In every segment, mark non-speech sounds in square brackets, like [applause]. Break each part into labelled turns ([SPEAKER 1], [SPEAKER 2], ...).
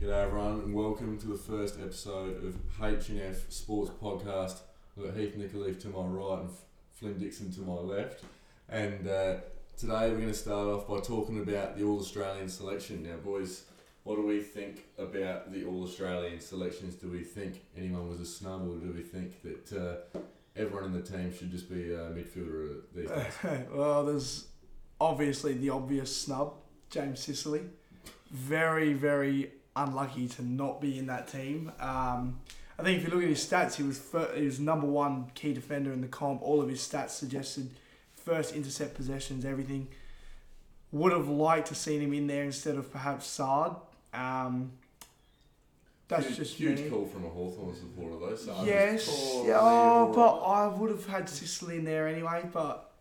[SPEAKER 1] G'day everyone, and welcome to the first episode of H&F Sports Podcast. We've got Heath Nicoleaf to my right and F- Flynn Dixon to my left. And uh, today we're going to start off by talking about the All Australian selection. Now, boys, what do we think about the All Australian selections? Do we think anyone was a snub, or do we think that uh, everyone in the team should just be a midfielder
[SPEAKER 2] [laughs]
[SPEAKER 1] these days?
[SPEAKER 2] well, there's obviously the obvious snub, James Sicily. Very, very unlucky to not be in that team. Um, I think if you look at his stats, he was fir- he was number one key defender in the comp. All of his stats suggested first intercept possessions, everything. Would have liked to seen him in there instead of perhaps Sard. Um, that's
[SPEAKER 1] huge,
[SPEAKER 2] just
[SPEAKER 1] huge
[SPEAKER 2] me.
[SPEAKER 1] call from a Hawthorn supporter, though. So I'm
[SPEAKER 2] Yes.
[SPEAKER 1] just totally
[SPEAKER 2] Yeah, oh,
[SPEAKER 1] alright.
[SPEAKER 2] but I would have had Sicily in there anyway, but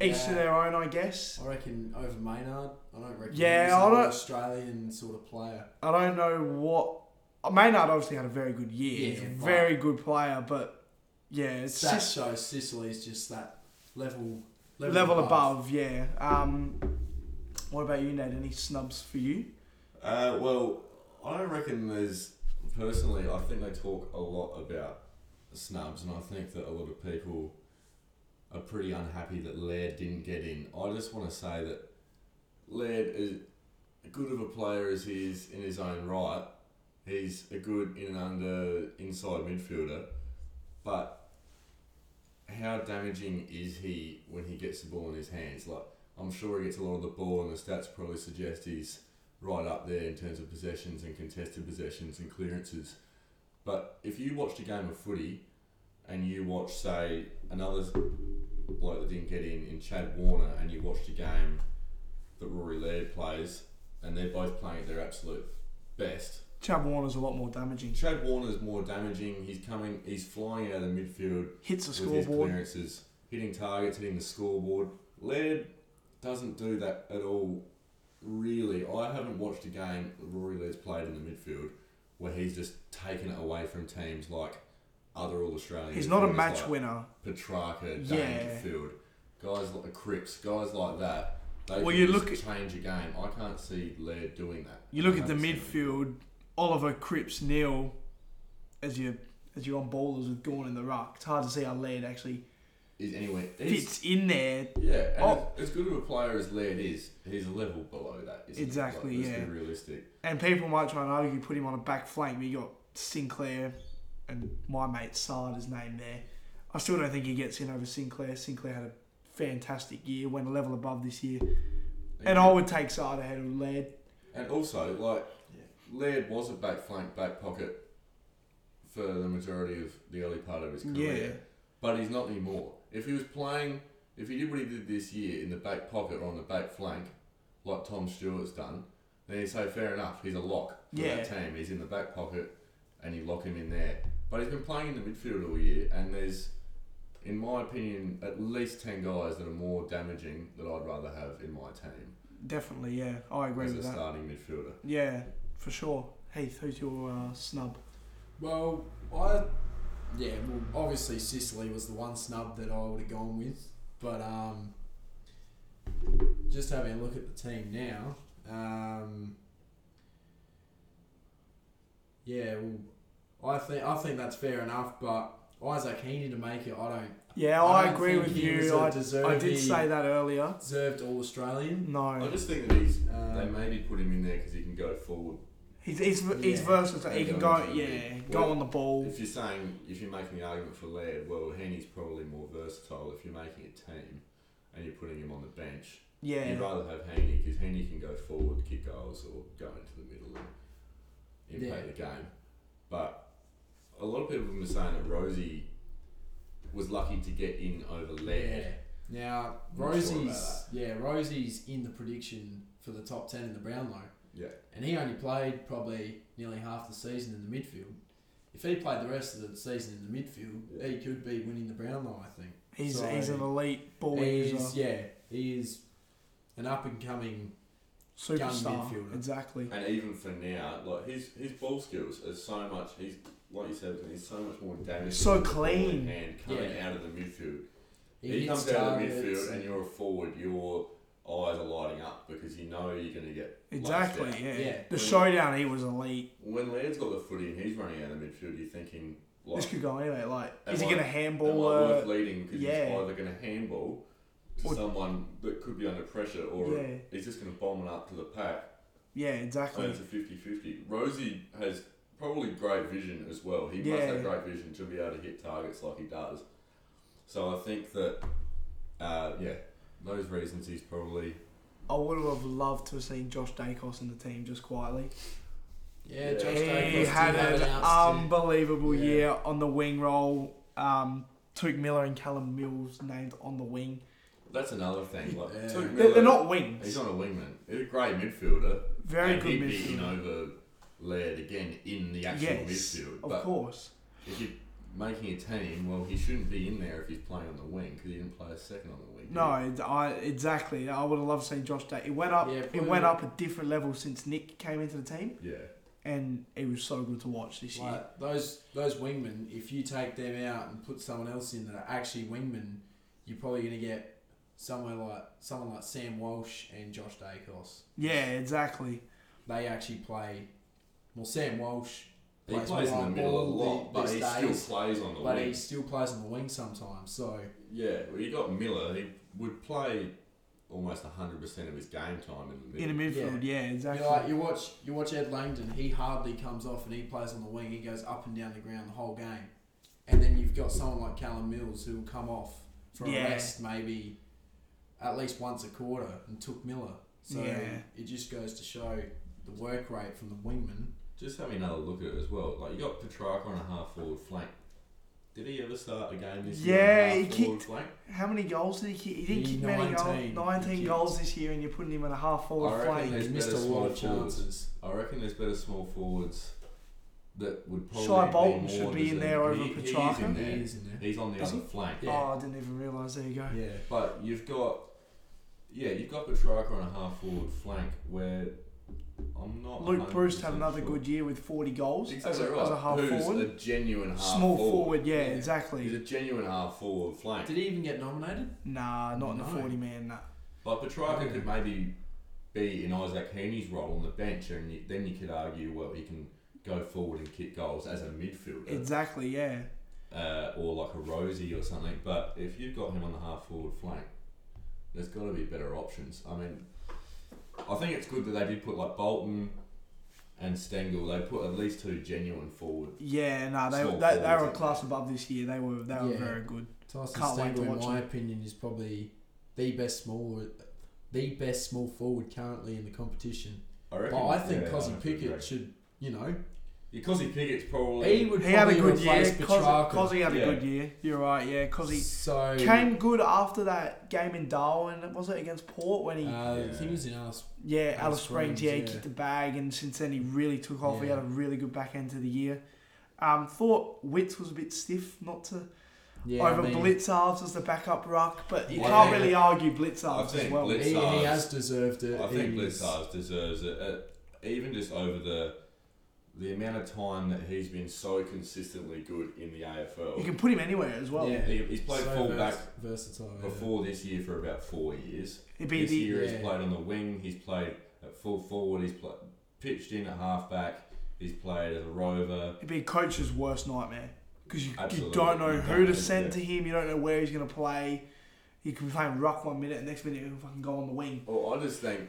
[SPEAKER 2] each to
[SPEAKER 3] Yeah.
[SPEAKER 2] their own, I guess.
[SPEAKER 3] I reckon over Maynard. I don't reckon
[SPEAKER 2] Yeah,
[SPEAKER 3] he's
[SPEAKER 2] I
[SPEAKER 3] an
[SPEAKER 2] don't-
[SPEAKER 3] Australian sort of player.
[SPEAKER 2] I don't know what. uh, Maynard obviously had a very good year. He's a
[SPEAKER 3] Yeah, but-
[SPEAKER 2] very good player, but yeah, it's
[SPEAKER 3] That
[SPEAKER 2] just
[SPEAKER 3] shows Sicily's just that level
[SPEAKER 2] level, above. Yeah. Um, what about you, Ned? Any snubs for you?
[SPEAKER 1] Uh, well, I don't reckon there's personally. I think they talk a lot about snubs, and I think that a lot of people are pretty unhappy that Laird didn't get in. I just want to say that Laird is good of a player as he is in his own right. He's a good in and under inside midfielder, but how damaging is he when he gets the ball in his hands? Like I'm sure he gets a lot of the ball, and the stats probably suggest he's right up there in terms of possessions and contested possessions and clearances. But if you watched a game of footy and you watched, say, another bloke that didn't get in in Chad Warner and you watched a game that Rory Laird plays and they're both playing at their absolute best,
[SPEAKER 2] Chad Warner's a lot more damaging.
[SPEAKER 1] Chad Warner's more damaging. He's coming, he's flying out of the midfield
[SPEAKER 2] Hits the
[SPEAKER 1] with his
[SPEAKER 2] scoreboard.
[SPEAKER 1] clearances, hitting targets, hitting the scoreboard. Laird doesn't do that at all, really. I haven't watched a game Rory Laird's played in the midfield where he's just taken it away from teams like other All Australians.
[SPEAKER 2] He's not a match winner.
[SPEAKER 1] Petrarca,
[SPEAKER 2] Yeah.
[SPEAKER 1] Dangerfield, guys like the Cripps, guys like that. They
[SPEAKER 2] Well,
[SPEAKER 1] can
[SPEAKER 2] you
[SPEAKER 1] just
[SPEAKER 2] look at-
[SPEAKER 1] change a game. I can't see Laird doing that.
[SPEAKER 2] You look
[SPEAKER 1] I
[SPEAKER 2] at the
[SPEAKER 1] haven't seen him.
[SPEAKER 2] midfield. Oliver Cripps Neil, as you as you're on ballers with Gorn in the ruck. It's hard to see how Laird actually
[SPEAKER 1] Is anyway, he's-
[SPEAKER 2] fits in there.
[SPEAKER 1] Yeah, and
[SPEAKER 2] Oh.
[SPEAKER 1] as as good of a player as Laird is, he's a level below that. Isn't he?
[SPEAKER 2] Exactly,
[SPEAKER 1] Like, let's
[SPEAKER 2] yeah.
[SPEAKER 1] Be realistic.
[SPEAKER 2] And people might try and argue put him on a back flank, but you got Sinclair and my mate Sard, his name there. I still don't think he gets in over Sinclair. Sinclair had a fantastic year, went a level above this year. And I would take Sard ahead of Laird.
[SPEAKER 1] And also, like,
[SPEAKER 3] Yeah.
[SPEAKER 1] Laird was a back flank, back pocket for the majority of the early part of his career,
[SPEAKER 2] Yeah.
[SPEAKER 1] but he's not anymore. If he was playing, if he did what he did this year in the back pocket or on the back flank, like Tom Stewart's done, then you say fair enough. He's a lock for
[SPEAKER 2] Yeah.
[SPEAKER 1] that team. He's in the back pocket, and you lock him in there. But he's been playing in the midfield all year, and there's, in my opinion, at least ten guys that are more damaging that I'd rather have in my team
[SPEAKER 2] Definitely, yeah. I agree
[SPEAKER 1] as a
[SPEAKER 2] with that.
[SPEAKER 1] starting midfielder.
[SPEAKER 2] Yeah, for sure. Heath, who's your uh, snub?
[SPEAKER 3] Well, I yeah, well obviously Sicily was the one snub that I would have gone with, but um, just having a look at the team now, um, yeah, well, I think I think that's fair enough, but Isaac Heaney to make it, I don't
[SPEAKER 2] Yeah,
[SPEAKER 3] I
[SPEAKER 2] I,
[SPEAKER 3] don't
[SPEAKER 2] agree
[SPEAKER 3] think
[SPEAKER 2] with
[SPEAKER 3] he was
[SPEAKER 2] you.
[SPEAKER 3] a
[SPEAKER 2] I, I
[SPEAKER 3] deserving-
[SPEAKER 2] did say that earlier.
[SPEAKER 3] deserved all Australian.
[SPEAKER 1] I
[SPEAKER 2] No.
[SPEAKER 1] just think that he's they
[SPEAKER 3] Um,
[SPEAKER 1] maybe put him in there because he can go forward.
[SPEAKER 2] He's, he's, he's
[SPEAKER 3] Yeah.
[SPEAKER 2] versatile. He
[SPEAKER 1] And
[SPEAKER 2] can
[SPEAKER 1] go
[SPEAKER 2] go,
[SPEAKER 1] into the
[SPEAKER 2] yeah,
[SPEAKER 1] mid.
[SPEAKER 2] go
[SPEAKER 1] Well,
[SPEAKER 2] on the ball.
[SPEAKER 1] If you're saying if you're making an argument for Laird, well, Heaney's probably more versatile. If you're making a team and you're putting him on the bench,
[SPEAKER 2] Yeah.
[SPEAKER 1] you'd rather have Heaney because Heaney can go forward, kick goals, or go into the middle and impact
[SPEAKER 3] Yeah.
[SPEAKER 1] the game. But a lot of people have been saying that Rosie was lucky to get in over
[SPEAKER 3] Yeah.
[SPEAKER 1] Laird.
[SPEAKER 3] Now
[SPEAKER 1] I'm not sure about
[SPEAKER 3] Rosie's yeah Rosie's in the prediction for the top ten in the Brownlow.
[SPEAKER 1] Yeah.
[SPEAKER 3] and he only played probably nearly half the season in the midfield. If he played the rest of the season in the midfield, he could be winning the Brownlow. I think
[SPEAKER 2] He's
[SPEAKER 3] So,
[SPEAKER 2] he's an elite ball user,
[SPEAKER 3] he's yeah he is an up and coming. gun
[SPEAKER 2] superstar.
[SPEAKER 3] midfielder.
[SPEAKER 2] Exactly.
[SPEAKER 1] And even for now, like his his ball skills are so much. He's like you said, he's so much more damaging.
[SPEAKER 2] So
[SPEAKER 1] with the ball in
[SPEAKER 2] clean.
[SPEAKER 1] hand coming
[SPEAKER 3] Yeah.
[SPEAKER 1] out of the midfield.
[SPEAKER 3] He,
[SPEAKER 1] He,
[SPEAKER 3] hits
[SPEAKER 1] comes out of the
[SPEAKER 3] targets
[SPEAKER 1] midfield, and you're a forward. You're eyes are lighting up because you know you're going to get
[SPEAKER 2] Exactly,
[SPEAKER 1] Lamp's out.
[SPEAKER 2] yeah.
[SPEAKER 3] Yeah.
[SPEAKER 2] The showdown, he was elite.
[SPEAKER 1] When Laird's got the footy and he's running out of midfield, you're thinking, like,
[SPEAKER 2] This could go anyway. Like,
[SPEAKER 1] Am
[SPEAKER 2] is he
[SPEAKER 1] I-
[SPEAKER 2] going to
[SPEAKER 1] am I
[SPEAKER 2] handball?
[SPEAKER 1] worth
[SPEAKER 2] Uh,
[SPEAKER 1] leading? Because
[SPEAKER 2] yeah.
[SPEAKER 1] he's either going to handball to
[SPEAKER 2] Or-
[SPEAKER 1] someone that could be under pressure or
[SPEAKER 2] Yeah.
[SPEAKER 1] he's just going to bomb it up to the pack.
[SPEAKER 2] yeah,
[SPEAKER 1] And
[SPEAKER 2] exactly.
[SPEAKER 1] it's a 50 50. Rosie has probably great vision as well. He must
[SPEAKER 2] Yeah.
[SPEAKER 1] have great vision to be able to hit targets like he does. So I think that, uh, yeah, those reasons he's probably.
[SPEAKER 2] I would have loved to have seen Josh Dacos in the team just quietly.
[SPEAKER 1] Yeah.
[SPEAKER 3] Yeah, Josh
[SPEAKER 2] He
[SPEAKER 3] Dacos did
[SPEAKER 2] had
[SPEAKER 3] have
[SPEAKER 2] an
[SPEAKER 3] an ounce to-
[SPEAKER 2] unbelievable
[SPEAKER 3] Yeah.
[SPEAKER 2] year on the wing role. Um, Took Miller and Callum Mills named on the wing.
[SPEAKER 1] That's another thing. Like,
[SPEAKER 3] Yeah.
[SPEAKER 1] Tuke
[SPEAKER 2] They're, they're
[SPEAKER 1] Miller,
[SPEAKER 2] not
[SPEAKER 1] He's
[SPEAKER 2] wings.
[SPEAKER 1] not a wingman. He's a great midfielder.
[SPEAKER 2] Very
[SPEAKER 1] and
[SPEAKER 2] good
[SPEAKER 1] he'd be in
[SPEAKER 2] midfielder.
[SPEAKER 1] over Laird again in the actual
[SPEAKER 2] Yes,
[SPEAKER 1] midfield.
[SPEAKER 2] of
[SPEAKER 1] But
[SPEAKER 2] course.
[SPEAKER 1] if you're making a team, well, he shouldn't be in there if he's playing on the wing because he didn't play a second on the wing. did
[SPEAKER 2] No, it- I exactly. I would have loved seeing Josh Day. It went up.
[SPEAKER 3] Yeah,
[SPEAKER 2] it
[SPEAKER 3] probably
[SPEAKER 2] went up
[SPEAKER 3] not.
[SPEAKER 2] a different level since Nick came into the team,
[SPEAKER 1] he? Yeah.
[SPEAKER 2] and it was so good to watch this year.
[SPEAKER 3] Like, those those wingmen, if you take them out and put someone else in that are actually wingmen, you're probably gonna get somewhere like someone like Sam Walsh and Josh Dacos.
[SPEAKER 2] yeah, exactly.
[SPEAKER 3] They actually play. Well, Sam Walsh,
[SPEAKER 1] He
[SPEAKER 3] Plays
[SPEAKER 1] plays in the
[SPEAKER 3] wide
[SPEAKER 1] middle a
[SPEAKER 3] ball
[SPEAKER 1] lot,
[SPEAKER 3] the-
[SPEAKER 1] but
[SPEAKER 3] these
[SPEAKER 1] he
[SPEAKER 3] days,
[SPEAKER 1] still plays on the
[SPEAKER 3] but
[SPEAKER 1] wing.
[SPEAKER 3] he still plays on the wing sometimes. So
[SPEAKER 1] Yeah, well, you got Miller. He would play almost 100% of his game time in the middle.
[SPEAKER 2] In the midfield, yeah,
[SPEAKER 3] you
[SPEAKER 2] exactly.
[SPEAKER 3] know, like you watch you watch Ed Langdon. He hardly comes off and he plays on the wing. He goes up and down the ground the whole game. And then you've got someone like Callum Mills who will come off for
[SPEAKER 2] Yeah.
[SPEAKER 3] a rest maybe at least once a quarter and took Miller. So
[SPEAKER 2] Yeah.
[SPEAKER 3] it just goes to show the work rate from the wingman.
[SPEAKER 1] Just having another look at it as well. Like, you got Petrarca on a half forward flank. Did he ever start a game this year? on
[SPEAKER 2] Yeah,
[SPEAKER 1] a
[SPEAKER 2] he
[SPEAKER 1] half forward
[SPEAKER 2] kicked-
[SPEAKER 1] flank?
[SPEAKER 2] How many goals did he kick? He didn't
[SPEAKER 3] He-
[SPEAKER 2] kick many goals.
[SPEAKER 3] 19. He
[SPEAKER 2] Nineteen
[SPEAKER 3] kicked-
[SPEAKER 2] goals this year, and you're putting him in a half forward
[SPEAKER 1] I reckon
[SPEAKER 2] flank.
[SPEAKER 1] There's
[SPEAKER 3] He's missed a
[SPEAKER 1] better
[SPEAKER 3] lot of
[SPEAKER 1] small forwards.
[SPEAKER 3] chances.
[SPEAKER 1] I reckon there's better small forwards that would probably.
[SPEAKER 2] Shai
[SPEAKER 1] be
[SPEAKER 2] Bolton
[SPEAKER 1] more
[SPEAKER 2] should be in
[SPEAKER 1] deserving.
[SPEAKER 2] there over
[SPEAKER 1] He- he is in
[SPEAKER 2] Petrarca.
[SPEAKER 1] there.
[SPEAKER 3] He is in there.
[SPEAKER 1] He's on the
[SPEAKER 2] Is
[SPEAKER 1] other flank.
[SPEAKER 3] Yeah.
[SPEAKER 2] Oh, I didn't even realise. There you go.
[SPEAKER 3] Yeah.
[SPEAKER 1] But you've got, yeah, you've got Petrarca on a half forward flank where I'm not.
[SPEAKER 2] Luke Bruce
[SPEAKER 1] 100%
[SPEAKER 2] had another
[SPEAKER 1] sure.
[SPEAKER 2] good year with 40 goals as,
[SPEAKER 1] Exactly
[SPEAKER 2] a,
[SPEAKER 1] right.
[SPEAKER 2] as a half
[SPEAKER 1] Who's
[SPEAKER 2] forward.
[SPEAKER 1] a genuine half
[SPEAKER 2] Small forward, yeah,
[SPEAKER 3] Yeah.
[SPEAKER 1] He's a
[SPEAKER 2] exactly.
[SPEAKER 1] genuine half forward flank.
[SPEAKER 3] Did he even get nominated?
[SPEAKER 2] Nah, not in the
[SPEAKER 3] No.
[SPEAKER 2] 40 man. Nah.
[SPEAKER 1] Like Petrarca
[SPEAKER 3] Yeah.
[SPEAKER 1] could maybe be in Isaac Heaney's role on the bench, and you, then you could argue, well, he can go forward and kick goals as a midfielder.
[SPEAKER 2] Exactly, yeah.
[SPEAKER 1] uh, or like a Rosie or something. But if you've got him on the half forward flank, there's got to be better options. I mean, I think it's good that they did put like Bolton and Stengel. They put at least two genuine forward.
[SPEAKER 2] Yeah, nah, they,
[SPEAKER 1] Small
[SPEAKER 2] they, they
[SPEAKER 1] forwards,
[SPEAKER 2] were a
[SPEAKER 1] yeah.
[SPEAKER 2] class above this year. They were they were
[SPEAKER 3] Yeah.
[SPEAKER 2] very good.
[SPEAKER 3] Tyson
[SPEAKER 2] Can't wait
[SPEAKER 3] Stengel,
[SPEAKER 2] to
[SPEAKER 3] in
[SPEAKER 2] watch
[SPEAKER 3] my
[SPEAKER 2] him.
[SPEAKER 3] opinion, is probably the best small, the best small forward currently in the competition.
[SPEAKER 1] I
[SPEAKER 3] But
[SPEAKER 1] reckon.
[SPEAKER 3] I think
[SPEAKER 1] yeah,
[SPEAKER 3] Cosy
[SPEAKER 1] I
[SPEAKER 3] Pickett
[SPEAKER 1] agree.
[SPEAKER 3] should, you know,
[SPEAKER 1] Yeah, Cosy Pickett's probably.
[SPEAKER 3] he would
[SPEAKER 2] He had a
[SPEAKER 3] probably
[SPEAKER 2] good year.
[SPEAKER 3] replace Petrarca.
[SPEAKER 2] Cozzy had a
[SPEAKER 1] Yeah.
[SPEAKER 2] good year. You're right, yeah. Cozzy
[SPEAKER 3] so
[SPEAKER 2] came good after that game in Darwin. Was it against Port when he,
[SPEAKER 3] Uh, I
[SPEAKER 1] Yeah.
[SPEAKER 3] think he was in Alice.
[SPEAKER 2] yeah,
[SPEAKER 3] Alice
[SPEAKER 2] Alice Springs,
[SPEAKER 3] Springs,
[SPEAKER 2] yeah, he
[SPEAKER 3] yeah.
[SPEAKER 2] kicked the bag, and since then he really took off. He
[SPEAKER 3] Yeah.
[SPEAKER 2] had a really good back end to the year. Um, thought Wits was a bit stiff, not to
[SPEAKER 3] Yeah,
[SPEAKER 2] over
[SPEAKER 3] I mean,
[SPEAKER 2] blitz halves as the backup ruck, but you
[SPEAKER 1] Yeah.
[SPEAKER 2] can't really argue blitz
[SPEAKER 1] I
[SPEAKER 2] halves as
[SPEAKER 1] think
[SPEAKER 2] well.
[SPEAKER 1] blitz-
[SPEAKER 3] he, he has deserved it.
[SPEAKER 1] I think
[SPEAKER 3] He was-
[SPEAKER 1] Blizzard deserves it. Uh, even just over the the amount of time that he's been so consistently good in the AFL.
[SPEAKER 2] you can put him anywhere as well.
[SPEAKER 3] Yeah.
[SPEAKER 1] he, he's played
[SPEAKER 3] so
[SPEAKER 1] fullback
[SPEAKER 3] vers- versatile. yeah.
[SPEAKER 1] before this year for about four years.
[SPEAKER 2] He'd be
[SPEAKER 1] This
[SPEAKER 2] the
[SPEAKER 1] year he's
[SPEAKER 3] yeah.
[SPEAKER 1] played on the wing. He's played at full forward. He's pl- pitched in at halfback. He's played as a rover.
[SPEAKER 2] it'd be a coach's worst nightmare because you, you
[SPEAKER 1] Absolutely.
[SPEAKER 2] don't know
[SPEAKER 1] You
[SPEAKER 2] who
[SPEAKER 1] don't
[SPEAKER 2] to
[SPEAKER 1] know,
[SPEAKER 2] send
[SPEAKER 1] yeah.
[SPEAKER 2] to him. You don't know where he's going to play. He could be playing ruck one minute, and next minute he'll fucking go on the wing.
[SPEAKER 1] Well, I just think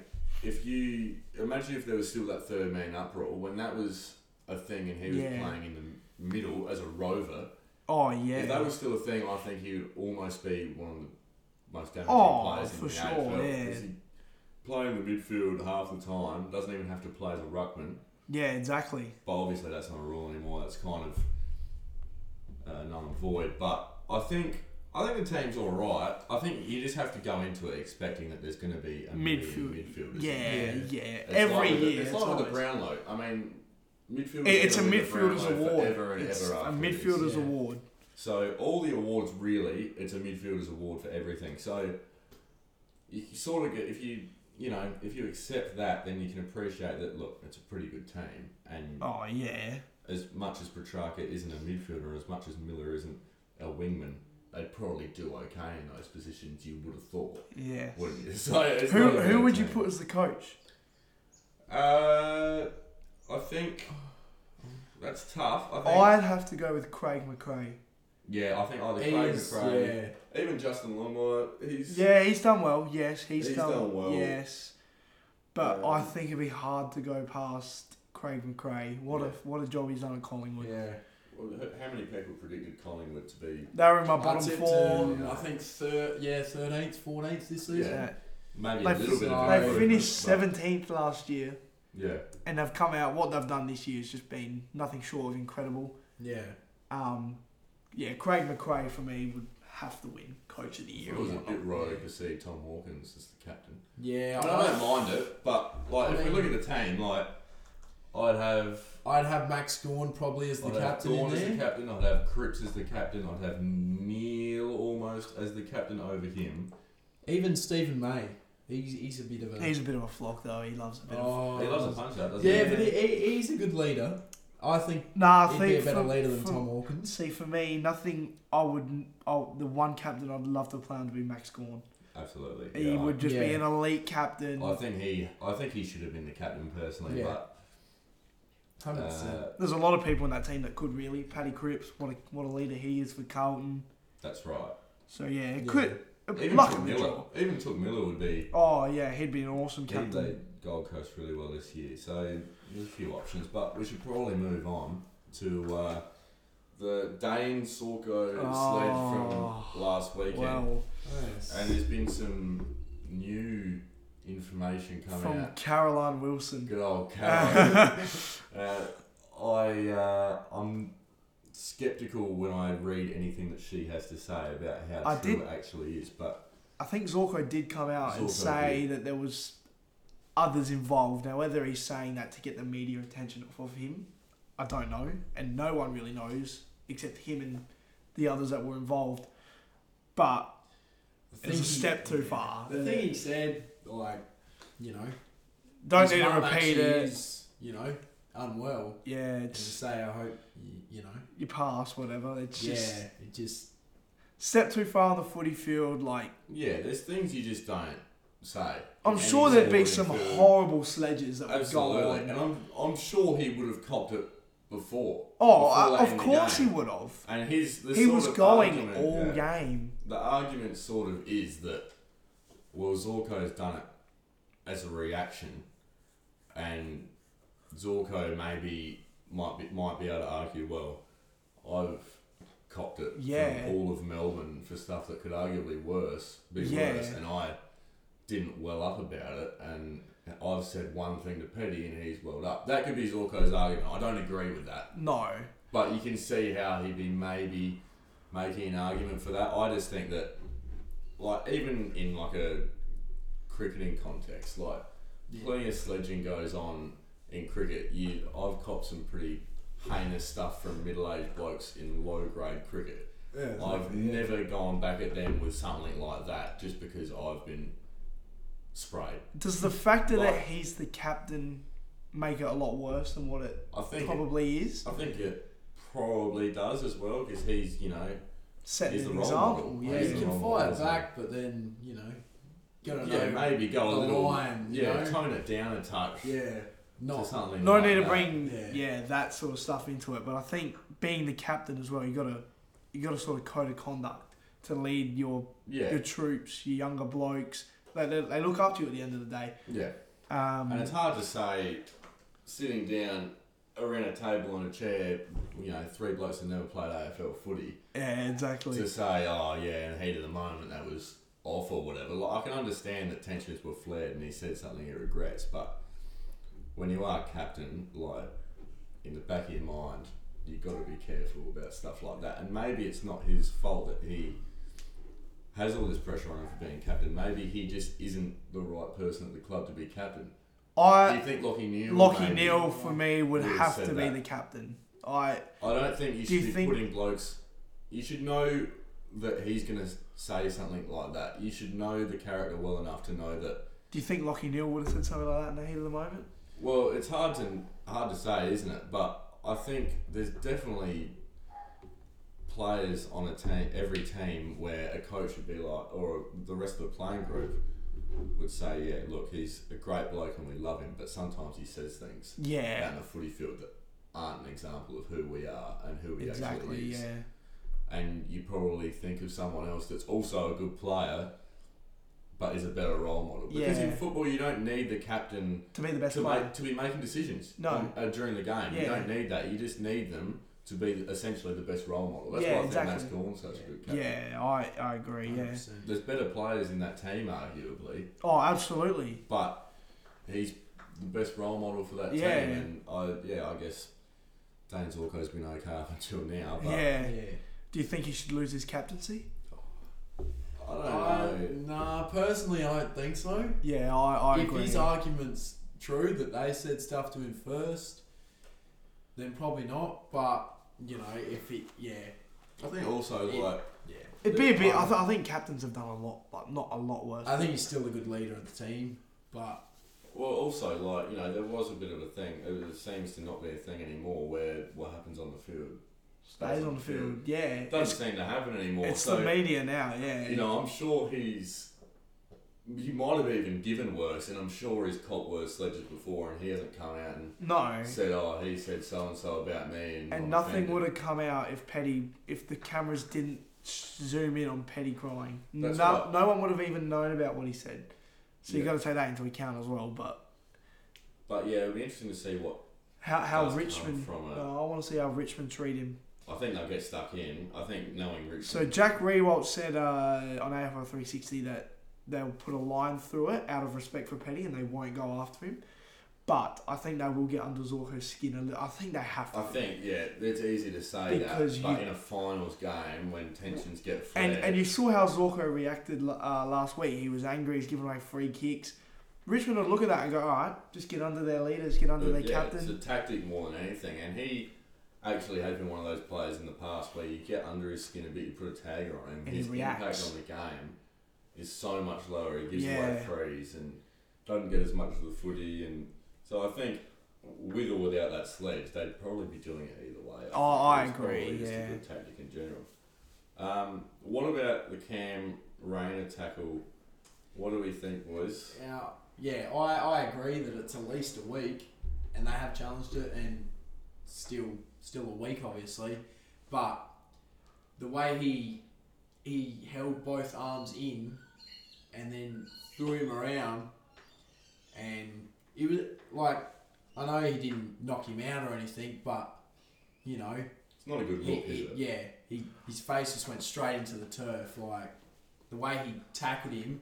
[SPEAKER 1] if you imagine if there was still that third man up role when that was a thing and he was
[SPEAKER 2] Yeah.
[SPEAKER 1] playing in the middle as a rover.
[SPEAKER 2] Oh
[SPEAKER 1] If that
[SPEAKER 2] yeah,
[SPEAKER 1] was still a thing, I think he would almost be one of the most damaging
[SPEAKER 2] Oh,
[SPEAKER 1] players in
[SPEAKER 2] for
[SPEAKER 1] the
[SPEAKER 2] sure,
[SPEAKER 1] AFL.
[SPEAKER 2] yeah.
[SPEAKER 1] 'cause he- Playing the midfield half the time doesn't even have to play as a ruckman.
[SPEAKER 2] yeah, exactly.
[SPEAKER 1] But obviously, that's not a rule anymore. That's kind of uh, null and void. But I think I think the team's all right. I think you just have to go into it expecting that there's going to be a million
[SPEAKER 2] Midfield.
[SPEAKER 1] midfielders.
[SPEAKER 2] Yeah, yeah.
[SPEAKER 1] It's
[SPEAKER 2] Every
[SPEAKER 1] like with the-
[SPEAKER 2] year,
[SPEAKER 1] it's like with the
[SPEAKER 2] always-
[SPEAKER 1] Brownlow. I mean, midfielders.
[SPEAKER 2] It- it's a
[SPEAKER 1] gonna win the
[SPEAKER 2] midfielder's
[SPEAKER 1] Brownlow
[SPEAKER 2] award.
[SPEAKER 1] Forever and
[SPEAKER 2] It's a
[SPEAKER 1] ever after this.
[SPEAKER 2] midfielder's
[SPEAKER 3] yeah.
[SPEAKER 2] award.
[SPEAKER 1] So all the awards really, it's a midfielder's award for everything. So you sort of get if you you know if you accept that, then you can appreciate that. Look, it's a pretty good team, and
[SPEAKER 2] Oh yeah,
[SPEAKER 1] as much as Petrarca isn't a midfielder, as much as Miller isn't a wingman, they'd probably do okay in those positions. You would have thought,
[SPEAKER 2] Yeah.
[SPEAKER 1] wouldn't you? [laughs] So it's
[SPEAKER 2] Who,
[SPEAKER 1] not a
[SPEAKER 2] who
[SPEAKER 1] bad
[SPEAKER 2] would you
[SPEAKER 1] team.
[SPEAKER 2] put as the coach?
[SPEAKER 1] Uh, I think that's tough. I think.
[SPEAKER 2] I'd have to go with Craig McRae.
[SPEAKER 1] yeah, I think either
[SPEAKER 3] He
[SPEAKER 1] Craig
[SPEAKER 3] is-
[SPEAKER 1] McRae,
[SPEAKER 3] yeah.
[SPEAKER 1] even Justin Longmore. He's
[SPEAKER 2] Yeah, he's done well. Yes, he's,
[SPEAKER 1] He's
[SPEAKER 2] done,
[SPEAKER 1] done well.
[SPEAKER 2] Yes, but
[SPEAKER 1] Yeah.
[SPEAKER 2] I think it'd be hard to go past Craig McRae. What
[SPEAKER 1] Yeah.
[SPEAKER 2] a what a job he's done at Collingwood.
[SPEAKER 3] Yeah.
[SPEAKER 1] Well, h- how many people predicted Collingwood to be
[SPEAKER 2] They were in my
[SPEAKER 3] I
[SPEAKER 2] bottom
[SPEAKER 3] tipped,
[SPEAKER 2] four.
[SPEAKER 3] um, I think third, yeah, thirteenth, fourteenth this
[SPEAKER 1] Yeah.
[SPEAKER 3] season.
[SPEAKER 2] Yeah.
[SPEAKER 1] maybe a
[SPEAKER 2] They,
[SPEAKER 1] little bit? of
[SPEAKER 2] they
[SPEAKER 1] improvement,
[SPEAKER 2] finished
[SPEAKER 1] but-
[SPEAKER 2] seventeenth last year,
[SPEAKER 1] Yeah,
[SPEAKER 2] and they've come out. What they've done this year has just been nothing short of incredible.
[SPEAKER 3] Yeah.
[SPEAKER 2] Um, yeah, Craig McRae for me would have to win Coach of the Year.
[SPEAKER 1] it
[SPEAKER 2] or
[SPEAKER 1] was a
[SPEAKER 2] whatnot.
[SPEAKER 1] bit rogue to see Tom Hawkins as the captain.
[SPEAKER 3] Yeah.
[SPEAKER 1] I, mean, I don't mind it, but like
[SPEAKER 3] I
[SPEAKER 1] if we
[SPEAKER 3] mean-
[SPEAKER 1] look at the team, like I'd have
[SPEAKER 3] I'd have Max Gorn probably as the
[SPEAKER 1] I'd have
[SPEAKER 3] captain in
[SPEAKER 1] Gorn as the
[SPEAKER 3] there.
[SPEAKER 1] captain. I'd have Cripps as the captain. I'd have Neil almost as the captain over him.
[SPEAKER 3] Even Stephen May. He's, he's a bit of a.
[SPEAKER 2] He's a bit of a flock though. He loves a bit of.
[SPEAKER 3] oh,
[SPEAKER 1] He loves a punch out, doesn't
[SPEAKER 3] yeah,
[SPEAKER 1] he?
[SPEAKER 3] but he, he, he's a good leader. I think
[SPEAKER 2] Nah, I
[SPEAKER 3] he'd
[SPEAKER 2] think
[SPEAKER 3] be a better
[SPEAKER 2] for-
[SPEAKER 3] leader than
[SPEAKER 2] for-
[SPEAKER 3] Tom Hawkins.
[SPEAKER 2] See, for me, nothing. I would. Oh, the one captain I'd love to play on would be Max Gorn.
[SPEAKER 1] Absolutely.
[SPEAKER 2] He
[SPEAKER 1] yeah, I-
[SPEAKER 2] would just be
[SPEAKER 3] Yeah.
[SPEAKER 2] an elite captain.
[SPEAKER 1] I think he. I think he should have been the captain personally,
[SPEAKER 3] Yeah.
[SPEAKER 1] but
[SPEAKER 3] Hundred percent.
[SPEAKER 1] uh,
[SPEAKER 2] There's a lot of people in that team that could really. Paddy Cripps, what a what a leader he is for Carlton.
[SPEAKER 1] that's right.
[SPEAKER 2] So yeah, it
[SPEAKER 3] Yeah.
[SPEAKER 2] could. uh,
[SPEAKER 1] Even
[SPEAKER 2] luck
[SPEAKER 1] took
[SPEAKER 2] of the
[SPEAKER 1] Miller.
[SPEAKER 2] draw.
[SPEAKER 1] Even took Miller would be.
[SPEAKER 2] Oh yeah, he'd be an awesome
[SPEAKER 1] He
[SPEAKER 2] captain.
[SPEAKER 1] played Gold Coast really well this year, so there's a few options, but we should probably move on to uh, the Dane Sorko
[SPEAKER 2] Oh,
[SPEAKER 1] sled from last weekend.
[SPEAKER 2] Well,
[SPEAKER 1] And there's been some new information coming
[SPEAKER 2] from
[SPEAKER 1] out.
[SPEAKER 2] Caroline Wilson.
[SPEAKER 1] Good old
[SPEAKER 2] [laughs]
[SPEAKER 1] Caro. uh, I uh, I'm skeptical when I read anything that she has to say about how
[SPEAKER 2] I
[SPEAKER 1] true
[SPEAKER 2] did-
[SPEAKER 1] it actually is, but
[SPEAKER 2] I think Zorko did come out and
[SPEAKER 1] Zorko
[SPEAKER 2] say that there was others involved. Now, whether he's saying that to get the media attention off of him, I don't know, and no one really knows except him and the others that were involved. But it's a step too far.
[SPEAKER 3] The thing he said, like, you know,
[SPEAKER 2] Don't
[SPEAKER 3] his
[SPEAKER 2] need to
[SPEAKER 3] mum
[SPEAKER 2] repeat
[SPEAKER 3] actually
[SPEAKER 2] it.
[SPEAKER 3] is, you know, unwell.
[SPEAKER 2] Yeah,
[SPEAKER 3] And to
[SPEAKER 2] it's
[SPEAKER 3] say, I hope you, you know.
[SPEAKER 2] you pass whatever. It's just
[SPEAKER 3] yeah, it just
[SPEAKER 2] step too far on the footy field. Like
[SPEAKER 1] yeah, there's things you just don't say.
[SPEAKER 2] I'm
[SPEAKER 1] And
[SPEAKER 2] sure
[SPEAKER 1] he's
[SPEAKER 2] there'd be
[SPEAKER 1] already
[SPEAKER 2] some
[SPEAKER 1] feeling-
[SPEAKER 2] horrible sledges that would go
[SPEAKER 1] Absolutely,
[SPEAKER 2] on.
[SPEAKER 1] and I'm I'm sure he would have copped it before.
[SPEAKER 2] Oh,
[SPEAKER 1] before
[SPEAKER 2] I,
[SPEAKER 1] that
[SPEAKER 2] of
[SPEAKER 1] in the
[SPEAKER 2] course he
[SPEAKER 1] game.
[SPEAKER 2] would have.
[SPEAKER 1] And his the
[SPEAKER 2] He
[SPEAKER 1] sort
[SPEAKER 2] was
[SPEAKER 1] of
[SPEAKER 2] going
[SPEAKER 1] argument,
[SPEAKER 2] all
[SPEAKER 1] yeah,
[SPEAKER 2] game.
[SPEAKER 1] The argument sort of is that well, Zorko's done it as a reaction, and Zorko maybe might be might be able to argue well, I've copped it
[SPEAKER 2] Yeah.
[SPEAKER 1] from all of Melbourne for stuff that could arguably worse be
[SPEAKER 2] Yeah.
[SPEAKER 1] worse, and I didn't well up about it and. I've said one thing to Petty and he's welled up. That could be Zorko's argument. I don't agree with that.
[SPEAKER 2] No.
[SPEAKER 1] But you can see how he'd be maybe making an argument for that. I just think that, like, even in like a cricketing context, like plenty of sledging goes on in cricket. You, I've copped some pretty heinous stuff from middle-aged blokes in low-grade cricket. I've never gone back at them with something like that just because I've been sprayed.
[SPEAKER 2] Does the factor that
[SPEAKER 1] Like-
[SPEAKER 2] he's the captain make it a lot worse than what it
[SPEAKER 1] I think. It,
[SPEAKER 2] probably is?
[SPEAKER 1] I think it probably does as well because he's you know
[SPEAKER 2] Setting
[SPEAKER 1] he's
[SPEAKER 2] an
[SPEAKER 1] the role
[SPEAKER 2] example.
[SPEAKER 1] model.
[SPEAKER 3] yeah,
[SPEAKER 1] He's
[SPEAKER 3] you
[SPEAKER 1] the
[SPEAKER 2] Yeah.
[SPEAKER 1] role
[SPEAKER 3] can
[SPEAKER 1] model,
[SPEAKER 3] fire
[SPEAKER 1] isn't
[SPEAKER 3] back, but then you know, gotta
[SPEAKER 1] yeah,
[SPEAKER 3] know.
[SPEAKER 1] maybe go a
[SPEAKER 3] the
[SPEAKER 1] little
[SPEAKER 3] line, you
[SPEAKER 1] yeah,
[SPEAKER 3] know?
[SPEAKER 1] tone it down a touch.
[SPEAKER 3] Yeah,
[SPEAKER 1] to
[SPEAKER 3] not
[SPEAKER 1] something.
[SPEAKER 2] No
[SPEAKER 1] like
[SPEAKER 2] need to
[SPEAKER 1] that.
[SPEAKER 2] bring yeah.
[SPEAKER 3] Yeah.
[SPEAKER 2] that sort of stuff into it, but I think being the captain as well, you gotta you gotta sort of code of conduct to lead your
[SPEAKER 1] Yeah,
[SPEAKER 2] your troops, your younger blokes. They, they, they look up to you at the end of the day.
[SPEAKER 1] yeah, and
[SPEAKER 2] Um,
[SPEAKER 1] it's hard to say sitting down around a table on a chair, you know, three blokes that never played AFL footy
[SPEAKER 2] yeah, exactly.
[SPEAKER 1] to say, oh yeah, in the heat of the moment that was off or whatever. Like, I can understand that tensions were flared and he said something he regrets, but when you are captain, like in the back of your mind, you've got to be careful about stuff like that. And maybe it's not his fault that he has all this pressure on him for being captain. Maybe he just isn't the right person at the club to be captain. Do
[SPEAKER 2] I
[SPEAKER 1] you think Lockie Neal?
[SPEAKER 2] Uh, Lockie
[SPEAKER 1] maybe-
[SPEAKER 2] Neal for me would
[SPEAKER 1] would have
[SPEAKER 2] have
[SPEAKER 1] said
[SPEAKER 2] to be
[SPEAKER 1] that.
[SPEAKER 2] the captain. I
[SPEAKER 1] I don't think you
[SPEAKER 2] Do you
[SPEAKER 1] should be
[SPEAKER 2] think-
[SPEAKER 1] putting blokes. You should know that he's going to say something like that. You should know the character well enough to know that.
[SPEAKER 2] do you think Lockie Neal would have said something like that in the heat of the moment?
[SPEAKER 1] Well, it's hard to hard to say, isn't it? But I think there's definitely players on a team, every team, where a coach would be like, or the rest of the playing group would say, yeah, look, he's a great bloke and we love him, but sometimes he says things out
[SPEAKER 2] Yeah.
[SPEAKER 1] on the footy field that aren't an example of who we are and who he
[SPEAKER 2] Exactly.
[SPEAKER 1] actually is.
[SPEAKER 2] Yeah.
[SPEAKER 1] And you probably think of someone else that's also a good player, but is a better role model. Because in
[SPEAKER 2] Yeah.
[SPEAKER 1] football, you don't need the captain
[SPEAKER 2] To be the best
[SPEAKER 1] to
[SPEAKER 2] player.
[SPEAKER 1] make to be making decisions.
[SPEAKER 2] No.
[SPEAKER 1] on- uh, during the game, you
[SPEAKER 2] Yeah.
[SPEAKER 1] don't need that. You just need them to be essentially the best role model. That's
[SPEAKER 2] Yeah,
[SPEAKER 1] why I
[SPEAKER 2] exactly.
[SPEAKER 1] think Matt's Gorn such a good captain.
[SPEAKER 2] Yeah, I, I agree. Yeah.
[SPEAKER 3] 100%.
[SPEAKER 1] There's better players in that team, arguably,
[SPEAKER 2] Oh, absolutely.
[SPEAKER 1] but he's the best role model for that
[SPEAKER 2] Yeah.
[SPEAKER 1] team. And I, yeah, I guess Dane Zorco's been okay up until now, but
[SPEAKER 2] Yeah.
[SPEAKER 3] Yeah.
[SPEAKER 2] Do you think he should lose his captaincy?
[SPEAKER 1] I don't
[SPEAKER 3] I,
[SPEAKER 1] know.
[SPEAKER 3] Uh, nah, personally, I don't think so.
[SPEAKER 2] Yeah, I, I
[SPEAKER 3] if
[SPEAKER 2] agree.
[SPEAKER 3] his argument's true that they said stuff to him first, then probably not. But you know, if it, yeah,
[SPEAKER 1] I think also
[SPEAKER 3] Yeah.
[SPEAKER 1] like
[SPEAKER 3] yeah,
[SPEAKER 2] It'd be a bit. I, th- I think captains have done a lot, but not a lot worse.
[SPEAKER 3] I think he's still a good leader of the team. But
[SPEAKER 1] Well, also, like, you know, there was a bit of a thing, it seems to not be a thing anymore, where what happens on the field
[SPEAKER 2] Stays on the field. Yeah.
[SPEAKER 1] It doesn't
[SPEAKER 2] It's,
[SPEAKER 1] seem to happen anymore.
[SPEAKER 2] it's
[SPEAKER 1] so,
[SPEAKER 2] the media now. Yeah.
[SPEAKER 1] you know, I'm sure he's. He might have even given worse, and I'm sure he's caught worse sledges before, and he hasn't come out and
[SPEAKER 2] no.
[SPEAKER 1] said, oh, he said so and so about me. And,
[SPEAKER 2] And
[SPEAKER 1] I'm
[SPEAKER 2] nothing
[SPEAKER 1] offended."
[SPEAKER 2] would have come out if Petty, if the cameras didn't zoom in on Petty crying.
[SPEAKER 1] That's
[SPEAKER 2] no,
[SPEAKER 1] right.
[SPEAKER 2] no one would have even known about what he said. So you
[SPEAKER 1] Yeah.
[SPEAKER 2] got to take that into account as well. But
[SPEAKER 1] But yeah, it'll be interesting to see what.
[SPEAKER 2] how how
[SPEAKER 1] does come
[SPEAKER 2] Richmond?
[SPEAKER 1] From it.
[SPEAKER 2] No, I want to see how Richmond treat him.
[SPEAKER 1] I think they'll get stuck in. I think knowing Richmond.
[SPEAKER 2] So Jack Rewalt said uh, on AFL 360 that they'll put a line through it out of respect for Petty and they won't go after him. But I think they will get under Zorko's skin a little. I think they have to.
[SPEAKER 1] I think, yeah, it's easy to say
[SPEAKER 2] Because
[SPEAKER 1] that, but
[SPEAKER 2] you-
[SPEAKER 1] in a finals game when tensions get flared,
[SPEAKER 2] And and you saw how Zorko reacted l- uh, last week. He was angry. He's giving away free kicks. Richmond would look at that and go, all right, just get under their leaders, get under
[SPEAKER 1] But,
[SPEAKER 2] their
[SPEAKER 1] yeah,
[SPEAKER 2] captain.
[SPEAKER 1] It's a tactic more than anything, and he actually has been one of those players in the past where you get under his skin a bit, you put a tagger on him,
[SPEAKER 2] And he
[SPEAKER 1] his
[SPEAKER 2] reacts.
[SPEAKER 1] impact on the game is so much lower. He gives away
[SPEAKER 2] Yeah.
[SPEAKER 1] frees and doesn't get as much of the footy, and so I think with or without that sledge, they'd probably be doing it either way.
[SPEAKER 2] Oh, I
[SPEAKER 1] think it's probably
[SPEAKER 2] agree,
[SPEAKER 1] Just
[SPEAKER 2] yeah.
[SPEAKER 1] a good tactic in general. Um, what about the Cam Rayner tackle? What do we think was?
[SPEAKER 3] uh, yeah, I, I agree that it's at least a week, and they have challenged it, and still still a week obviously, but the way he he held both arms in, and then threw him around, and it was like I know he didn't knock him out or anything, but you know
[SPEAKER 1] It's not a good
[SPEAKER 3] he,
[SPEAKER 1] look, is
[SPEAKER 3] he-
[SPEAKER 1] it?
[SPEAKER 3] yeah, he, his face just went straight into the turf. Like the way he tackled him.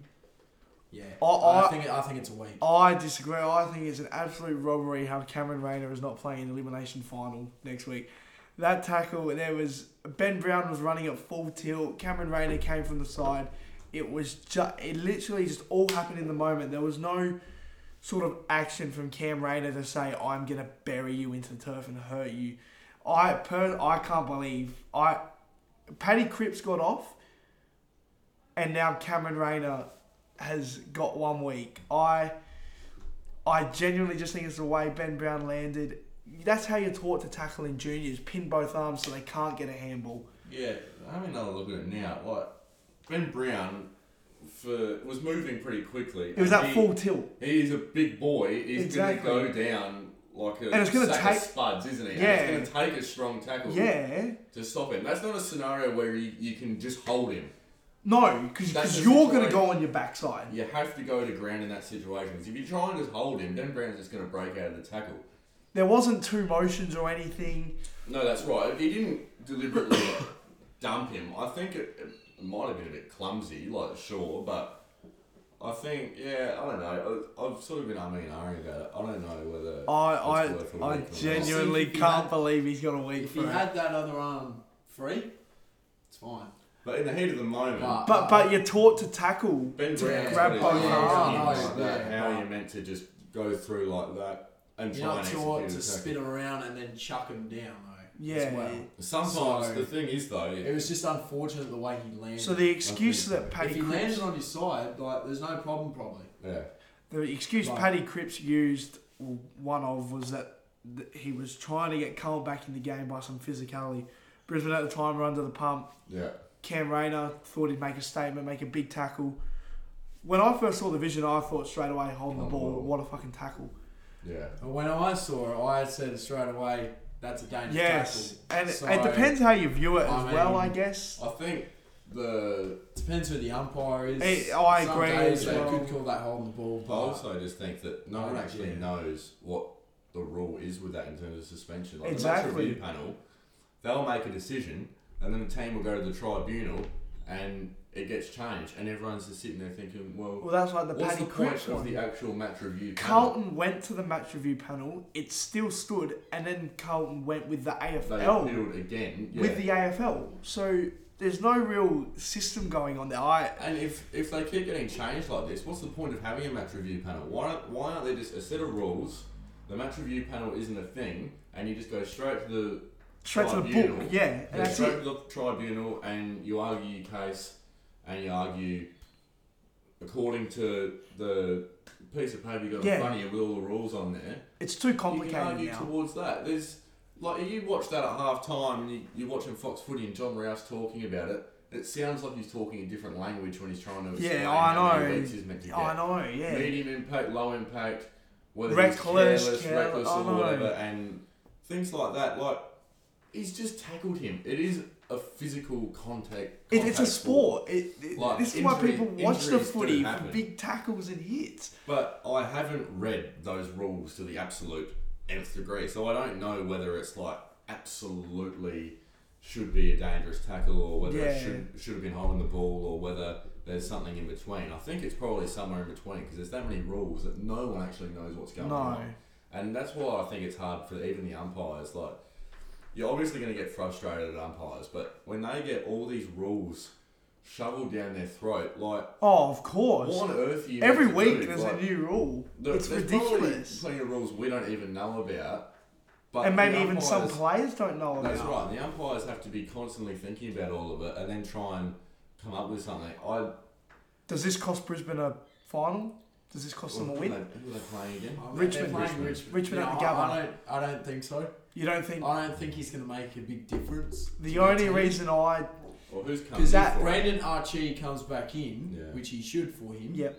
[SPEAKER 3] Yeah,
[SPEAKER 2] I- I-
[SPEAKER 3] I think I think it's a week.
[SPEAKER 2] I disagree. I think it's an absolute robbery how Cameron Rayner is not playing in the elimination final next week. That tackle, there was Ben Brown was running at full tilt. Cameron Rayner came from the side. It was just, it literally just all happened in the moment. There was no sort of action from Cam Rayner to say, "I'm gonna bury you into the turf and hurt you." I per, I can't believe I. Paddy Cripps got off, and now Cameron Rayner has got one week. I I genuinely just think it's the way Ben Brown landed. That's how you're taught to tackle in juniors: pin both arms so they can't get a handball.
[SPEAKER 1] Yeah, having another look at it now, like Ben Brown for was moving pretty quickly.
[SPEAKER 2] It was
[SPEAKER 1] and
[SPEAKER 2] that
[SPEAKER 1] he,
[SPEAKER 2] full tilt.
[SPEAKER 1] He's a big boy. He's
[SPEAKER 2] Exactly.
[SPEAKER 1] gonna go down like a
[SPEAKER 2] And it's gonna
[SPEAKER 1] sack
[SPEAKER 2] take-
[SPEAKER 1] of spuds, isn't he? And
[SPEAKER 2] Yeah.
[SPEAKER 1] it's gonna take a strong tackle
[SPEAKER 2] Yeah.
[SPEAKER 1] to stop him. That's not a scenario where you, you can just hold him.
[SPEAKER 2] No, because
[SPEAKER 1] That's the
[SPEAKER 2] you're going to
[SPEAKER 1] situation.
[SPEAKER 2] go on your backside.
[SPEAKER 1] You have to go to ground in that situation. 'Cause if you try and just hold him, Ben Brown's just gonna break out of the tackle.
[SPEAKER 2] There wasn't two motions or anything.
[SPEAKER 1] No, that's right. He didn't deliberately [coughs] dump him. I think it, it might have been a bit clumsy, like sure, but I think yeah, I don't know. I, I've sort of been umming and ahhing about it. I don't know whether
[SPEAKER 3] Oh.
[SPEAKER 2] I
[SPEAKER 1] it's worth a
[SPEAKER 2] I, I
[SPEAKER 1] week or not.
[SPEAKER 2] genuinely
[SPEAKER 3] If he
[SPEAKER 2] can't
[SPEAKER 3] had-
[SPEAKER 2] believe he's got a week
[SPEAKER 3] If he
[SPEAKER 2] for it.
[SPEAKER 3] had that other arm free, it's fine.
[SPEAKER 1] But in the heat of the moment,
[SPEAKER 3] But
[SPEAKER 2] But but you're taught to tackle.
[SPEAKER 1] Ben
[SPEAKER 3] Ah. to Ah,
[SPEAKER 1] Brown's
[SPEAKER 2] grab
[SPEAKER 1] got his
[SPEAKER 2] both
[SPEAKER 1] hands
[SPEAKER 2] arms.
[SPEAKER 1] in like that.
[SPEAKER 3] Yeah.
[SPEAKER 1] How are you meant to just go through like that and
[SPEAKER 3] you're
[SPEAKER 1] try
[SPEAKER 3] not
[SPEAKER 1] and
[SPEAKER 3] taught
[SPEAKER 1] execute a
[SPEAKER 3] to
[SPEAKER 1] tackle?
[SPEAKER 3] spin around and then chuck him down though.
[SPEAKER 2] Yeah.
[SPEAKER 3] as well.
[SPEAKER 1] Sometimes
[SPEAKER 3] So-
[SPEAKER 1] the thing is though,
[SPEAKER 3] It was just unfortunate the way he landed.
[SPEAKER 2] So the excuse
[SPEAKER 1] think-
[SPEAKER 2] that
[SPEAKER 3] if
[SPEAKER 2] Paddy
[SPEAKER 3] he
[SPEAKER 2] Cripps,
[SPEAKER 3] landed on his side, like there's no problem probably.
[SPEAKER 1] yeah,
[SPEAKER 2] the excuse
[SPEAKER 3] Right.
[SPEAKER 2] Paddy Cripps used, or one of, was that th- he was trying to get Cole back in the game by some physicality. Brisbane at the time were under the pump.
[SPEAKER 1] Yeah.
[SPEAKER 2] Cam Rayner thought he'd make a statement, make a big tackle. When I first saw the vision, I thought straight away, holding the
[SPEAKER 1] Oh,
[SPEAKER 2] ball,
[SPEAKER 1] wow.
[SPEAKER 2] what a fucking tackle.
[SPEAKER 1] Yeah.
[SPEAKER 3] And when I saw it, I said straight away, that's a dangerous
[SPEAKER 2] Yes, and
[SPEAKER 3] So-
[SPEAKER 2] it depends how you view it as
[SPEAKER 3] I
[SPEAKER 2] well,
[SPEAKER 3] mean,
[SPEAKER 2] I guess.
[SPEAKER 1] I think the.
[SPEAKER 3] tackle. Depends who the umpire is.
[SPEAKER 2] Eh, oh, I
[SPEAKER 3] Some
[SPEAKER 2] agree
[SPEAKER 3] Days
[SPEAKER 1] as
[SPEAKER 3] they
[SPEAKER 1] well.
[SPEAKER 3] could call that holding the ball.
[SPEAKER 1] But I also just think that no one
[SPEAKER 3] Yeah.
[SPEAKER 1] actually knows what the rule is with that in terms of suspension. Like the match
[SPEAKER 2] Exactly.
[SPEAKER 1] review panel, they'll make a decision, and then the team will go to the tribunal, and it gets changed, and everyone's just sitting there thinking, well,
[SPEAKER 2] Well, that's like the
[SPEAKER 1] what's
[SPEAKER 2] Paddy
[SPEAKER 1] the point
[SPEAKER 2] Cripps
[SPEAKER 1] of
[SPEAKER 2] one.
[SPEAKER 1] the actual match review panel?
[SPEAKER 2] Carlton went to the match review panel. It still stood, and then Carlton went with the
[SPEAKER 1] They
[SPEAKER 2] AFL
[SPEAKER 1] appealed again. Yeah.
[SPEAKER 2] with the AFL. So there's no real system going on there. I
[SPEAKER 1] and if, if they keep getting changed like this, what's the point of having a match review panel? Why aren't, why aren't there just a set of rules? The match review panel isn't a thing, and you just go straight to the
[SPEAKER 2] straight to the book,
[SPEAKER 1] Tribunal.
[SPEAKER 2] yeah, and
[SPEAKER 1] Oh, Yeah,
[SPEAKER 2] that's
[SPEAKER 1] straight to
[SPEAKER 2] it.
[SPEAKER 1] the tribunal and you argue your case and you argue according to the piece of paper you got
[SPEAKER 2] Yeah.
[SPEAKER 1] in front of you with all the rules on there.
[SPEAKER 2] It's too
[SPEAKER 1] You can
[SPEAKER 2] complicated
[SPEAKER 1] argue
[SPEAKER 2] now.
[SPEAKER 1] towards that. There's like you watch that at half time and you, you're watching Fox Footy and John Rouse talking about it. It sounds like he's talking a different language when he's trying to
[SPEAKER 2] Yeah,
[SPEAKER 1] explain
[SPEAKER 2] I
[SPEAKER 1] how many
[SPEAKER 2] know.
[SPEAKER 1] weeks he's meant to get.
[SPEAKER 2] I know, yeah.
[SPEAKER 1] Medium impact, low impact, whether
[SPEAKER 2] Reckless, uh-huh.
[SPEAKER 1] he's careless,
[SPEAKER 2] care-
[SPEAKER 1] reckless,
[SPEAKER 2] I
[SPEAKER 1] or
[SPEAKER 2] know.
[SPEAKER 1] whatever, and things like that. Like he's just tackled him. It is a physical contact.
[SPEAKER 2] It, it's a
[SPEAKER 1] contact ball.
[SPEAKER 2] sport. It, it-
[SPEAKER 1] Like,
[SPEAKER 2] this is why
[SPEAKER 1] injury-
[SPEAKER 2] people watch the
[SPEAKER 1] injuries do
[SPEAKER 2] footy for
[SPEAKER 1] happen.
[SPEAKER 2] big tackles and hits.
[SPEAKER 1] But I haven't read those rules to the absolute nth degree, so I don't know whether it's like absolutely should be a dangerous tackle or whether
[SPEAKER 2] Yeah.
[SPEAKER 1] it should should have been holding the ball or whether there's something in between. I think it's probably somewhere in between because there's that many rules that no one actually knows what's going
[SPEAKER 2] No.
[SPEAKER 1] on. And that's why I think it's hard for even the umpires. Like, you're obviously going to get frustrated at umpires, but when they get all these rules shoveled down their throat, like,
[SPEAKER 2] Oh, of course.
[SPEAKER 1] what on earth are you
[SPEAKER 2] Every
[SPEAKER 1] meant to
[SPEAKER 2] week
[SPEAKER 1] do?
[SPEAKER 2] there's
[SPEAKER 1] Like,
[SPEAKER 2] a new rule.
[SPEAKER 1] there-
[SPEAKER 2] it's
[SPEAKER 1] there's probably
[SPEAKER 2] ridiculous.
[SPEAKER 1] Plenty of rules we don't even know about. But
[SPEAKER 2] And maybe
[SPEAKER 1] the
[SPEAKER 2] even some
[SPEAKER 1] umpires-
[SPEAKER 2] players don't know about
[SPEAKER 1] That's
[SPEAKER 2] it.
[SPEAKER 1] right. The umpires have to be constantly thinking about all of it and then try and come up with something. I
[SPEAKER 2] Does this cost Brisbane a final? Does this cost them a
[SPEAKER 1] who
[SPEAKER 2] win?
[SPEAKER 1] Are they, who are they playing again?
[SPEAKER 3] I mean,
[SPEAKER 2] Richmond.
[SPEAKER 3] they're playing
[SPEAKER 1] Richmond.
[SPEAKER 2] Richmond
[SPEAKER 3] Yeah,
[SPEAKER 2] at the
[SPEAKER 3] I-
[SPEAKER 2] Gabba.
[SPEAKER 3] I don't, I don't think so.
[SPEAKER 2] You don't think
[SPEAKER 3] I don't think he's going to make a big difference.
[SPEAKER 2] the
[SPEAKER 3] to
[SPEAKER 2] only
[SPEAKER 3] team.
[SPEAKER 2] reason I
[SPEAKER 1] Or who's coming?
[SPEAKER 3] Because that
[SPEAKER 1] for it?
[SPEAKER 3] Brandon Archie comes back in,
[SPEAKER 1] Yeah.
[SPEAKER 3] which he should for him.
[SPEAKER 2] yeah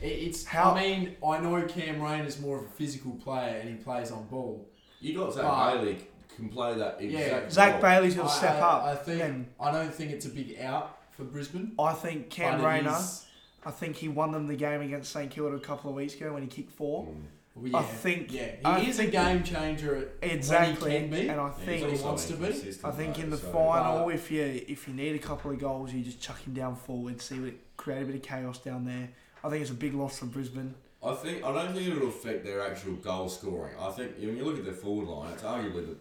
[SPEAKER 3] It- It's.
[SPEAKER 2] How-
[SPEAKER 3] I mean, I know Cam Rain is more of a physical player and he plays on ball.
[SPEAKER 1] You got Zach
[SPEAKER 3] But-
[SPEAKER 1] Bailey can play that
[SPEAKER 3] Yeah,
[SPEAKER 1] exact.
[SPEAKER 2] Zach
[SPEAKER 1] role.
[SPEAKER 2] Bailey's gonna
[SPEAKER 3] I-
[SPEAKER 2] step
[SPEAKER 3] I-
[SPEAKER 2] up.
[SPEAKER 3] I think.
[SPEAKER 2] and
[SPEAKER 3] I don't think it's a big out for Brisbane.
[SPEAKER 2] I think Cam
[SPEAKER 3] but it
[SPEAKER 2] Rayner.
[SPEAKER 3] is-
[SPEAKER 2] I think he won them the game against St Kilda a couple of weeks ago when he kicked four.
[SPEAKER 1] Mm.
[SPEAKER 3] well, yeah,
[SPEAKER 2] I think-
[SPEAKER 3] Yeah, he
[SPEAKER 2] I
[SPEAKER 3] is
[SPEAKER 2] think-
[SPEAKER 3] a game changer. At,
[SPEAKER 2] Exactly,
[SPEAKER 3] can be,
[SPEAKER 2] and I
[SPEAKER 1] Yeah,
[SPEAKER 2] think
[SPEAKER 1] he's also
[SPEAKER 3] wants to be.
[SPEAKER 1] inconsistent,
[SPEAKER 2] I think in
[SPEAKER 1] though,
[SPEAKER 2] the
[SPEAKER 1] so-
[SPEAKER 2] final, if you if you need a couple of goals, you just chuck him down forward, see what create a bit of chaos down there. I think it's a big loss for Brisbane.
[SPEAKER 1] I think I don't think it'll affect their actual goal scoring. I think when you look at their forward line, it's arguably the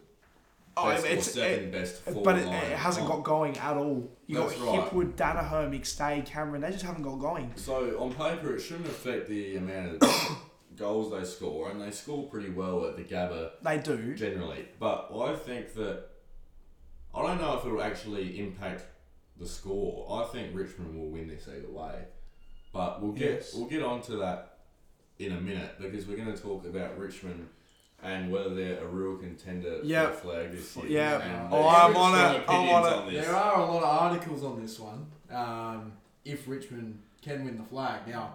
[SPEAKER 2] Oh,
[SPEAKER 1] best
[SPEAKER 2] it's-
[SPEAKER 1] or second
[SPEAKER 2] it-
[SPEAKER 1] best forward
[SPEAKER 2] But it,
[SPEAKER 1] line.
[SPEAKER 2] it hasn't got going at all. You got
[SPEAKER 1] That's right.
[SPEAKER 2] Hipwood, Danaher, McStay, Cameron. They just haven't got going.
[SPEAKER 1] So on paper, it shouldn't affect the amount of [coughs] goals they score, and they score pretty well at the Gabba
[SPEAKER 2] They do.
[SPEAKER 1] generally. But I think that I don't know if it'll actually impact the score. I think Richmond will win this either way. But we'll get
[SPEAKER 3] Yes.
[SPEAKER 1] we'll get onto that in a minute because we're going to talk about Richmond and whether they're a real contender
[SPEAKER 2] Yep.
[SPEAKER 1] for flag this year.
[SPEAKER 2] Yep.
[SPEAKER 1] And
[SPEAKER 3] Oh,
[SPEAKER 1] there's
[SPEAKER 3] I'm
[SPEAKER 1] strong
[SPEAKER 2] on it. I'm
[SPEAKER 1] opinions
[SPEAKER 2] on it.
[SPEAKER 1] this.
[SPEAKER 3] There are a lot of articles on this one. Um, if Richmond can win the flag now,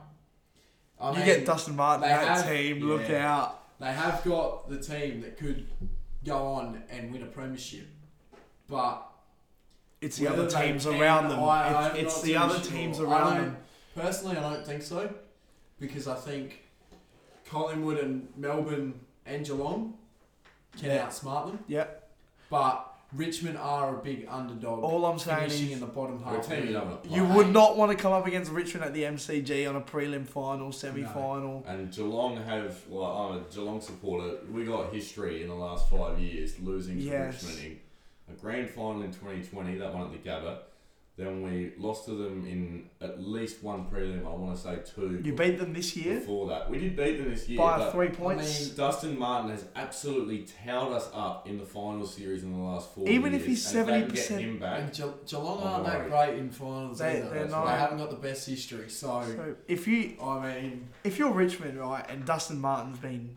[SPEAKER 3] I
[SPEAKER 2] you
[SPEAKER 3] mean,
[SPEAKER 2] get Dustin Martin
[SPEAKER 3] they
[SPEAKER 2] in that
[SPEAKER 3] have-
[SPEAKER 2] team. Look
[SPEAKER 3] yeah.
[SPEAKER 2] out.
[SPEAKER 3] they have got the team that could go on and win a premiership, but
[SPEAKER 2] It's the
[SPEAKER 3] Whether
[SPEAKER 2] other
[SPEAKER 3] they
[SPEAKER 2] teams
[SPEAKER 3] can,
[SPEAKER 2] around them.
[SPEAKER 3] I-
[SPEAKER 2] It's-
[SPEAKER 3] I'm
[SPEAKER 2] it's
[SPEAKER 3] not
[SPEAKER 2] the
[SPEAKER 3] too
[SPEAKER 2] other
[SPEAKER 3] sure.
[SPEAKER 2] teams
[SPEAKER 3] I
[SPEAKER 2] around
[SPEAKER 3] don't-
[SPEAKER 2] them.
[SPEAKER 3] Personally, I don't think so, because I think Collingwood and Melbourne and Geelong can
[SPEAKER 2] Yeah.
[SPEAKER 3] outsmart them.
[SPEAKER 2] Yep.
[SPEAKER 3] But Richmond are a big underdog,
[SPEAKER 2] All I'm saying
[SPEAKER 3] finishing
[SPEAKER 2] is
[SPEAKER 3] in the bottom
[SPEAKER 1] We're a
[SPEAKER 3] half.
[SPEAKER 1] team you don't want to play.
[SPEAKER 2] you would not want to come up against Richmond at the MCG on a prelim final, semi final.
[SPEAKER 1] And Geelong have, well, I'm a Geelong supporter. We got history in the last five years losing to
[SPEAKER 2] Yes.
[SPEAKER 1] Richmond in a grand final in 2020, that one at the Gabba. Then we lost to them in at least one prelim. I want to say two.
[SPEAKER 2] You beat them this year
[SPEAKER 1] before that, we did beat them this year.
[SPEAKER 2] by
[SPEAKER 1] but
[SPEAKER 2] three points.
[SPEAKER 1] Dustin Martin has absolutely towed us up in the final series in the last four.
[SPEAKER 2] Even if
[SPEAKER 1] years,
[SPEAKER 2] he's
[SPEAKER 1] and if they can
[SPEAKER 2] 70%
[SPEAKER 1] Get him
[SPEAKER 3] And
[SPEAKER 1] back.
[SPEAKER 3] Ge- Geelong
[SPEAKER 1] I'm
[SPEAKER 3] aren't that
[SPEAKER 1] worried.
[SPEAKER 3] great in finals
[SPEAKER 2] They-
[SPEAKER 3] either.
[SPEAKER 2] they're
[SPEAKER 3] They
[SPEAKER 2] not.
[SPEAKER 3] haven't got the best history, so
[SPEAKER 2] so if you
[SPEAKER 3] I mean,
[SPEAKER 2] if you're Richmond right, and Dustin Martin's been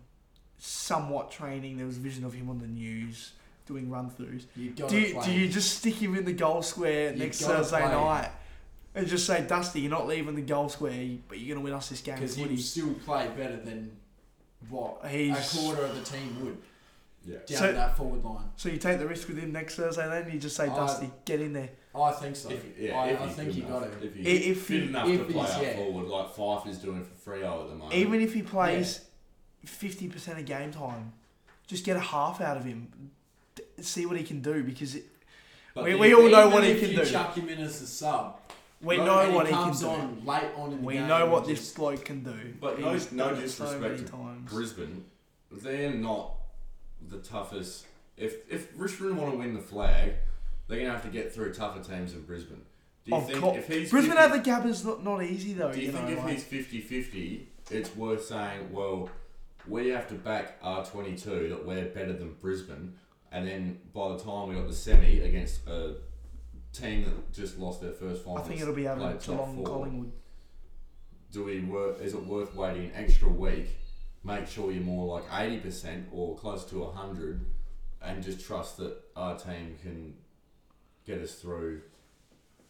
[SPEAKER 2] somewhat training, there was a vision of him on the news. doing run throughs.
[SPEAKER 3] You got
[SPEAKER 2] Do
[SPEAKER 3] to
[SPEAKER 2] you,
[SPEAKER 3] play.
[SPEAKER 2] do you just stick him in the goal square
[SPEAKER 3] You
[SPEAKER 2] next
[SPEAKER 3] gotta
[SPEAKER 2] Thursday
[SPEAKER 3] play.
[SPEAKER 2] night and just say, Dusty, you're not leaving the goal square, but you're going to win us this game?
[SPEAKER 3] because
[SPEAKER 2] of
[SPEAKER 3] he'll
[SPEAKER 2] footy."
[SPEAKER 3] still play better than what
[SPEAKER 2] He's-
[SPEAKER 3] a quarter of the team would
[SPEAKER 1] Yeah.
[SPEAKER 3] down
[SPEAKER 2] So-
[SPEAKER 3] that forward line.
[SPEAKER 2] So you take the risk with him next Thursday, then and you just say,
[SPEAKER 3] I-
[SPEAKER 2] Dusty, get in there.
[SPEAKER 3] I think so.
[SPEAKER 1] If, yeah,
[SPEAKER 3] I,
[SPEAKER 1] if
[SPEAKER 3] I
[SPEAKER 1] he's
[SPEAKER 3] think
[SPEAKER 1] good
[SPEAKER 3] you got
[SPEAKER 1] enough.
[SPEAKER 3] it.
[SPEAKER 1] If he's
[SPEAKER 2] I- if
[SPEAKER 1] fit
[SPEAKER 2] he-
[SPEAKER 1] enough
[SPEAKER 3] if
[SPEAKER 1] to play
[SPEAKER 3] he's-
[SPEAKER 1] out
[SPEAKER 3] yeah.
[SPEAKER 1] forward, like Fife is doing for Freo at the moment.
[SPEAKER 2] Even if he plays 50% of game time, just get a half out of him. D- See what he can do because it,
[SPEAKER 1] But
[SPEAKER 2] we,
[SPEAKER 1] the-
[SPEAKER 2] we all know
[SPEAKER 3] Even
[SPEAKER 2] what he
[SPEAKER 3] if
[SPEAKER 2] can
[SPEAKER 3] you
[SPEAKER 2] do.
[SPEAKER 3] Chuck him in as a sub.
[SPEAKER 2] we
[SPEAKER 3] right,
[SPEAKER 2] know
[SPEAKER 3] and
[SPEAKER 2] what
[SPEAKER 3] he
[SPEAKER 2] he can
[SPEAKER 3] comes
[SPEAKER 2] do.
[SPEAKER 3] on late on in the
[SPEAKER 2] We
[SPEAKER 3] game.
[SPEAKER 2] know
[SPEAKER 3] and
[SPEAKER 2] what this
[SPEAKER 3] just-
[SPEAKER 2] bloke can do.
[SPEAKER 1] But no-
[SPEAKER 2] He's
[SPEAKER 1] no
[SPEAKER 2] done it
[SPEAKER 1] disrespect
[SPEAKER 2] so many
[SPEAKER 1] to
[SPEAKER 2] times.
[SPEAKER 1] Brisbane, they're not the toughest. If if Richmond want to win the flag, they're gonna have to get through tougher teams than Brisbane. Do you
[SPEAKER 2] Of
[SPEAKER 1] think
[SPEAKER 2] course.
[SPEAKER 1] if he's
[SPEAKER 2] Oh, Brisbane
[SPEAKER 1] 50
[SPEAKER 2] over Gabba's not not easy though.
[SPEAKER 1] Do you,
[SPEAKER 2] you
[SPEAKER 1] think
[SPEAKER 2] know,
[SPEAKER 1] if
[SPEAKER 2] like-
[SPEAKER 1] he's 50-50, it's worth saying, well, we have to back R22 that we're better than Brisbane, and then by the time we got the semi against a team that just lost their first final,
[SPEAKER 2] I think it'll be
[SPEAKER 1] like
[SPEAKER 2] over
[SPEAKER 1] top
[SPEAKER 2] Geelong
[SPEAKER 1] four.
[SPEAKER 2] Collingwood.
[SPEAKER 1] Do we worth? Is it worth waiting an extra week? Make sure you're more like 80% or close to 100, and just trust that our team can get us through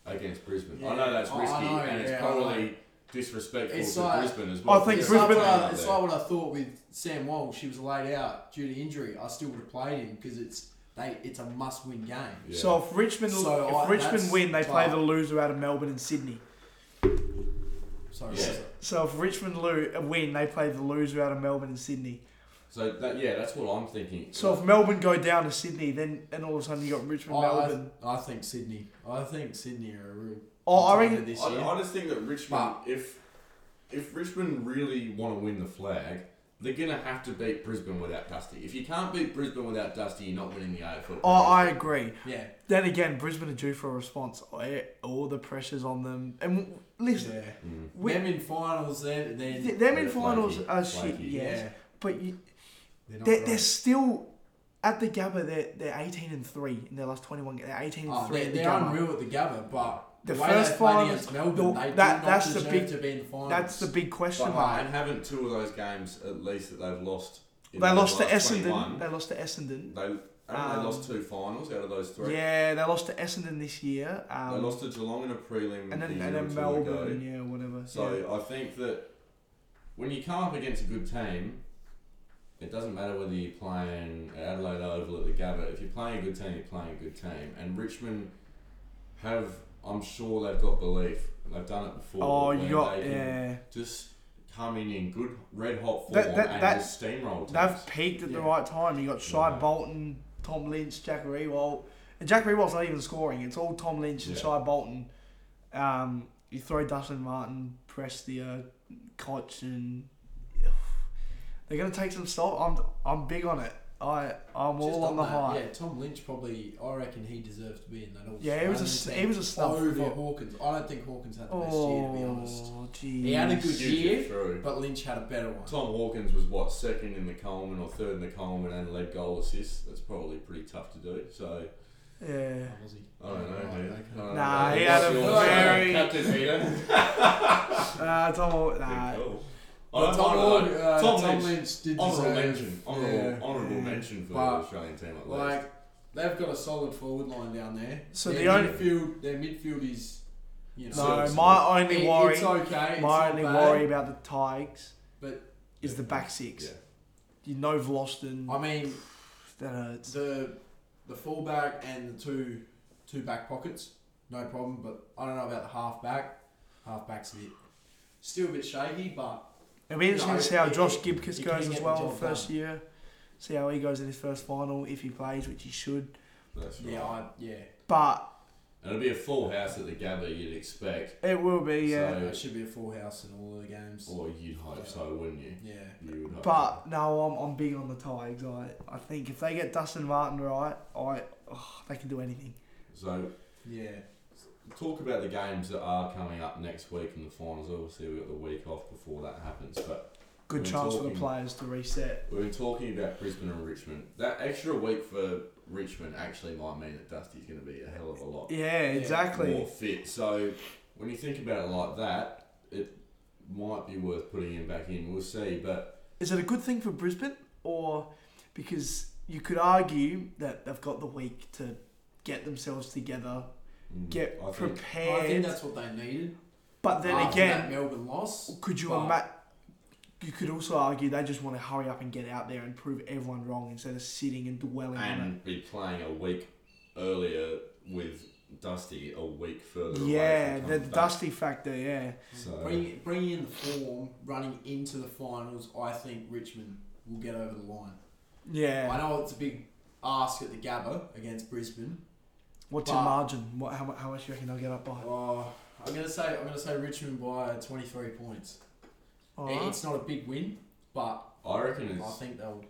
[SPEAKER 1] against Brisbane. I
[SPEAKER 3] Yeah.
[SPEAKER 1] know that's
[SPEAKER 3] Oh, I
[SPEAKER 1] risky,
[SPEAKER 3] know,
[SPEAKER 1] and it's
[SPEAKER 3] yeah, I know.
[SPEAKER 1] probably. Disrespectful
[SPEAKER 3] It's
[SPEAKER 1] to
[SPEAKER 3] like-
[SPEAKER 1] Brisbane as
[SPEAKER 2] I
[SPEAKER 1] well.
[SPEAKER 2] think
[SPEAKER 3] it's
[SPEAKER 2] Brisbane-
[SPEAKER 3] Like what I,
[SPEAKER 1] Out
[SPEAKER 3] it's
[SPEAKER 1] there.
[SPEAKER 3] like what I thought with Sam Walsh. He was laid out due to injury. I still would have played him because it's they. It's a must-win game.
[SPEAKER 1] Yeah.
[SPEAKER 2] So if Richmond
[SPEAKER 3] So,
[SPEAKER 2] if
[SPEAKER 3] I-
[SPEAKER 2] Richmond
[SPEAKER 3] that's
[SPEAKER 2] win, they play
[SPEAKER 3] tough.
[SPEAKER 2] the loser out of Melbourne and Sydney.
[SPEAKER 3] So
[SPEAKER 1] Yeah.
[SPEAKER 2] So if Richmond lo- win, they play the loser out of Melbourne and Sydney.
[SPEAKER 1] So that yeah, that's what I'm thinking.
[SPEAKER 2] So if Melbourne go down to Sydney, then and all of a sudden you got
[SPEAKER 1] Oh,
[SPEAKER 2] Richmond, Melbourne.
[SPEAKER 3] I, I think Sydney. I think Sydney are a real.
[SPEAKER 2] Oh, I
[SPEAKER 3] contender
[SPEAKER 2] reckon.
[SPEAKER 3] this
[SPEAKER 1] I,
[SPEAKER 3] year.
[SPEAKER 1] I just think that Richmond, if if Richmond really want to win the flag, they're gonna have to beat Brisbane without Dusty. If you can't beat Brisbane without Dusty, you're not winning the AFL.
[SPEAKER 2] Oh, I agree.
[SPEAKER 3] yeah.
[SPEAKER 2] Then again, Brisbane are due for a response. Eh, All the pressures on them, and w- listen,
[SPEAKER 3] Yeah.
[SPEAKER 1] Mm.
[SPEAKER 2] we,
[SPEAKER 3] them in finals, then then
[SPEAKER 2] th- them in
[SPEAKER 1] Yeah,
[SPEAKER 2] finals
[SPEAKER 1] flaky,
[SPEAKER 2] are shit.
[SPEAKER 1] flaky.
[SPEAKER 2] Yes,
[SPEAKER 3] yeah,
[SPEAKER 2] but you, they're,
[SPEAKER 3] they're, not
[SPEAKER 2] they're
[SPEAKER 3] great.
[SPEAKER 2] still at the Gabba. They're they're eighteen and three in their last twenty one. They're eighteen and
[SPEAKER 3] Oh,
[SPEAKER 2] three.
[SPEAKER 3] they're,
[SPEAKER 2] at the
[SPEAKER 3] they're
[SPEAKER 2] Gabba.
[SPEAKER 3] unreal at the Gabba, but
[SPEAKER 2] The
[SPEAKER 3] the, way
[SPEAKER 2] first
[SPEAKER 3] they played
[SPEAKER 2] finals-
[SPEAKER 3] against Melbourne,
[SPEAKER 2] the-
[SPEAKER 3] they
[SPEAKER 2] that-
[SPEAKER 3] do not
[SPEAKER 2] that's the
[SPEAKER 3] deserve
[SPEAKER 2] big-
[SPEAKER 3] to be in the finals.
[SPEAKER 2] That's the big question
[SPEAKER 1] But,
[SPEAKER 2] mark.
[SPEAKER 1] and having two of those games at least that they've lost.
[SPEAKER 2] They
[SPEAKER 1] in their
[SPEAKER 2] lost to
[SPEAKER 1] last
[SPEAKER 2] Essendon.
[SPEAKER 1] 21,
[SPEAKER 2] They lost to Essendon.
[SPEAKER 1] They haven't they
[SPEAKER 2] Um,
[SPEAKER 1] lost two finals out of those three.
[SPEAKER 2] Yeah, they lost to Essendon this year. Um,
[SPEAKER 1] they lost to Geelong in a prelim.
[SPEAKER 2] and
[SPEAKER 1] a
[SPEAKER 2] then
[SPEAKER 1] year
[SPEAKER 2] and
[SPEAKER 1] or
[SPEAKER 2] then
[SPEAKER 1] two
[SPEAKER 2] Melbourne.
[SPEAKER 1] ago.
[SPEAKER 2] Yeah, whatever.
[SPEAKER 1] So
[SPEAKER 2] yeah.
[SPEAKER 1] I think that when you come up against a good team, it doesn't matter whether you're playing at Adelaide Oval at the Gabba. If you're playing a good team, you're playing a good team. And Richmond have, I'm sure they've got belief. They've done it before.
[SPEAKER 2] oh, you
[SPEAKER 1] where
[SPEAKER 2] got
[SPEAKER 1] they can
[SPEAKER 2] yeah.
[SPEAKER 1] Just come in in good red hot form
[SPEAKER 2] That- that-
[SPEAKER 1] and
[SPEAKER 2] that-
[SPEAKER 1] just steamroll teams.
[SPEAKER 2] They've peaked at the
[SPEAKER 3] Yeah.
[SPEAKER 2] right time. You got Shy
[SPEAKER 1] Yeah.
[SPEAKER 2] Bolton, Tom Lynch, Jack Rewalt. And Jack Rewalt's not even scoring. It's all Tom Lynch and
[SPEAKER 1] Yeah.
[SPEAKER 2] Shy Bolton. Um, you throw Dustin Martin, Prestia, Koch, and [sighs] they're gonna take some stock. I'm I'm big on it. I I'm all on the
[SPEAKER 3] that,
[SPEAKER 2] high.
[SPEAKER 3] Yeah, Tom Lynch probably. I reckon he deserves to be in that. All
[SPEAKER 2] Yeah, he was a s- he was a snub
[SPEAKER 3] over
[SPEAKER 2] for the-
[SPEAKER 3] Hawkins. I don't think Hawkins had the best year to be honest.
[SPEAKER 2] Oh, geez.
[SPEAKER 3] He had a good
[SPEAKER 1] You get
[SPEAKER 3] year,
[SPEAKER 1] through.
[SPEAKER 3] but Lynch had a better one.
[SPEAKER 1] Tom Hawkins was what second in the Coleman or third in the Coleman and led goal assists. That's probably pretty tough to do. So
[SPEAKER 2] Yeah.
[SPEAKER 3] Was he?
[SPEAKER 1] I don't know,
[SPEAKER 3] Right,
[SPEAKER 1] man.
[SPEAKER 3] Oh, okay.
[SPEAKER 1] I don't
[SPEAKER 2] Nah,
[SPEAKER 1] know.
[SPEAKER 2] he had
[SPEAKER 1] What's
[SPEAKER 2] a
[SPEAKER 1] your
[SPEAKER 2] very-
[SPEAKER 1] Captain Peter. [laughs]
[SPEAKER 2] Uh, it's all, nah.
[SPEAKER 1] Cool. I
[SPEAKER 3] But
[SPEAKER 1] don't
[SPEAKER 3] Tom,
[SPEAKER 1] mind
[SPEAKER 3] Lynch,
[SPEAKER 1] that.
[SPEAKER 3] uh,
[SPEAKER 1] Tom,
[SPEAKER 3] Tom
[SPEAKER 1] Lynch,
[SPEAKER 3] Lynch did
[SPEAKER 1] honourable
[SPEAKER 3] deserve,
[SPEAKER 1] mention, honourable,
[SPEAKER 3] yeah.
[SPEAKER 1] honourable
[SPEAKER 2] Yeah.
[SPEAKER 1] mention for
[SPEAKER 3] But,
[SPEAKER 1] the Australian team at least.
[SPEAKER 3] Like they've got a solid forward line down there.
[SPEAKER 2] So
[SPEAKER 3] their
[SPEAKER 2] the only-
[SPEAKER 3] midfield, their midfield is, you know,
[SPEAKER 1] So-
[SPEAKER 2] No,
[SPEAKER 1] it's-
[SPEAKER 2] my only
[SPEAKER 3] it-
[SPEAKER 2] worry,
[SPEAKER 3] It's okay. It's
[SPEAKER 2] my
[SPEAKER 3] not
[SPEAKER 2] only
[SPEAKER 3] bad,
[SPEAKER 2] worry about the Tigers
[SPEAKER 3] But
[SPEAKER 2] is the back six.
[SPEAKER 1] yeah.
[SPEAKER 2] You know Vlosten.
[SPEAKER 3] I mean,
[SPEAKER 2] That hurts.
[SPEAKER 3] the the fullback and the two two back pockets, no problem. But I don't know about the halfback. Halfback's a bit still a bit shaky, but
[SPEAKER 2] It'll be interesting to see how
[SPEAKER 3] No, it-
[SPEAKER 2] Josh
[SPEAKER 3] it-
[SPEAKER 2] Gibkiss
[SPEAKER 3] you can
[SPEAKER 2] goes
[SPEAKER 3] get
[SPEAKER 2] as
[SPEAKER 3] the
[SPEAKER 2] well,
[SPEAKER 3] job
[SPEAKER 2] first year. See how he goes in his first final, if he plays, which he should.
[SPEAKER 1] That's right.
[SPEAKER 3] yeah, I, yeah,
[SPEAKER 2] But
[SPEAKER 1] And it'll be a full house at the Gabba, you'd expect.
[SPEAKER 2] it will be, yeah.
[SPEAKER 1] So-
[SPEAKER 3] it should be a full house in all of the games.
[SPEAKER 1] Or you'd hope so, wouldn't you?
[SPEAKER 3] Yeah,
[SPEAKER 1] You would hope so.
[SPEAKER 2] but no, I'm, I'm big on the Tigers. I, I think if they get Dustin Martin right, I oh, they can do anything.
[SPEAKER 1] So,
[SPEAKER 3] yeah.
[SPEAKER 1] talk about the games that are coming up next week in the finals. Obviously, we've got the week off before that happens. But
[SPEAKER 2] Good
[SPEAKER 1] We're
[SPEAKER 2] chance for the
[SPEAKER 1] talking-
[SPEAKER 2] players to reset.
[SPEAKER 1] We've been talking about Brisbane and Richmond. That extra week for Richmond actually might mean that Dusty's going to be a hell of a lot
[SPEAKER 2] Yeah, exactly.
[SPEAKER 1] more fit. So when you think about it like that, it might be worth putting him back in. We'll see. But
[SPEAKER 2] Is it a good thing for Brisbane or because you could argue that they've got the week to get themselves together,
[SPEAKER 1] Mm,
[SPEAKER 2] get
[SPEAKER 1] I think,
[SPEAKER 2] prepared.
[SPEAKER 3] I think that's what they needed.
[SPEAKER 2] but then
[SPEAKER 3] after that
[SPEAKER 2] again,
[SPEAKER 3] Melbourne loss.
[SPEAKER 2] could you
[SPEAKER 3] but-
[SPEAKER 2] imagine? You could also argue they just want to hurry up and get out there and prove everyone wrong instead of sitting and dwelling on it.
[SPEAKER 1] and be playing a week earlier with Dusty a week further away.
[SPEAKER 2] Yeah,
[SPEAKER 1] from
[SPEAKER 2] the
[SPEAKER 1] coming back.
[SPEAKER 2] dusty factor. Yeah,
[SPEAKER 1] So
[SPEAKER 3] Bring, bringing in the form, running into the finals, I think Richmond will get over the line. I
[SPEAKER 2] yeah.
[SPEAKER 3] know it's a big ask at the Gabba against Brisbane.
[SPEAKER 2] What's your
[SPEAKER 3] but-
[SPEAKER 2] margin? What, how, mu- how much do you reckon they'll get up by?
[SPEAKER 3] Oh, I'm gonna say I'm gonna say Richmond by 23 points.
[SPEAKER 2] All
[SPEAKER 3] It-
[SPEAKER 2] right.
[SPEAKER 3] It's not a big win, but
[SPEAKER 1] I reckon
[SPEAKER 3] I
[SPEAKER 1] it's
[SPEAKER 3] think they'll.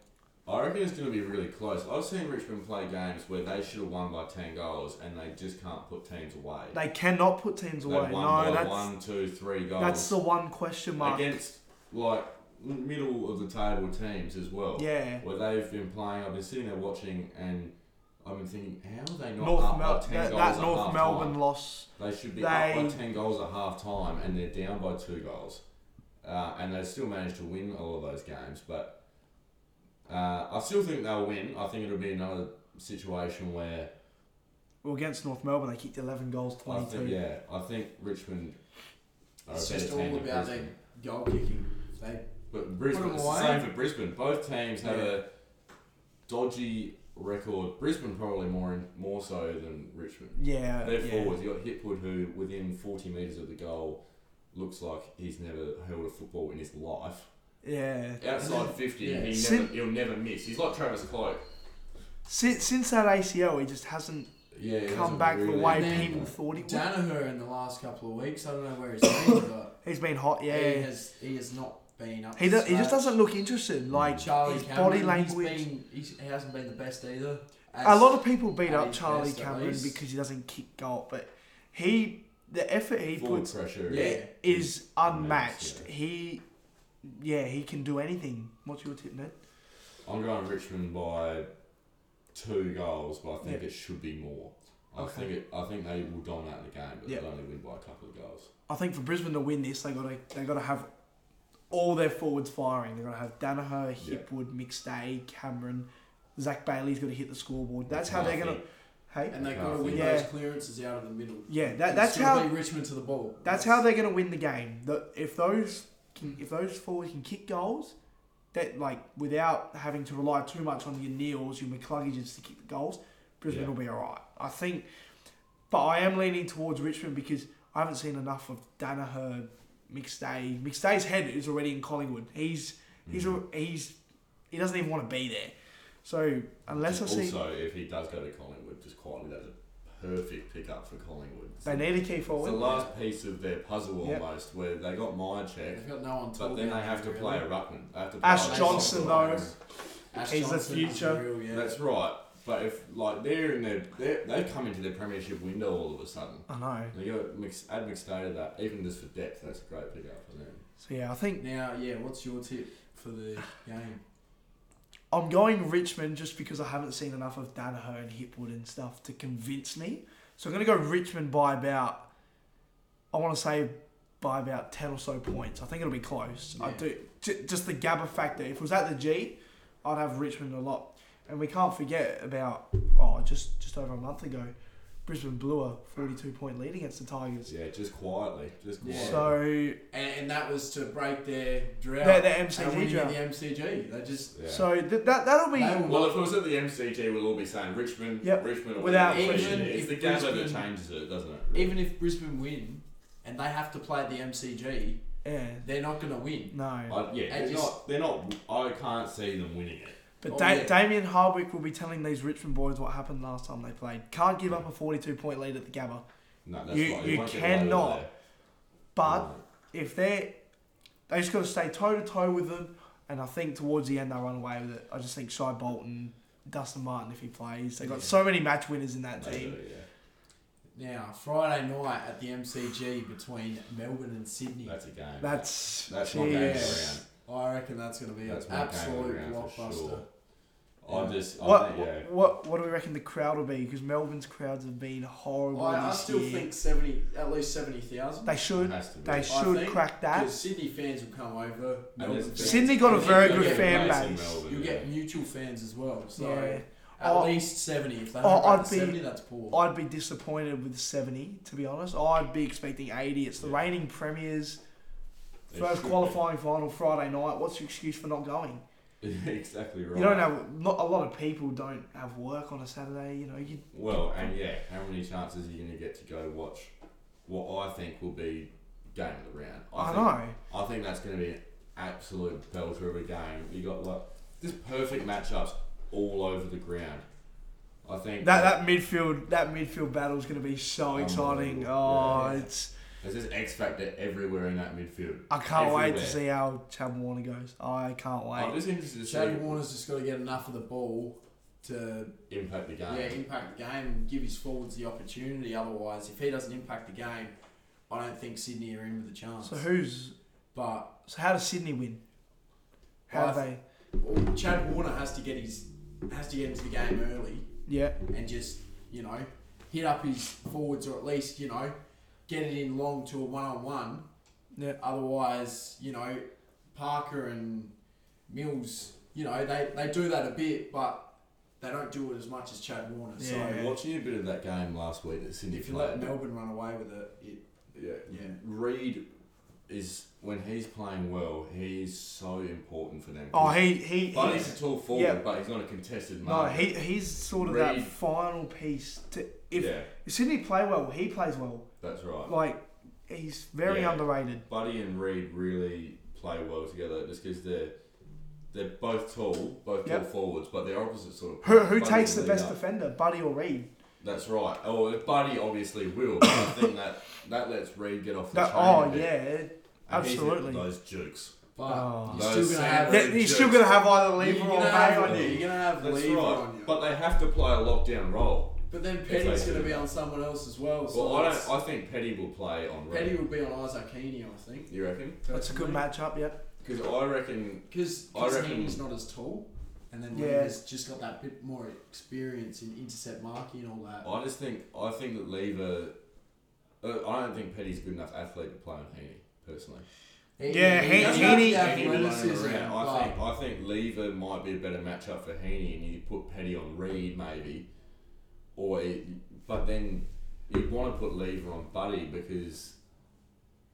[SPEAKER 1] I reckon it's going to be really close. I've seen Richmond play games where they should have won by ten goals and they just can't put teams away.
[SPEAKER 2] They cannot put teams
[SPEAKER 1] They
[SPEAKER 2] away.
[SPEAKER 1] won
[SPEAKER 2] No,
[SPEAKER 1] by
[SPEAKER 2] that's
[SPEAKER 1] one, two, three goals.
[SPEAKER 2] that's the one question mark.
[SPEAKER 1] against like middle of the table teams as well.
[SPEAKER 2] yeah,
[SPEAKER 1] Where they've been playing, I've been sitting there watching, and I've been thinking, how are they not
[SPEAKER 2] North
[SPEAKER 1] up
[SPEAKER 2] Mel-
[SPEAKER 1] by ten
[SPEAKER 2] that,
[SPEAKER 1] goals
[SPEAKER 2] that
[SPEAKER 1] at
[SPEAKER 2] North
[SPEAKER 1] half
[SPEAKER 2] Melbourne
[SPEAKER 1] time?
[SPEAKER 2] loss.
[SPEAKER 1] They should be up by
[SPEAKER 2] they-
[SPEAKER 1] ten goals at half time, and they're down by two goals, uh, and they still managed to win all of those games. But uh, I still think they'll win. I think it'll be another situation where
[SPEAKER 2] Well, against North Melbourne, they kicked eleven goals,
[SPEAKER 1] I
[SPEAKER 2] twenty-two.
[SPEAKER 1] think, yeah, I think Richmond. Are
[SPEAKER 3] It's
[SPEAKER 1] a better
[SPEAKER 3] just
[SPEAKER 1] team
[SPEAKER 3] all
[SPEAKER 1] than
[SPEAKER 3] about
[SPEAKER 1] Brisbane.
[SPEAKER 3] their goal kicking. They
[SPEAKER 1] But Brisbane,
[SPEAKER 3] Put 'em
[SPEAKER 1] it's the
[SPEAKER 3] away.
[SPEAKER 1] same for Brisbane. Both teams have
[SPEAKER 3] Yeah.
[SPEAKER 1] a dodgy record. Brisbane probably more in, more so than Richmond.
[SPEAKER 2] Yeah.
[SPEAKER 1] Their
[SPEAKER 2] Uh, yeah.
[SPEAKER 1] forwards, you got Hipwood, who within forty metres of the goal looks like he's never held a football in his life.
[SPEAKER 2] Yeah.
[SPEAKER 1] Outside fifty,
[SPEAKER 3] Yeah.
[SPEAKER 1] he
[SPEAKER 2] Sin-
[SPEAKER 1] never, he'll never miss. He's like Travis Cloak.
[SPEAKER 2] Since, since that ACL, he just hasn't
[SPEAKER 1] Yeah, he
[SPEAKER 2] come
[SPEAKER 1] hasn't
[SPEAKER 2] back
[SPEAKER 1] really
[SPEAKER 2] the way
[SPEAKER 3] And then
[SPEAKER 2] people thought he would.
[SPEAKER 3] Danaher in the last couple of weeks. I don't know where he's been, but
[SPEAKER 2] He's been hot. [coughs] Yeah.
[SPEAKER 3] he has he has not been up.
[SPEAKER 2] he,
[SPEAKER 3] to
[SPEAKER 2] do, he just
[SPEAKER 3] scratch.
[SPEAKER 2] doesn't look
[SPEAKER 1] Mm.
[SPEAKER 2] interested. Like
[SPEAKER 3] Charlie
[SPEAKER 2] his
[SPEAKER 3] Cameron,
[SPEAKER 2] body
[SPEAKER 3] he's
[SPEAKER 2] language.
[SPEAKER 3] been- he's- he hasn't been the best either.
[SPEAKER 2] a lot of people beat
[SPEAKER 3] at
[SPEAKER 2] up
[SPEAKER 3] his
[SPEAKER 2] Charlie
[SPEAKER 3] best, at
[SPEAKER 2] Cameron
[SPEAKER 3] least.
[SPEAKER 2] because he doesn't kick goal, but he the effort he
[SPEAKER 1] forward
[SPEAKER 2] puts
[SPEAKER 1] pressure.
[SPEAKER 3] Yeah.
[SPEAKER 2] is unmatched.
[SPEAKER 1] Unmatched, yeah.
[SPEAKER 2] He, yeah, he can do anything. What's your tip, Ned?
[SPEAKER 1] I'm going Richmond by two goals, but I think it should be more. I
[SPEAKER 2] Okay.
[SPEAKER 1] think it, I think they will dominate the game, but
[SPEAKER 2] Yeah.
[SPEAKER 1] they'll only win by a couple of goals.
[SPEAKER 2] I think for Brisbane to win this, they got to they got to have all their forwards firing. They got to have Danaher,
[SPEAKER 1] Yeah.
[SPEAKER 2] Hipwood, Mixday, Cameron, Zach Bailey's got to hit the scoreboard. That's how they're gonna. Hey,
[SPEAKER 3] and they've got to
[SPEAKER 1] Yeah.
[SPEAKER 3] win
[SPEAKER 2] Yeah.
[SPEAKER 3] those clearances out of the middle.
[SPEAKER 2] yeah, that,
[SPEAKER 3] It's
[SPEAKER 2] that's
[SPEAKER 3] gotta
[SPEAKER 2] how
[SPEAKER 3] beat Richmond to the ball.
[SPEAKER 2] that's how they're gonna win the game. The, if those can, if those forwards can kick goals, that like without having to rely too much on your Neils, your McCluggages to kick the goals, Brisbane
[SPEAKER 1] Yeah.
[SPEAKER 2] will be all right. I think, but I am leaning towards Richmond because I haven't seen enough of Danaher, Mixday. Mixday's head is already in Collingwood. He's He's
[SPEAKER 1] Mhm.
[SPEAKER 2] a, he's he doesn't even want to be there. So unless I
[SPEAKER 1] also,
[SPEAKER 2] see
[SPEAKER 1] if he does go to Collingwood, just quietly, that's a perfect pickup for Collingwood. It's
[SPEAKER 2] they need a key
[SPEAKER 1] the
[SPEAKER 2] forward,
[SPEAKER 1] last piece of their puzzle
[SPEAKER 2] Yep.
[SPEAKER 1] almost, where they got Myercheck,
[SPEAKER 3] They've got no one.
[SPEAKER 1] but then they have to play a ruckman. They have to play
[SPEAKER 2] Ash
[SPEAKER 1] a left
[SPEAKER 2] Johnson,
[SPEAKER 1] back.
[SPEAKER 2] He's the future.
[SPEAKER 1] That's right. But if like they're in their, they're, they've come into their premiership window all of a sudden.
[SPEAKER 2] I know.
[SPEAKER 1] They got mix, add McStay to that, even just for depth. That's a great pickup for them.
[SPEAKER 2] So yeah, I think
[SPEAKER 3] Now, yeah. What's your tip for the game?
[SPEAKER 2] I'm going Richmond just because I haven't seen enough of Danaher and Hipwood and stuff to convince me. So I'm gonna go Richmond by about I want to say by about ten or so points. I think it'll be close. I
[SPEAKER 3] Yeah.
[SPEAKER 2] do j- just the Gabba factor. If it was at the G, I'd have Richmond a lot. And we can't forget about oh just just over a month ago, Brisbane blew a 42 point lead against the Tigers.
[SPEAKER 1] Yeah, just quietly, just
[SPEAKER 3] Yeah.
[SPEAKER 1] quietly.
[SPEAKER 2] So
[SPEAKER 3] And, and that was to break their drought.
[SPEAKER 2] they're, they're
[SPEAKER 3] and winning
[SPEAKER 2] MCG
[SPEAKER 3] the
[SPEAKER 2] draft.
[SPEAKER 3] MCG. They just
[SPEAKER 1] Yeah.
[SPEAKER 2] So th- that that'll be
[SPEAKER 3] They will-
[SPEAKER 1] Well, if it was at the MCG, we'll all be saying Richmond,
[SPEAKER 2] Yep.
[SPEAKER 1] Richmond,
[SPEAKER 2] Without
[SPEAKER 1] Richmond.
[SPEAKER 3] question.
[SPEAKER 1] It's the
[SPEAKER 3] Even
[SPEAKER 1] Gabba
[SPEAKER 3] if
[SPEAKER 1] that
[SPEAKER 3] Brisbane-
[SPEAKER 1] changes it, doesn't it? really?
[SPEAKER 3] even if Brisbane win, and they have to play at the MCG,
[SPEAKER 2] yeah
[SPEAKER 3] they're not going to win.
[SPEAKER 2] no.
[SPEAKER 1] I, yeah,
[SPEAKER 3] I
[SPEAKER 1] they're
[SPEAKER 3] just-
[SPEAKER 1] not. They're not. I can't see them winning it.
[SPEAKER 2] But
[SPEAKER 3] Oh,
[SPEAKER 2] da-
[SPEAKER 3] yeah.
[SPEAKER 2] Damien Hardwick will be telling these Richmond boys what happened last time they played. Can't give up a 42 point lead at the Gabba.
[SPEAKER 1] No, that's
[SPEAKER 2] You-
[SPEAKER 1] right.
[SPEAKER 2] you
[SPEAKER 1] won't get away with
[SPEAKER 2] cannot.
[SPEAKER 1] that.
[SPEAKER 2] But if they're they just got to stay toe to toe with them, and I think towards the end they run away with it. I just think Shy Bolton, Dustin Martin, if he plays, they got
[SPEAKER 3] Yeah.
[SPEAKER 2] so many match winners in that
[SPEAKER 1] They
[SPEAKER 2] team.
[SPEAKER 1] do, yeah.
[SPEAKER 3] Now, Friday night at the MCG between Melbourne and Sydney.
[SPEAKER 1] That's a game.
[SPEAKER 2] That's
[SPEAKER 1] that's my game of the
[SPEAKER 2] jeez.
[SPEAKER 1] round.
[SPEAKER 3] Oh, I reckon that's going to be an
[SPEAKER 1] That's my game of the
[SPEAKER 3] absolute
[SPEAKER 1] round for
[SPEAKER 3] blockbuster.
[SPEAKER 1] sure. I
[SPEAKER 3] Yeah.
[SPEAKER 1] just, I
[SPEAKER 2] What,
[SPEAKER 1] think, yeah.
[SPEAKER 2] what what do we reckon the crowd will be? Because Melbourne's crowds have been horrible
[SPEAKER 3] I, I
[SPEAKER 2] this
[SPEAKER 3] still
[SPEAKER 2] year.
[SPEAKER 3] think seventy, at least seventy thousand.
[SPEAKER 2] they should
[SPEAKER 1] has to be.
[SPEAKER 2] they should
[SPEAKER 3] think
[SPEAKER 2] crack that.
[SPEAKER 3] Because Sydney fans will come over.
[SPEAKER 1] And
[SPEAKER 3] Melbourne
[SPEAKER 1] there's-
[SPEAKER 3] fans-
[SPEAKER 2] Sydney got a
[SPEAKER 3] and
[SPEAKER 2] very
[SPEAKER 3] you'll
[SPEAKER 2] good
[SPEAKER 3] get-
[SPEAKER 2] fan
[SPEAKER 1] mates in
[SPEAKER 2] base.
[SPEAKER 1] Melbourne,
[SPEAKER 3] You
[SPEAKER 1] yeah.
[SPEAKER 3] get mutual fans as well, so
[SPEAKER 2] Yeah.
[SPEAKER 3] at
[SPEAKER 2] Oh.
[SPEAKER 3] least seventy. If they
[SPEAKER 2] Oh,
[SPEAKER 3] don't break
[SPEAKER 2] I'd
[SPEAKER 3] the
[SPEAKER 2] be-
[SPEAKER 3] seventy, that's poor.
[SPEAKER 2] I'd be disappointed with seventy, to be honest. I'd be expecting eighty. It's the
[SPEAKER 1] Yeah.
[SPEAKER 2] reigning premiers.
[SPEAKER 1] They
[SPEAKER 2] First
[SPEAKER 1] should be.
[SPEAKER 2] qualifying final Friday night. What's your excuse for not going?
[SPEAKER 1] [laughs] exactly right.
[SPEAKER 2] You don't have not a lot of people don't have work on a Saturday. You know, you
[SPEAKER 1] Well, and yeah, how many chances are you going to get to go watch what I think will be game of the round?
[SPEAKER 2] I,
[SPEAKER 1] think,
[SPEAKER 2] know.
[SPEAKER 1] I think that's going to be an absolute belter of a game. You got like just perfect matchups all over the ground. I think
[SPEAKER 2] That that midfield that midfield battle is going to be so exciting.
[SPEAKER 1] Unbelievable.
[SPEAKER 2] Oh,
[SPEAKER 1] Yeah.
[SPEAKER 2] it's
[SPEAKER 1] there's this X factor everywhere in that midfield.
[SPEAKER 2] I can't wait to
[SPEAKER 1] Everywhere.
[SPEAKER 2] see how Chad Warner goes. I can't
[SPEAKER 1] I'm
[SPEAKER 2] wait.
[SPEAKER 1] just interested to see
[SPEAKER 3] Shady Warner's just got to get enough of the ball to
[SPEAKER 1] impact the game.
[SPEAKER 3] yeah, impact the game and give his forwards the opportunity. Otherwise, if he doesn't impact the game, I don't think Sydney are in with a chance.
[SPEAKER 2] So who's
[SPEAKER 3] but
[SPEAKER 2] so how does Sydney win? How
[SPEAKER 3] Well,
[SPEAKER 2] do
[SPEAKER 3] I
[SPEAKER 2] they?
[SPEAKER 3] well, Chad Warner has to get his has to get into the game early
[SPEAKER 2] Yeah,
[SPEAKER 3] and just you know hit up his forwards or at least you know get it in long to a one on one.
[SPEAKER 2] yeah.
[SPEAKER 3] Otherwise, you know Parker and Mills, you know they, they do that a bit, but they don't do it as much as Chad Warner.
[SPEAKER 2] Yeah.
[SPEAKER 3] So
[SPEAKER 1] Like, watching a bit of that game last week that Sydney
[SPEAKER 3] if you let
[SPEAKER 1] played,
[SPEAKER 3] Melbourne run away with it, it
[SPEAKER 1] Yeah.
[SPEAKER 3] Yeah.
[SPEAKER 1] Reed is when he's playing well, he's so important for them.
[SPEAKER 2] Oh, he he.
[SPEAKER 1] But
[SPEAKER 2] he
[SPEAKER 1] he's a tall forward,
[SPEAKER 2] yeah.
[SPEAKER 1] but he's not a contested
[SPEAKER 2] no,
[SPEAKER 1] mark.
[SPEAKER 2] he he's sort of that
[SPEAKER 1] Reed.
[SPEAKER 2] final piece. To if,
[SPEAKER 1] yeah,
[SPEAKER 2] if Sydney play well, he plays well.
[SPEAKER 1] that's right.
[SPEAKER 2] Like he's very
[SPEAKER 1] Yeah.
[SPEAKER 2] underrated.
[SPEAKER 1] Buddy and Reed really play well together just because they're they're both tall, both
[SPEAKER 2] Yep.
[SPEAKER 1] tall forwards, but they're opposite sort of.
[SPEAKER 2] Who who
[SPEAKER 1] Buddy's
[SPEAKER 2] takes
[SPEAKER 1] a
[SPEAKER 2] the best
[SPEAKER 1] leader.
[SPEAKER 2] defender, Buddy or Reed?
[SPEAKER 1] That's right. Oh, well, Buddy obviously will. But I think that that lets Reed get off the
[SPEAKER 2] That,
[SPEAKER 1] chain a
[SPEAKER 2] oh
[SPEAKER 1] bit.
[SPEAKER 2] yeah,
[SPEAKER 1] And he's hit
[SPEAKER 2] absolutely.
[SPEAKER 1] those jukes.
[SPEAKER 3] but
[SPEAKER 2] Oh.
[SPEAKER 3] you're
[SPEAKER 1] Those
[SPEAKER 3] still gonna have
[SPEAKER 1] Sanders.
[SPEAKER 2] That- he's still gonna have either
[SPEAKER 3] you're
[SPEAKER 2] lever or
[SPEAKER 3] gonna
[SPEAKER 2] bay
[SPEAKER 3] have
[SPEAKER 2] on
[SPEAKER 1] it.
[SPEAKER 2] you.
[SPEAKER 3] you're gonna have
[SPEAKER 1] That's
[SPEAKER 3] lever
[SPEAKER 1] right.
[SPEAKER 3] on you.
[SPEAKER 1] But they have to play a lockdown role.
[SPEAKER 3] But then
[SPEAKER 1] If
[SPEAKER 3] Petty's
[SPEAKER 1] they do.
[SPEAKER 3] going to be on someone else as well. So
[SPEAKER 1] Well, I
[SPEAKER 3] it's-
[SPEAKER 1] don't. I think Petty will play on Reed.
[SPEAKER 3] Petty would be on Isaac Heaney, I think.
[SPEAKER 1] You reckon?
[SPEAKER 2] That's a good matchup. Yeah.
[SPEAKER 1] Because I reckon.
[SPEAKER 3] Because
[SPEAKER 1] I reckon-
[SPEAKER 3] Heaney's not as tall, and then
[SPEAKER 2] Yeah.
[SPEAKER 3] Lever's just got that bit more experience in intercept marking and all that.
[SPEAKER 1] I just think. I think that Lever. Uh, I don't think Petty's a good enough athlete to play on Heaney personally.
[SPEAKER 2] Yeah, He-
[SPEAKER 3] doesn't
[SPEAKER 2] Heaney-
[SPEAKER 3] have the
[SPEAKER 1] Heaney will
[SPEAKER 3] athleticism,
[SPEAKER 1] run around.
[SPEAKER 3] but
[SPEAKER 1] I think. I think Lever might be a better matchup for Heaney, and you put Petty on Reed maybe, or it, but then you want to put Lever on Buddy because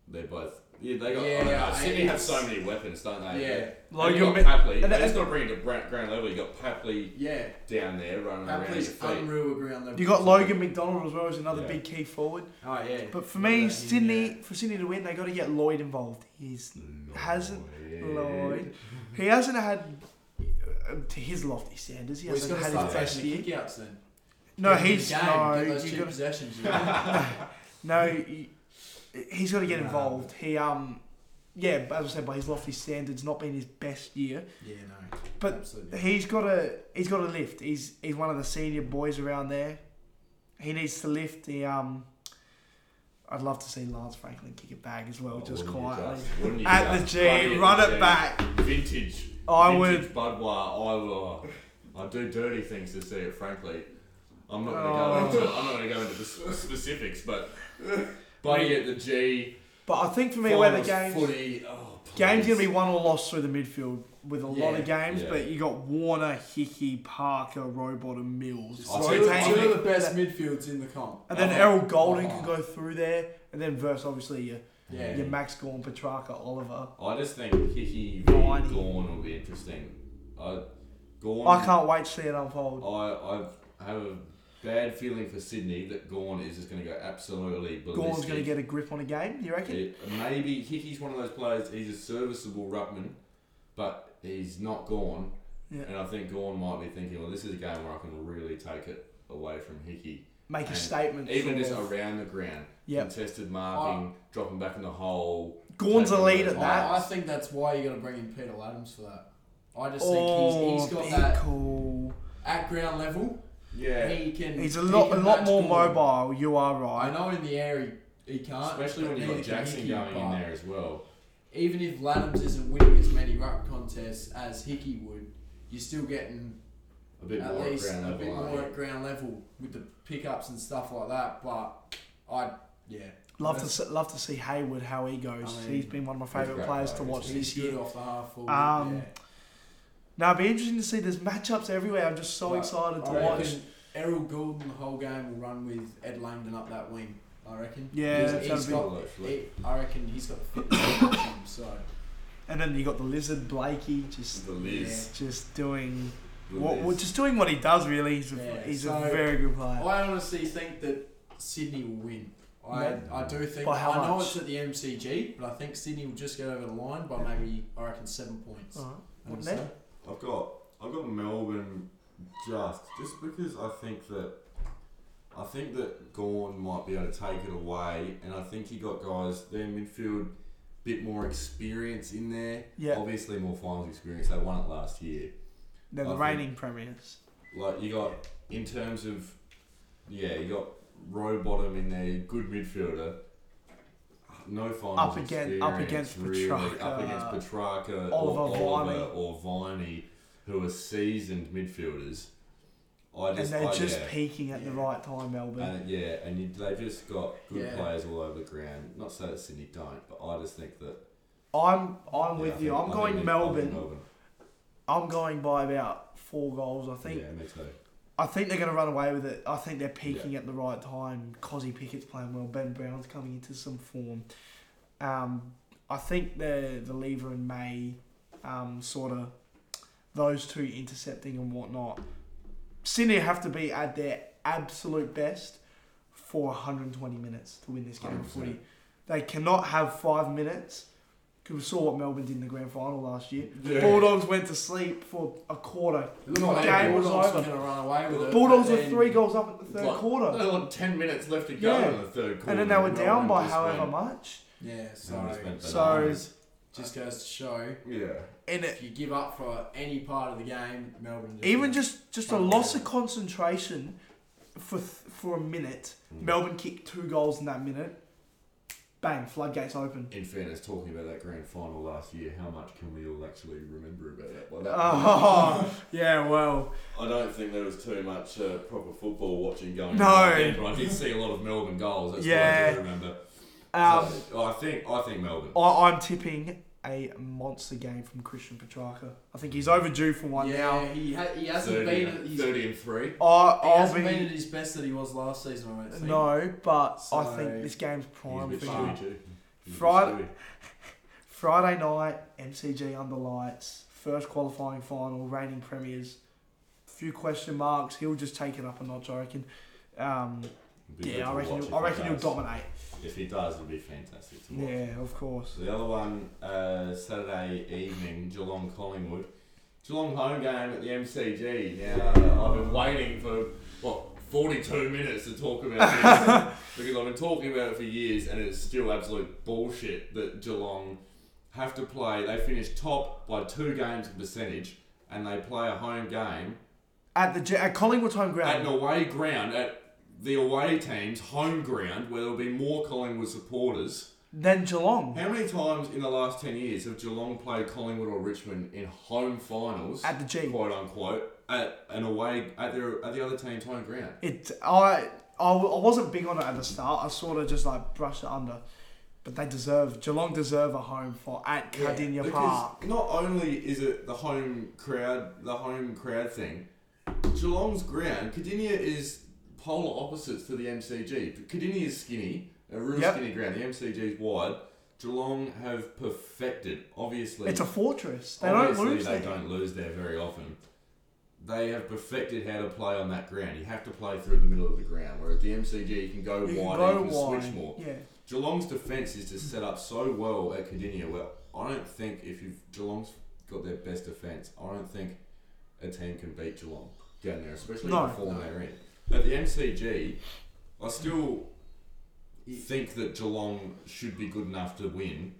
[SPEAKER 1] they're both. Yeah, they got. I don't
[SPEAKER 3] Yeah,
[SPEAKER 1] know, Sydney have
[SPEAKER 3] it's-
[SPEAKER 1] so many weapons, don't they?
[SPEAKER 3] Yeah,
[SPEAKER 1] Like you
[SPEAKER 2] Logan
[SPEAKER 1] got
[SPEAKER 2] Mi-
[SPEAKER 1] Papley.
[SPEAKER 2] and-
[SPEAKER 1] And
[SPEAKER 2] and-
[SPEAKER 1] that's got to bring it to Brent ground level. You got Papley
[SPEAKER 3] yeah.
[SPEAKER 1] down there running around. your
[SPEAKER 3] Papley's
[SPEAKER 1] feet.
[SPEAKER 3] unreal ground level.
[SPEAKER 2] You got Logan McDonald as well as another
[SPEAKER 1] Yeah.
[SPEAKER 2] big key forward.
[SPEAKER 3] Oh yeah.
[SPEAKER 2] But for
[SPEAKER 3] Yeah,
[SPEAKER 2] me,
[SPEAKER 3] yeah.
[SPEAKER 2] Sydney for Sydney to win, they got to get Lloyd involved. He's Hasn't- Lloyd. He hasn't had uh, to his lofty standards. He
[SPEAKER 3] Well, he's
[SPEAKER 2] hasn't
[SPEAKER 3] got to
[SPEAKER 2] had
[SPEAKER 3] start
[SPEAKER 2] his
[SPEAKER 1] start
[SPEAKER 2] best
[SPEAKER 3] taking
[SPEAKER 2] year.
[SPEAKER 3] the kickouts then.
[SPEAKER 2] No,
[SPEAKER 3] Get him in
[SPEAKER 2] he's
[SPEAKER 3] the game,
[SPEAKER 2] no.
[SPEAKER 3] Get those
[SPEAKER 2] you
[SPEAKER 3] cheap
[SPEAKER 2] gotta-
[SPEAKER 3] possessions.
[SPEAKER 2] [laughs]
[SPEAKER 3] You know?
[SPEAKER 2] no, he, he's got to get
[SPEAKER 3] Nah.
[SPEAKER 2] involved. He um, yeah, but as I said, by his lofty standards, not being his best year,
[SPEAKER 3] yeah, no.
[SPEAKER 2] But
[SPEAKER 3] absolutely.
[SPEAKER 2] he's got to he's got to lift. He's he's one of the senior boys around there. He needs to lift. He um, I'd love to see Lance Franklin kick a bag as
[SPEAKER 3] Oh,
[SPEAKER 2] well, just quietly at the G, run it back.
[SPEAKER 1] Vintage.
[SPEAKER 2] I
[SPEAKER 1] vintage
[SPEAKER 2] would.
[SPEAKER 1] Budweiser. I, I do dirty things to see it. Frankly, I'm not
[SPEAKER 2] Oh.
[SPEAKER 1] going to go into. I'm not going to go into the s- specifics, but buddy at the G.
[SPEAKER 2] But I think for me, where the
[SPEAKER 1] finals
[SPEAKER 2] games
[SPEAKER 1] Footy. Oh,
[SPEAKER 2] games
[SPEAKER 1] please.
[SPEAKER 2] gonna be won or lost through the midfield with a lot of games.
[SPEAKER 1] yeah.
[SPEAKER 2] But you got Warner, Hickey, Parker, Robot, and Mills.
[SPEAKER 3] Just
[SPEAKER 1] I'll take-
[SPEAKER 3] two, two
[SPEAKER 1] I'll take-
[SPEAKER 3] of the best midfields in the comp.
[SPEAKER 2] And then
[SPEAKER 1] Oh.
[SPEAKER 2] Errol Golden
[SPEAKER 3] Oh.
[SPEAKER 2] can go through there, and then verse obviously your,
[SPEAKER 3] Yeah.
[SPEAKER 2] your Max Gorn, Petrarca, Oliver.
[SPEAKER 1] I just think Hickey v
[SPEAKER 2] Viney.
[SPEAKER 1] Gorn will be interesting. I,
[SPEAKER 3] Oh.
[SPEAKER 1] Gorn.
[SPEAKER 2] I can't wait to see it unfold.
[SPEAKER 1] I, I have a bad feeling for Sydney that Gorn is just going to go absolutely ballistic.
[SPEAKER 2] Gorn's going to get a grip on a game, you reckon?
[SPEAKER 1] He- maybe Hickey's one of those players. He's a serviceable ruckman, but he's not Gorn.
[SPEAKER 2] Yeah.
[SPEAKER 1] And I think Gorn might be thinking, well, this is a game where I can really take it away from Hickey,
[SPEAKER 2] Make a
[SPEAKER 1] And
[SPEAKER 2] statement.
[SPEAKER 1] even
[SPEAKER 2] sort
[SPEAKER 1] just
[SPEAKER 2] of.
[SPEAKER 1] around the ground,
[SPEAKER 2] Yep.
[SPEAKER 1] contested marking, dropping back in the hole.
[SPEAKER 2] Gorn's a
[SPEAKER 1] taking
[SPEAKER 2] lead
[SPEAKER 1] those-
[SPEAKER 2] at that.
[SPEAKER 3] I, I think that's why you got to bring in Peter Adams for that. I just
[SPEAKER 2] Oh,
[SPEAKER 3] think he's, he's got
[SPEAKER 2] big
[SPEAKER 3] that
[SPEAKER 2] call.
[SPEAKER 3] at ground level.
[SPEAKER 1] Yeah.
[SPEAKER 3] He can.
[SPEAKER 2] He's a
[SPEAKER 3] he
[SPEAKER 2] lot, a
[SPEAKER 3] can
[SPEAKER 2] lot
[SPEAKER 3] match
[SPEAKER 2] more
[SPEAKER 3] ball.
[SPEAKER 2] mobile. You are
[SPEAKER 3] I
[SPEAKER 2] right.
[SPEAKER 3] know in the air he, he can't.
[SPEAKER 1] Especially when
[SPEAKER 3] but
[SPEAKER 1] you've got
[SPEAKER 3] neither can
[SPEAKER 1] Jackson
[SPEAKER 3] Hickey,
[SPEAKER 1] going in
[SPEAKER 3] but
[SPEAKER 1] there as well.
[SPEAKER 3] Even if Laddams isn't winning as many ruck contests as Hickey would, you're still getting
[SPEAKER 1] a bit
[SPEAKER 3] at
[SPEAKER 1] more
[SPEAKER 3] least
[SPEAKER 1] at ground
[SPEAKER 3] a
[SPEAKER 1] level.
[SPEAKER 3] bit
[SPEAKER 1] aren't
[SPEAKER 3] more
[SPEAKER 1] they?
[SPEAKER 3] at ground level with the pickups and stuff like that. But I, yeah,
[SPEAKER 2] Love to
[SPEAKER 3] That's-
[SPEAKER 2] see, love to see Hayward how he goes.
[SPEAKER 3] I mean,
[SPEAKER 2] He's been one of my
[SPEAKER 1] he's a
[SPEAKER 2] favourite
[SPEAKER 1] great
[SPEAKER 2] players
[SPEAKER 1] player,
[SPEAKER 2] to watch
[SPEAKER 1] isn't he?
[SPEAKER 2] this
[SPEAKER 3] he's good
[SPEAKER 2] year.
[SPEAKER 3] off the half forward.
[SPEAKER 2] Um,
[SPEAKER 3] yeah.
[SPEAKER 2] Now it'd be interesting to see. There's matchups everywhere. I'm just so
[SPEAKER 3] Like,
[SPEAKER 2] excited to
[SPEAKER 3] I reckon
[SPEAKER 2] watch.
[SPEAKER 3] Errol Goulden the whole game will run with Ed Langdon up that wing. I reckon.
[SPEAKER 2] Yeah,
[SPEAKER 3] He's-
[SPEAKER 2] that's
[SPEAKER 3] he's
[SPEAKER 2] gotta
[SPEAKER 1] be-
[SPEAKER 3] got. He, I reckon he's got the fitness to match him. So
[SPEAKER 2] And then you got the lizard Blakey just
[SPEAKER 1] The Liz.
[SPEAKER 2] just doing
[SPEAKER 1] The
[SPEAKER 2] what
[SPEAKER 1] Liz.
[SPEAKER 2] well, just doing what he does. Really, he's a,
[SPEAKER 3] Yeah,
[SPEAKER 2] he's
[SPEAKER 3] so-
[SPEAKER 2] a very good player.
[SPEAKER 3] I honestly think that Sydney will win. I,
[SPEAKER 2] Yeah.
[SPEAKER 3] I do think
[SPEAKER 2] By how
[SPEAKER 3] I know
[SPEAKER 2] much?
[SPEAKER 3] it's at the MCG, but I think Sydney will just get over the line by maybe I reckon seven points.
[SPEAKER 2] All right.
[SPEAKER 3] I
[SPEAKER 2] What,
[SPEAKER 3] would
[SPEAKER 2] Ned?
[SPEAKER 3] say.
[SPEAKER 1] I've got I've got Melbourne just just because I think that I think that Gorn might be able to take it away, and I think you got guys their midfield bit more experience in there.
[SPEAKER 2] Yeah.
[SPEAKER 1] obviously more finals experience. They won it last year.
[SPEAKER 2] They're the
[SPEAKER 1] I think-
[SPEAKER 2] reigning premiers.
[SPEAKER 1] Like you got in terms of yeah, you got row bottom in there, good midfielder. No finals
[SPEAKER 2] Up again- up
[SPEAKER 1] experience,
[SPEAKER 2] against
[SPEAKER 1] really. Up
[SPEAKER 2] Petrarca,
[SPEAKER 1] against Petrarca,
[SPEAKER 2] Oliver
[SPEAKER 1] or Oliver or Viney, who are seasoned midfielders. I
[SPEAKER 2] And
[SPEAKER 1] just,
[SPEAKER 2] they're
[SPEAKER 1] I,
[SPEAKER 2] just
[SPEAKER 1] yeah.
[SPEAKER 2] peaking at the
[SPEAKER 3] Yeah.
[SPEAKER 2] right time, Melbourne.
[SPEAKER 1] And, yeah, and you, they've just got good
[SPEAKER 3] Yeah.
[SPEAKER 1] players all over the ground. Not so that Sydney don't, but I just think that.
[SPEAKER 2] I'm I'm
[SPEAKER 1] yeah,
[SPEAKER 2] with
[SPEAKER 1] I
[SPEAKER 2] you.
[SPEAKER 1] think-
[SPEAKER 2] I'm
[SPEAKER 1] I think
[SPEAKER 2] going
[SPEAKER 1] Mel- I'm
[SPEAKER 2] Melbourne. I'm going by about four goals. I think
[SPEAKER 1] Yeah, me too.
[SPEAKER 2] I think they're going to run away with it. I think they're peaking at the right time. Cozzy Pickett's playing well. Ben Brown's coming into some form. Um, I think the the lever and May, um, sort of those two intercepting and whatnot. Sydney have to be at their absolute best for 120 minutes to win this game of
[SPEAKER 1] 100%.
[SPEAKER 2] footy. They cannot have five minutes. 'Cause We saw what Melbourne did in the grand final last year.
[SPEAKER 1] Yeah.
[SPEAKER 2] Bulldogs went to sleep for a quarter.
[SPEAKER 3] Look
[SPEAKER 1] Not
[SPEAKER 3] like
[SPEAKER 1] game
[SPEAKER 2] was
[SPEAKER 3] Bulldogs
[SPEAKER 2] over.
[SPEAKER 3] going to run away with it.
[SPEAKER 2] Bulldogs
[SPEAKER 3] but
[SPEAKER 2] were
[SPEAKER 3] then-
[SPEAKER 2] three goals up at the third
[SPEAKER 1] Like,
[SPEAKER 2] quarter.
[SPEAKER 1] They want 10 minutes left to go
[SPEAKER 2] Yeah.
[SPEAKER 1] in the third quarter.
[SPEAKER 2] And then they were down
[SPEAKER 1] Melbourne
[SPEAKER 2] by
[SPEAKER 1] just
[SPEAKER 2] however
[SPEAKER 1] went-
[SPEAKER 2] much.
[SPEAKER 3] Yeah,
[SPEAKER 1] Melbourne just
[SPEAKER 3] so
[SPEAKER 1] went
[SPEAKER 2] So-
[SPEAKER 1] bananas.
[SPEAKER 3] just goes to show
[SPEAKER 1] yeah.
[SPEAKER 2] And it,
[SPEAKER 3] if you give up for any part of the game, Melbourne just
[SPEAKER 2] even
[SPEAKER 3] win.
[SPEAKER 2] just just a loss of concentration for th- for a minute.
[SPEAKER 1] Mm.
[SPEAKER 2] Melbourne kicked two goals in that minute. Bang! Floodgates open.
[SPEAKER 1] In fairness, talking about that grand final last year, how much can we all actually remember about that? Well, that
[SPEAKER 2] Oh [laughs] yeah, well,
[SPEAKER 1] I don't think there was too much uh, proper football watching going
[SPEAKER 2] No.
[SPEAKER 1] on, there, but I did see a lot of Melbourne goals. That's what I
[SPEAKER 2] Yeah.
[SPEAKER 1] do remember.
[SPEAKER 2] um, Oh,
[SPEAKER 1] So, I think I think Melbourne.
[SPEAKER 2] I, I'm tipping a monster game from Christian Petrarca. I think he's overdue for one
[SPEAKER 3] yeah,
[SPEAKER 2] now.
[SPEAKER 3] he ha- he hasn't
[SPEAKER 1] 30,
[SPEAKER 3] been at
[SPEAKER 1] and-
[SPEAKER 3] his, he
[SPEAKER 1] 30 and three.
[SPEAKER 2] I, I'll
[SPEAKER 3] hasn't been at
[SPEAKER 2] be
[SPEAKER 3] his best that he was last season. I don't think.
[SPEAKER 2] Oh, no, but I
[SPEAKER 3] So-
[SPEAKER 2] think this game's prime
[SPEAKER 1] He's a
[SPEAKER 2] for
[SPEAKER 1] bit
[SPEAKER 2] you.
[SPEAKER 1] stewy too. He's a bit
[SPEAKER 2] Friday-
[SPEAKER 1] stewy.
[SPEAKER 2] Friday night, MCG under lights, first qualifying final, reigning premiers. Few question marks. He'll just take it up a notch, I reckon. Um,
[SPEAKER 1] It'd be good
[SPEAKER 2] yeah, I
[SPEAKER 1] to
[SPEAKER 2] reckon.
[SPEAKER 1] watch
[SPEAKER 2] He'll,
[SPEAKER 1] if
[SPEAKER 2] I
[SPEAKER 1] he
[SPEAKER 2] reckon he'll
[SPEAKER 1] does.
[SPEAKER 2] dominate.
[SPEAKER 1] If he does, it'll be fantastic to watch.
[SPEAKER 2] Yeah, of course.
[SPEAKER 1] The other one, uh, Saturday evening, Geelong Collingwood. Geelong home game at the MCG. Now, I've been waiting for, what, 42 minutes to talk about this because I've been talking about it for years and it's still absolute bullshit that Geelong have to play. They finished top by two games in percentage and they play a home game
[SPEAKER 2] At the J- at Collingwood's home
[SPEAKER 1] at
[SPEAKER 2] ground.
[SPEAKER 1] an away ground, at the away team's home ground, where there'll be more Collingwood supporters.
[SPEAKER 2] Then Geelong
[SPEAKER 1] How many times in the last 10 years have Geelong played Collingwood or Richmond in home finals,
[SPEAKER 2] at the G.
[SPEAKER 1] quote unquote, at an away at their at the other team's home ground?
[SPEAKER 2] It. I. I, w- I wasn't big on it at the start. I sort of just like brushed it under. But they deserve Geelong deserve a home for at
[SPEAKER 3] Yeah,
[SPEAKER 2] Cardinia
[SPEAKER 1] Because
[SPEAKER 2] Park.
[SPEAKER 1] not only is it the home crowd, the home crowd thing, Geelong's ground, Cadinia is polar opposites to the MCG. Cadinia is skinny, a real
[SPEAKER 2] Yep.
[SPEAKER 1] skinny ground. The MCG is wide. Geelong have perfected, obviously.
[SPEAKER 2] It's a fortress. They
[SPEAKER 1] Obviously,
[SPEAKER 2] don't lose.
[SPEAKER 1] they
[SPEAKER 2] there.
[SPEAKER 1] don't lose there very often. They have perfected how to play on that ground. You have to play through the middle of the ground, whereas the MCG you can go
[SPEAKER 2] You can
[SPEAKER 1] wide
[SPEAKER 2] go
[SPEAKER 1] and you can
[SPEAKER 2] wide.
[SPEAKER 1] switch more.
[SPEAKER 2] Yeah.
[SPEAKER 1] Geelong's defence is just set up so well at Cadinia. Well, I don't think if you've Geelong's got their best defence, I don't think a team can beat Geelong down there, especially
[SPEAKER 2] No.
[SPEAKER 1] in the form
[SPEAKER 3] No.
[SPEAKER 1] they're in. At the MCG, I still think that Geelong should be good enough to win,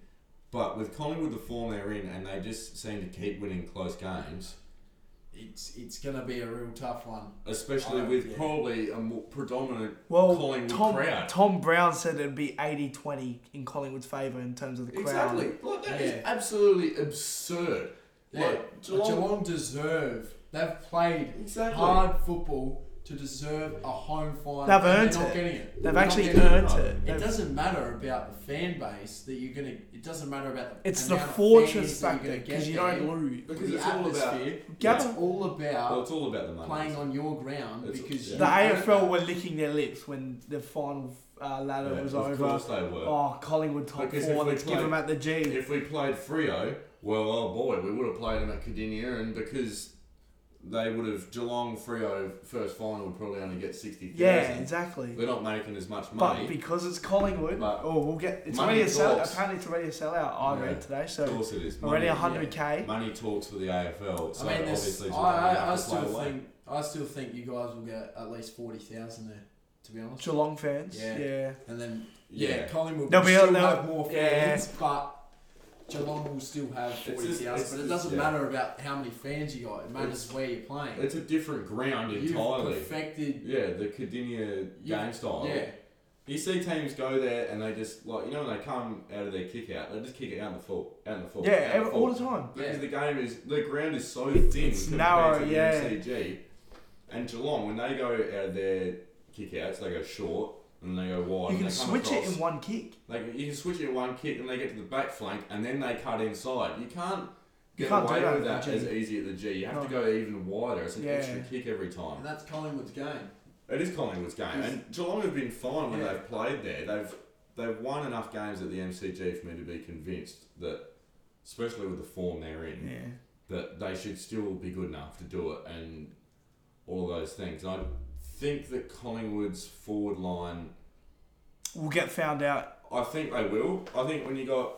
[SPEAKER 1] but with Collingwood the form they're in, and they just seem to keep winning close games,
[SPEAKER 3] It's it's going to be a real tough one.
[SPEAKER 1] especially
[SPEAKER 3] Oh,
[SPEAKER 1] with
[SPEAKER 3] yeah.
[SPEAKER 1] probably a more predominant
[SPEAKER 2] Well,
[SPEAKER 1] Collingwood
[SPEAKER 2] Tom,
[SPEAKER 1] crowd.
[SPEAKER 2] Tom Brown said it'd be 80-20 in Collingwood's favour in terms of the crowd.
[SPEAKER 1] Exactly. Like, that is
[SPEAKER 3] Yeah.
[SPEAKER 1] absolutely absurd.
[SPEAKER 3] Yeah,
[SPEAKER 1] Like, Geelong,
[SPEAKER 3] Geelong, deserve They've played
[SPEAKER 1] Exactly.
[SPEAKER 3] hard football to deserve a home final.
[SPEAKER 2] They've
[SPEAKER 3] and
[SPEAKER 2] earned
[SPEAKER 3] they're not
[SPEAKER 2] it.
[SPEAKER 3] Getting it. They're
[SPEAKER 2] They've
[SPEAKER 3] not
[SPEAKER 2] actually
[SPEAKER 3] getting
[SPEAKER 2] earned
[SPEAKER 1] it.
[SPEAKER 2] it.
[SPEAKER 3] It
[SPEAKER 2] They've-
[SPEAKER 3] doesn't matter about the fan base that you're gonna. It doesn't matter about the.
[SPEAKER 2] It's the
[SPEAKER 3] amount of
[SPEAKER 2] fortress
[SPEAKER 3] fans that you're
[SPEAKER 2] factor
[SPEAKER 3] gonna get
[SPEAKER 2] because you
[SPEAKER 3] there.
[SPEAKER 2] don't lose.
[SPEAKER 1] Because
[SPEAKER 3] the
[SPEAKER 1] it's all about-
[SPEAKER 3] atmosphere.
[SPEAKER 2] Gather-
[SPEAKER 3] It's all about
[SPEAKER 1] Well, it's all about the money.
[SPEAKER 3] playing
[SPEAKER 1] isn't
[SPEAKER 3] on your ground
[SPEAKER 1] It's-
[SPEAKER 3] because
[SPEAKER 1] yeah.
[SPEAKER 2] The
[SPEAKER 3] you earned
[SPEAKER 2] AFL
[SPEAKER 3] that.
[SPEAKER 2] were licking their lips when the final uh,
[SPEAKER 1] it?
[SPEAKER 2] ladder
[SPEAKER 1] Yeah,
[SPEAKER 2] was
[SPEAKER 1] of
[SPEAKER 2] over.
[SPEAKER 1] course they were.
[SPEAKER 2] Oh, Collingwood top
[SPEAKER 1] Because if
[SPEAKER 2] four.
[SPEAKER 1] we
[SPEAKER 2] Let's give
[SPEAKER 1] play-
[SPEAKER 2] them at the G.
[SPEAKER 1] If we played Frio, well, oh boy, we would have played them at Cadinia, and because they would have Geelong Frio first final would probably only get sixty thousand.
[SPEAKER 2] yeah, exactly.
[SPEAKER 1] They're not making as much
[SPEAKER 2] But
[SPEAKER 1] money.
[SPEAKER 2] because it's Collingwood,
[SPEAKER 1] But
[SPEAKER 2] oh, we'll get. It's
[SPEAKER 1] money
[SPEAKER 2] already a sell.
[SPEAKER 1] talks.
[SPEAKER 2] Apparently, it's already a sellout. I read
[SPEAKER 1] Yeah.
[SPEAKER 2] today,
[SPEAKER 1] of
[SPEAKER 2] so
[SPEAKER 1] course, it is.
[SPEAKER 2] already
[SPEAKER 1] Money,
[SPEAKER 2] hundred k.
[SPEAKER 1] money talks for the AFL. So
[SPEAKER 3] I mean, there's,
[SPEAKER 1] obviously,
[SPEAKER 3] I,
[SPEAKER 1] Geelong have
[SPEAKER 3] I, I
[SPEAKER 1] to play
[SPEAKER 3] still
[SPEAKER 1] away.
[SPEAKER 3] think I still think you guys will get at least forty thousand there. To be honest,
[SPEAKER 2] Geelong fans.
[SPEAKER 3] Yeah.
[SPEAKER 2] yeah.
[SPEAKER 3] and then yeah,
[SPEAKER 1] Yeah.
[SPEAKER 3] Collingwood
[SPEAKER 2] They'll
[SPEAKER 3] will
[SPEAKER 2] be-
[SPEAKER 3] still
[SPEAKER 2] they'll-
[SPEAKER 3] have more
[SPEAKER 2] yeah.
[SPEAKER 3] fans, but Geelong will still have
[SPEAKER 1] just-
[SPEAKER 3] forty
[SPEAKER 1] it's
[SPEAKER 3] thousand. But it
[SPEAKER 1] just-
[SPEAKER 3] doesn't
[SPEAKER 1] yeah.
[SPEAKER 3] matter about how many fans you got; it matters
[SPEAKER 1] It's-
[SPEAKER 3] where you're playing.
[SPEAKER 1] It's a different ground
[SPEAKER 3] You've
[SPEAKER 1] entirely.
[SPEAKER 3] perfected.
[SPEAKER 1] Yeah, the Cadinia
[SPEAKER 3] you-
[SPEAKER 1] game style.
[SPEAKER 3] Yeah,
[SPEAKER 1] You see teams go there and they just like you know when they come out of their kick out, they just kick it out in the full, out in the full.
[SPEAKER 2] Yeah,
[SPEAKER 1] out in
[SPEAKER 2] every,
[SPEAKER 1] full.
[SPEAKER 2] all the time.
[SPEAKER 1] Because
[SPEAKER 3] Yeah.
[SPEAKER 1] the game is the ground is so
[SPEAKER 2] It's-
[SPEAKER 1] thin
[SPEAKER 2] it's
[SPEAKER 1] compared
[SPEAKER 2] narrow,
[SPEAKER 1] to the
[SPEAKER 2] yeah.
[SPEAKER 1] MCG. And Geelong, when they go out of their kickouts, they go short and they go wide.
[SPEAKER 2] You
[SPEAKER 1] and
[SPEAKER 2] can
[SPEAKER 1] they come
[SPEAKER 2] switch it
[SPEAKER 1] across.
[SPEAKER 2] in one kick.
[SPEAKER 1] Like you can switch it in one kick, and they get to the back flank, and then they cut inside. You can't
[SPEAKER 2] You
[SPEAKER 1] get
[SPEAKER 2] can't do
[SPEAKER 1] away
[SPEAKER 2] that
[SPEAKER 1] with
[SPEAKER 2] at
[SPEAKER 1] that
[SPEAKER 2] the G.
[SPEAKER 1] as easy at the G. You have to
[SPEAKER 2] No.
[SPEAKER 1] go even wider. It's an
[SPEAKER 2] Yeah.
[SPEAKER 1] extra kick every time.
[SPEAKER 3] and that's Collingwood's game.
[SPEAKER 1] It is Collingwood's game, and Geelong have been fine when
[SPEAKER 3] Yeah.
[SPEAKER 1] they've played there. They've they've won enough games at the MCG for me to be convinced that, especially with the form they're in,
[SPEAKER 2] Yeah.
[SPEAKER 1] that they should still be good enough to do it and all those things. And I think that Collingwood's forward line,
[SPEAKER 2] We'll get found out.
[SPEAKER 1] I think they will. I think when you got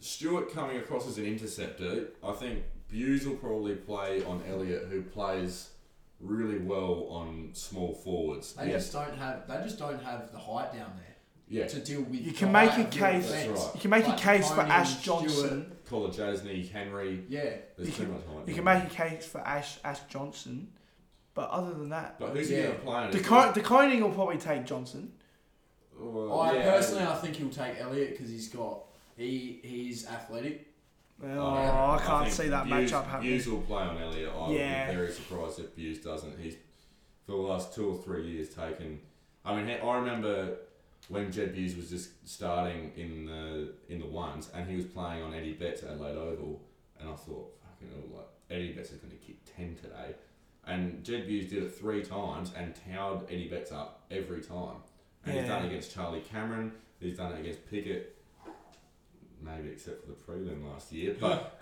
[SPEAKER 1] Stewart coming across as an interceptor, I think Buse will probably play on Elliott, who plays really well on small forwards.
[SPEAKER 3] They just don't have. They just don't have the height down there
[SPEAKER 1] Yeah,
[SPEAKER 3] to deal with.
[SPEAKER 2] You
[SPEAKER 3] the
[SPEAKER 2] can make a
[SPEAKER 3] height of your
[SPEAKER 2] case-
[SPEAKER 1] That's
[SPEAKER 3] defence.
[SPEAKER 1] right.
[SPEAKER 2] You can make
[SPEAKER 3] Like
[SPEAKER 2] a case for
[SPEAKER 3] Tony,
[SPEAKER 2] Ash
[SPEAKER 3] Stewart.
[SPEAKER 2] Johnson.
[SPEAKER 1] Collar Jasny, Henry.
[SPEAKER 3] Yeah.
[SPEAKER 1] There's
[SPEAKER 2] You
[SPEAKER 1] too
[SPEAKER 2] can-
[SPEAKER 1] much height.
[SPEAKER 2] You can make a case for Ash Ash Johnson, but other than that,
[SPEAKER 1] But who's
[SPEAKER 3] Yeah.
[SPEAKER 1] going to play? in
[SPEAKER 2] the
[SPEAKER 1] it?
[SPEAKER 2] Cor- the Coning will probably take Johnson.
[SPEAKER 1] Well,
[SPEAKER 3] I
[SPEAKER 1] yeah.
[SPEAKER 3] personally, I think he'll take Elliot because he's got he he's athletic.
[SPEAKER 2] Oh,
[SPEAKER 1] yeah.
[SPEAKER 2] I can't
[SPEAKER 1] think
[SPEAKER 2] see that
[SPEAKER 1] Buse-
[SPEAKER 2] matchup happening.
[SPEAKER 1] Buse will play on Elliot. I
[SPEAKER 2] Yeah.
[SPEAKER 1] would be very surprised if Buse doesn't. He's for the last two or three years taken. I mean, he- I remember when Jed Buse was just starting in the in the ones, and he was playing on Eddie Betts at Adelaide Oval, and I thought, fucking hell, like Eddie Betts is going to kick ten today, and Jed Buse did it three times and towed Eddie Betts up every time, and he's done
[SPEAKER 2] Yeah.
[SPEAKER 1] it against Charlie Cameron. He's done it against Pickett, maybe except for the prelim last year. But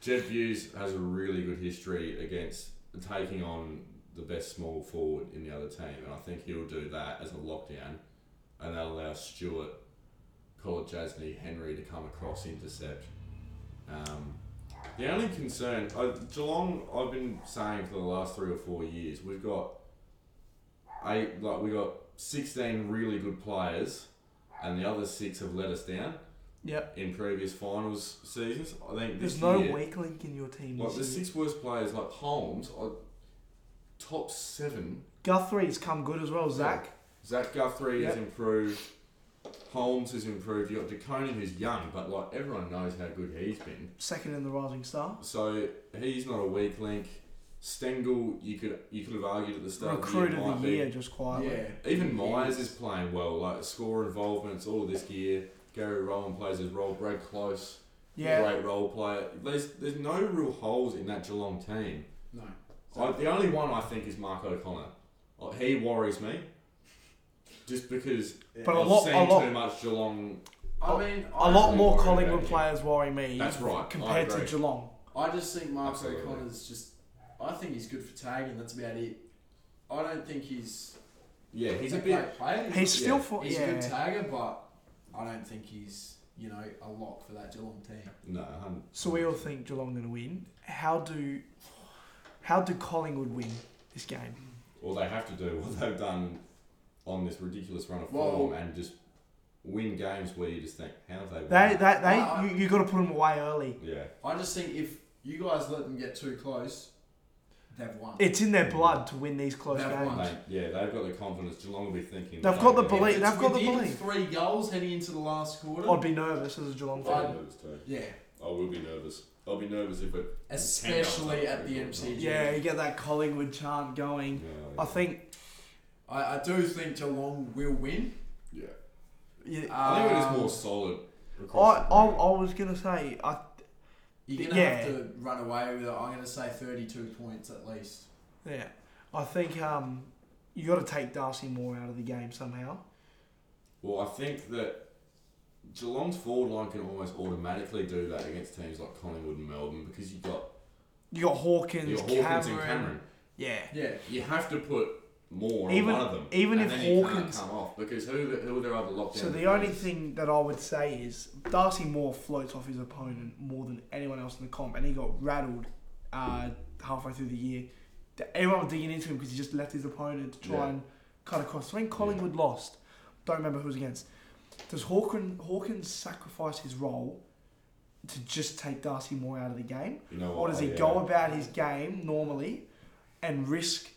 [SPEAKER 1] Jed Hughes has a really good history against taking on the best small forward in the other team, and I think he'll do that as a lockdown, and that'll allow Stewart, Collar Jasny, Henry to come across intercept. Um, the only concern, uh, Geelong, I've been saying for the last three or four years, we've got eight, like we got sixteen really good players, and the other six have let us down
[SPEAKER 2] Yep.
[SPEAKER 1] in previous finals seasons. I think this
[SPEAKER 2] There's no
[SPEAKER 1] year,
[SPEAKER 2] weak link in your team.
[SPEAKER 1] like the
[SPEAKER 2] this year.
[SPEAKER 1] six worst players, like Holmes, are top seven.
[SPEAKER 2] Guthrie's come good as well, Zach.
[SPEAKER 1] Zach Guthrie has
[SPEAKER 2] Yep.
[SPEAKER 1] improved. Holmes has improved. You got DeConing, who's young, but like everyone knows how good he's been.
[SPEAKER 2] Second in the Rising Star.
[SPEAKER 1] So he's not a weak link. Stengel, you could you could have argued at the start
[SPEAKER 2] Recruit
[SPEAKER 1] of the year,
[SPEAKER 2] of
[SPEAKER 1] might
[SPEAKER 2] the
[SPEAKER 1] be.
[SPEAKER 2] year, just quietly.
[SPEAKER 3] Yeah.
[SPEAKER 1] Even Myers is playing well, like score involvements all this year. Gary Rowan plays his role, Brad Close,
[SPEAKER 2] Yeah.
[SPEAKER 1] great role player. There's there's no real holes in that Geelong team.
[SPEAKER 3] No.
[SPEAKER 1] I, the only one I think is Mark O'Connor. Uh, He worries me, just because
[SPEAKER 2] But a
[SPEAKER 1] I've
[SPEAKER 2] lot-
[SPEAKER 1] seen
[SPEAKER 2] a lot-
[SPEAKER 1] too much Geelong.
[SPEAKER 3] I mean,
[SPEAKER 2] A
[SPEAKER 3] I,
[SPEAKER 2] lot
[SPEAKER 1] I'm
[SPEAKER 2] more
[SPEAKER 1] worried
[SPEAKER 2] Collingwood
[SPEAKER 1] about him.
[SPEAKER 2] players worry me.
[SPEAKER 1] That's right, I
[SPEAKER 2] Compared to
[SPEAKER 1] agree.
[SPEAKER 2] Geelong.
[SPEAKER 3] I just think Mark
[SPEAKER 1] Absolutely.
[SPEAKER 3] O'Connor's just. I think he's good for tagging. That's about it. I don't think he's.
[SPEAKER 1] Yeah, he's a
[SPEAKER 3] great
[SPEAKER 1] bit.
[SPEAKER 3] player.
[SPEAKER 2] He's still
[SPEAKER 1] Yeah.
[SPEAKER 2] for
[SPEAKER 3] he's
[SPEAKER 2] yeah.
[SPEAKER 3] a good tagger, but I don't think he's you know a lock for that Geelong team.
[SPEAKER 1] No, I'm-
[SPEAKER 2] So we all think Geelong gonna win. How do how do Collingwood win this game?
[SPEAKER 1] Well, they have to do [laughs] what they've done on this ridiculous run of
[SPEAKER 3] Well-
[SPEAKER 1] form and just win games where you just think, how have they? won
[SPEAKER 2] They that they
[SPEAKER 3] Well, I-
[SPEAKER 2] you, you got to put them away early.
[SPEAKER 1] yeah.
[SPEAKER 3] I just think if you guys let them get too close, they've won.
[SPEAKER 2] It's in their blood to win these close
[SPEAKER 3] They've
[SPEAKER 2] games.
[SPEAKER 3] won.
[SPEAKER 1] They, yeah, they've got the confidence. Geelong will be thinking. "Oh,
[SPEAKER 2] They've got the
[SPEAKER 1] "Fuck it,
[SPEAKER 2] belief-
[SPEAKER 3] If
[SPEAKER 2] they've
[SPEAKER 3] it's
[SPEAKER 2] got the
[SPEAKER 3] within
[SPEAKER 2] belief.
[SPEAKER 3] Three goals heading into the last quarter.
[SPEAKER 2] I'd be nervous as a Geelong fan.
[SPEAKER 1] nervous too.
[SPEAKER 3] yeah.
[SPEAKER 1] I will be nervous. I'll be nervous if we're
[SPEAKER 3] especially at the MCG.
[SPEAKER 2] Yeah, you get that Collingwood chant
[SPEAKER 1] Yeah,
[SPEAKER 2] going. I think.
[SPEAKER 3] I, I do think Geelong will win.
[SPEAKER 1] Yeah.
[SPEAKER 2] Yeah,
[SPEAKER 1] I think it is
[SPEAKER 3] Um,
[SPEAKER 1] more solid.
[SPEAKER 2] I,
[SPEAKER 1] across the
[SPEAKER 2] I,
[SPEAKER 1] board.
[SPEAKER 2] I was gonna say I
[SPEAKER 3] You're gonna
[SPEAKER 2] Yeah.
[SPEAKER 3] have to run away with it. I'm gonna say 32 points at least.
[SPEAKER 2] yeah I think um you got to take Darcy Moore out of the game somehow.
[SPEAKER 1] Well, I think that Geelong's forward line can almost automatically do that against teams like Collingwood and Melbourne because you've got
[SPEAKER 2] You got Hawkins,
[SPEAKER 1] your Hawkins
[SPEAKER 2] Cameron,
[SPEAKER 1] and Cameron.
[SPEAKER 2] Yeah,
[SPEAKER 3] Yeah.
[SPEAKER 1] You have to put more
[SPEAKER 2] Even-
[SPEAKER 1] on one of them.
[SPEAKER 2] even
[SPEAKER 1] and
[SPEAKER 2] if
[SPEAKER 1] then you
[SPEAKER 2] Hawkins-
[SPEAKER 1] can't come off because who who are their other lockdown?
[SPEAKER 2] So the
[SPEAKER 1] defenders?
[SPEAKER 2] only thing that I would say is Darcy Moore floats off his opponent more than anyone else in the comp, and he got rattled uh, halfway through the year. Th- Everyone was digging into him because he just left his opponent to try
[SPEAKER 1] Yeah.
[SPEAKER 2] and cut across. I think Collingwood lost. Don't remember who it was against. Does Hawkins, Hawkins sacrifice his role to just take Darcy Moore out of the game?
[SPEAKER 1] you know
[SPEAKER 2] Or does he
[SPEAKER 1] Oh, yeah.
[SPEAKER 2] go about his game normally and risk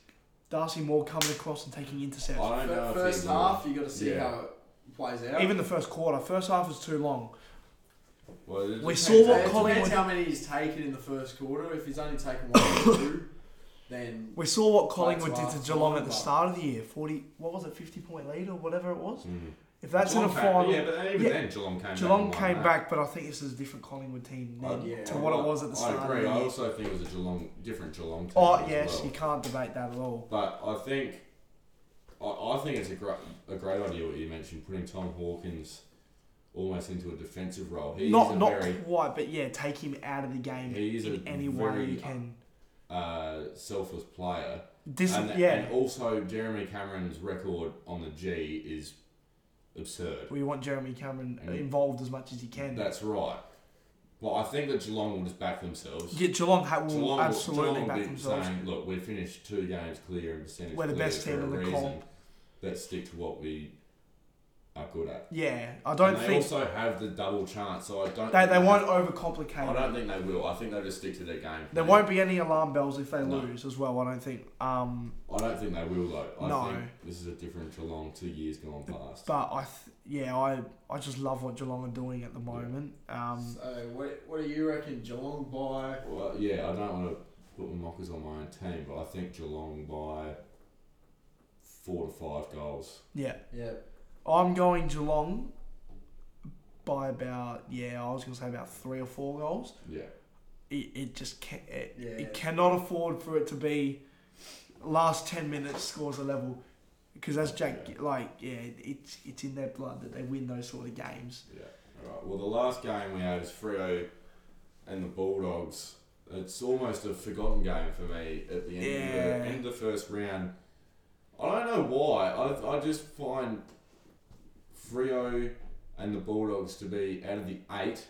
[SPEAKER 2] Darcy Moore coming across and taking
[SPEAKER 1] I
[SPEAKER 2] intercepts?
[SPEAKER 1] don't know
[SPEAKER 3] But
[SPEAKER 1] if
[SPEAKER 3] first
[SPEAKER 1] he will.
[SPEAKER 3] half, you got to see
[SPEAKER 1] Yeah.
[SPEAKER 3] how it plays out.
[SPEAKER 2] Even the first quarter, first half was too long.
[SPEAKER 1] Well, it
[SPEAKER 2] We
[SPEAKER 1] depends.
[SPEAKER 2] saw
[SPEAKER 3] Depends-
[SPEAKER 2] what
[SPEAKER 3] it
[SPEAKER 2] Collingwood-
[SPEAKER 3] Depends how many he's taken in the first quarter. If he's only taken one or two, then
[SPEAKER 2] We saw what Collingwood did
[SPEAKER 3] That's
[SPEAKER 2] to
[SPEAKER 3] last
[SPEAKER 2] Geelong
[SPEAKER 3] time,
[SPEAKER 2] at the
[SPEAKER 3] but-
[SPEAKER 2] start of the year. Forty, what was it, fifty point lead or whatever it was.
[SPEAKER 1] Mm.
[SPEAKER 2] If that's
[SPEAKER 1] Geelong
[SPEAKER 2] in a
[SPEAKER 1] came-
[SPEAKER 2] final,
[SPEAKER 1] Yeah, but even
[SPEAKER 2] Yeah.
[SPEAKER 1] then Geelong came. back
[SPEAKER 2] Geelong
[SPEAKER 1] and won
[SPEAKER 2] came
[SPEAKER 1] that. Uh,
[SPEAKER 2] back, but I think this is a different Collingwood team
[SPEAKER 3] Oh,
[SPEAKER 2] than
[SPEAKER 3] yeah.
[SPEAKER 2] to what it was at the start.
[SPEAKER 1] I agree.
[SPEAKER 2] Of
[SPEAKER 1] I
[SPEAKER 2] the year.
[SPEAKER 1] also think it was a Geelong, different Geelong team.
[SPEAKER 2] Oh
[SPEAKER 1] as
[SPEAKER 2] yes,
[SPEAKER 1] well.
[SPEAKER 2] you can't debate that at all.
[SPEAKER 1] But I think, I, I think it's a great, a great idea what you mentioned, putting Tom Hawkins almost into a defensive role. He is
[SPEAKER 2] not
[SPEAKER 1] a
[SPEAKER 2] not
[SPEAKER 1] very,
[SPEAKER 2] quite, but yeah, take him out of the game
[SPEAKER 1] He is a
[SPEAKER 2] in any way
[SPEAKER 1] very,
[SPEAKER 2] you can.
[SPEAKER 1] uh, selfless player.
[SPEAKER 2] Dis-
[SPEAKER 1] and,
[SPEAKER 2] yeah,
[SPEAKER 1] and also Jeremy Cameron's record on the G is absurd.
[SPEAKER 2] we want Jeremy Cameron
[SPEAKER 1] And-
[SPEAKER 2] involved as much as he can.
[SPEAKER 1] That's right. Well, I think that Geelong will just back themselves.
[SPEAKER 2] yeah, Geelong ha- will
[SPEAKER 1] Geelong will-
[SPEAKER 2] absolutely
[SPEAKER 1] Geelong will
[SPEAKER 2] back
[SPEAKER 1] be
[SPEAKER 2] themselves.
[SPEAKER 1] Saying, Look, we've finished two games clear in percentage.
[SPEAKER 2] We're the
[SPEAKER 1] clear
[SPEAKER 2] best
[SPEAKER 1] for
[SPEAKER 2] team
[SPEAKER 1] a
[SPEAKER 2] in the
[SPEAKER 1] reason.
[SPEAKER 2] comp."
[SPEAKER 1] Let's stick to what we are good at.
[SPEAKER 2] Yeah, I don't
[SPEAKER 1] and they
[SPEAKER 2] think
[SPEAKER 1] also have the double chance, so I don't.
[SPEAKER 2] they,
[SPEAKER 1] think [laughs]
[SPEAKER 2] they won't
[SPEAKER 1] I
[SPEAKER 2] overcomplicate. it.
[SPEAKER 1] don't think they will. I think they'll just stick to their game.
[SPEAKER 2] There
[SPEAKER 1] plan.
[SPEAKER 2] won't be any alarm bells if they
[SPEAKER 1] No.
[SPEAKER 2] lose as well. I don't think. Um,
[SPEAKER 1] I don't think they will though. I
[SPEAKER 2] No.
[SPEAKER 1] think this is a different Geelong two years gone past.
[SPEAKER 2] but I, th- yeah, I, I just love what Geelong are doing at the moment. Um,
[SPEAKER 3] so what, what do you reckon? Geelong by
[SPEAKER 1] Well, yeah, I don't want to put my mockers on my own team, but I think Geelong by four to five goals.
[SPEAKER 2] yeah,
[SPEAKER 3] yeah.
[SPEAKER 2] I'm going Geelong by about yeah. I was gonna say about three or four goals.
[SPEAKER 1] Yeah,
[SPEAKER 2] It, it just can it,
[SPEAKER 3] Yeah.
[SPEAKER 2] it cannot afford for it to be last ten minutes scores a level because that's Jack
[SPEAKER 1] Yeah.
[SPEAKER 2] like yeah. It's it's in their blood that they win those sort of games.
[SPEAKER 1] yeah. All right. Well, the last game we had is Frio and the Bulldogs. It's almost a forgotten game for me at the end, of,
[SPEAKER 2] Yeah.
[SPEAKER 1] the, end of the first round. I don't know why. I, I just find Frio and the Bulldogs to be out of the eight.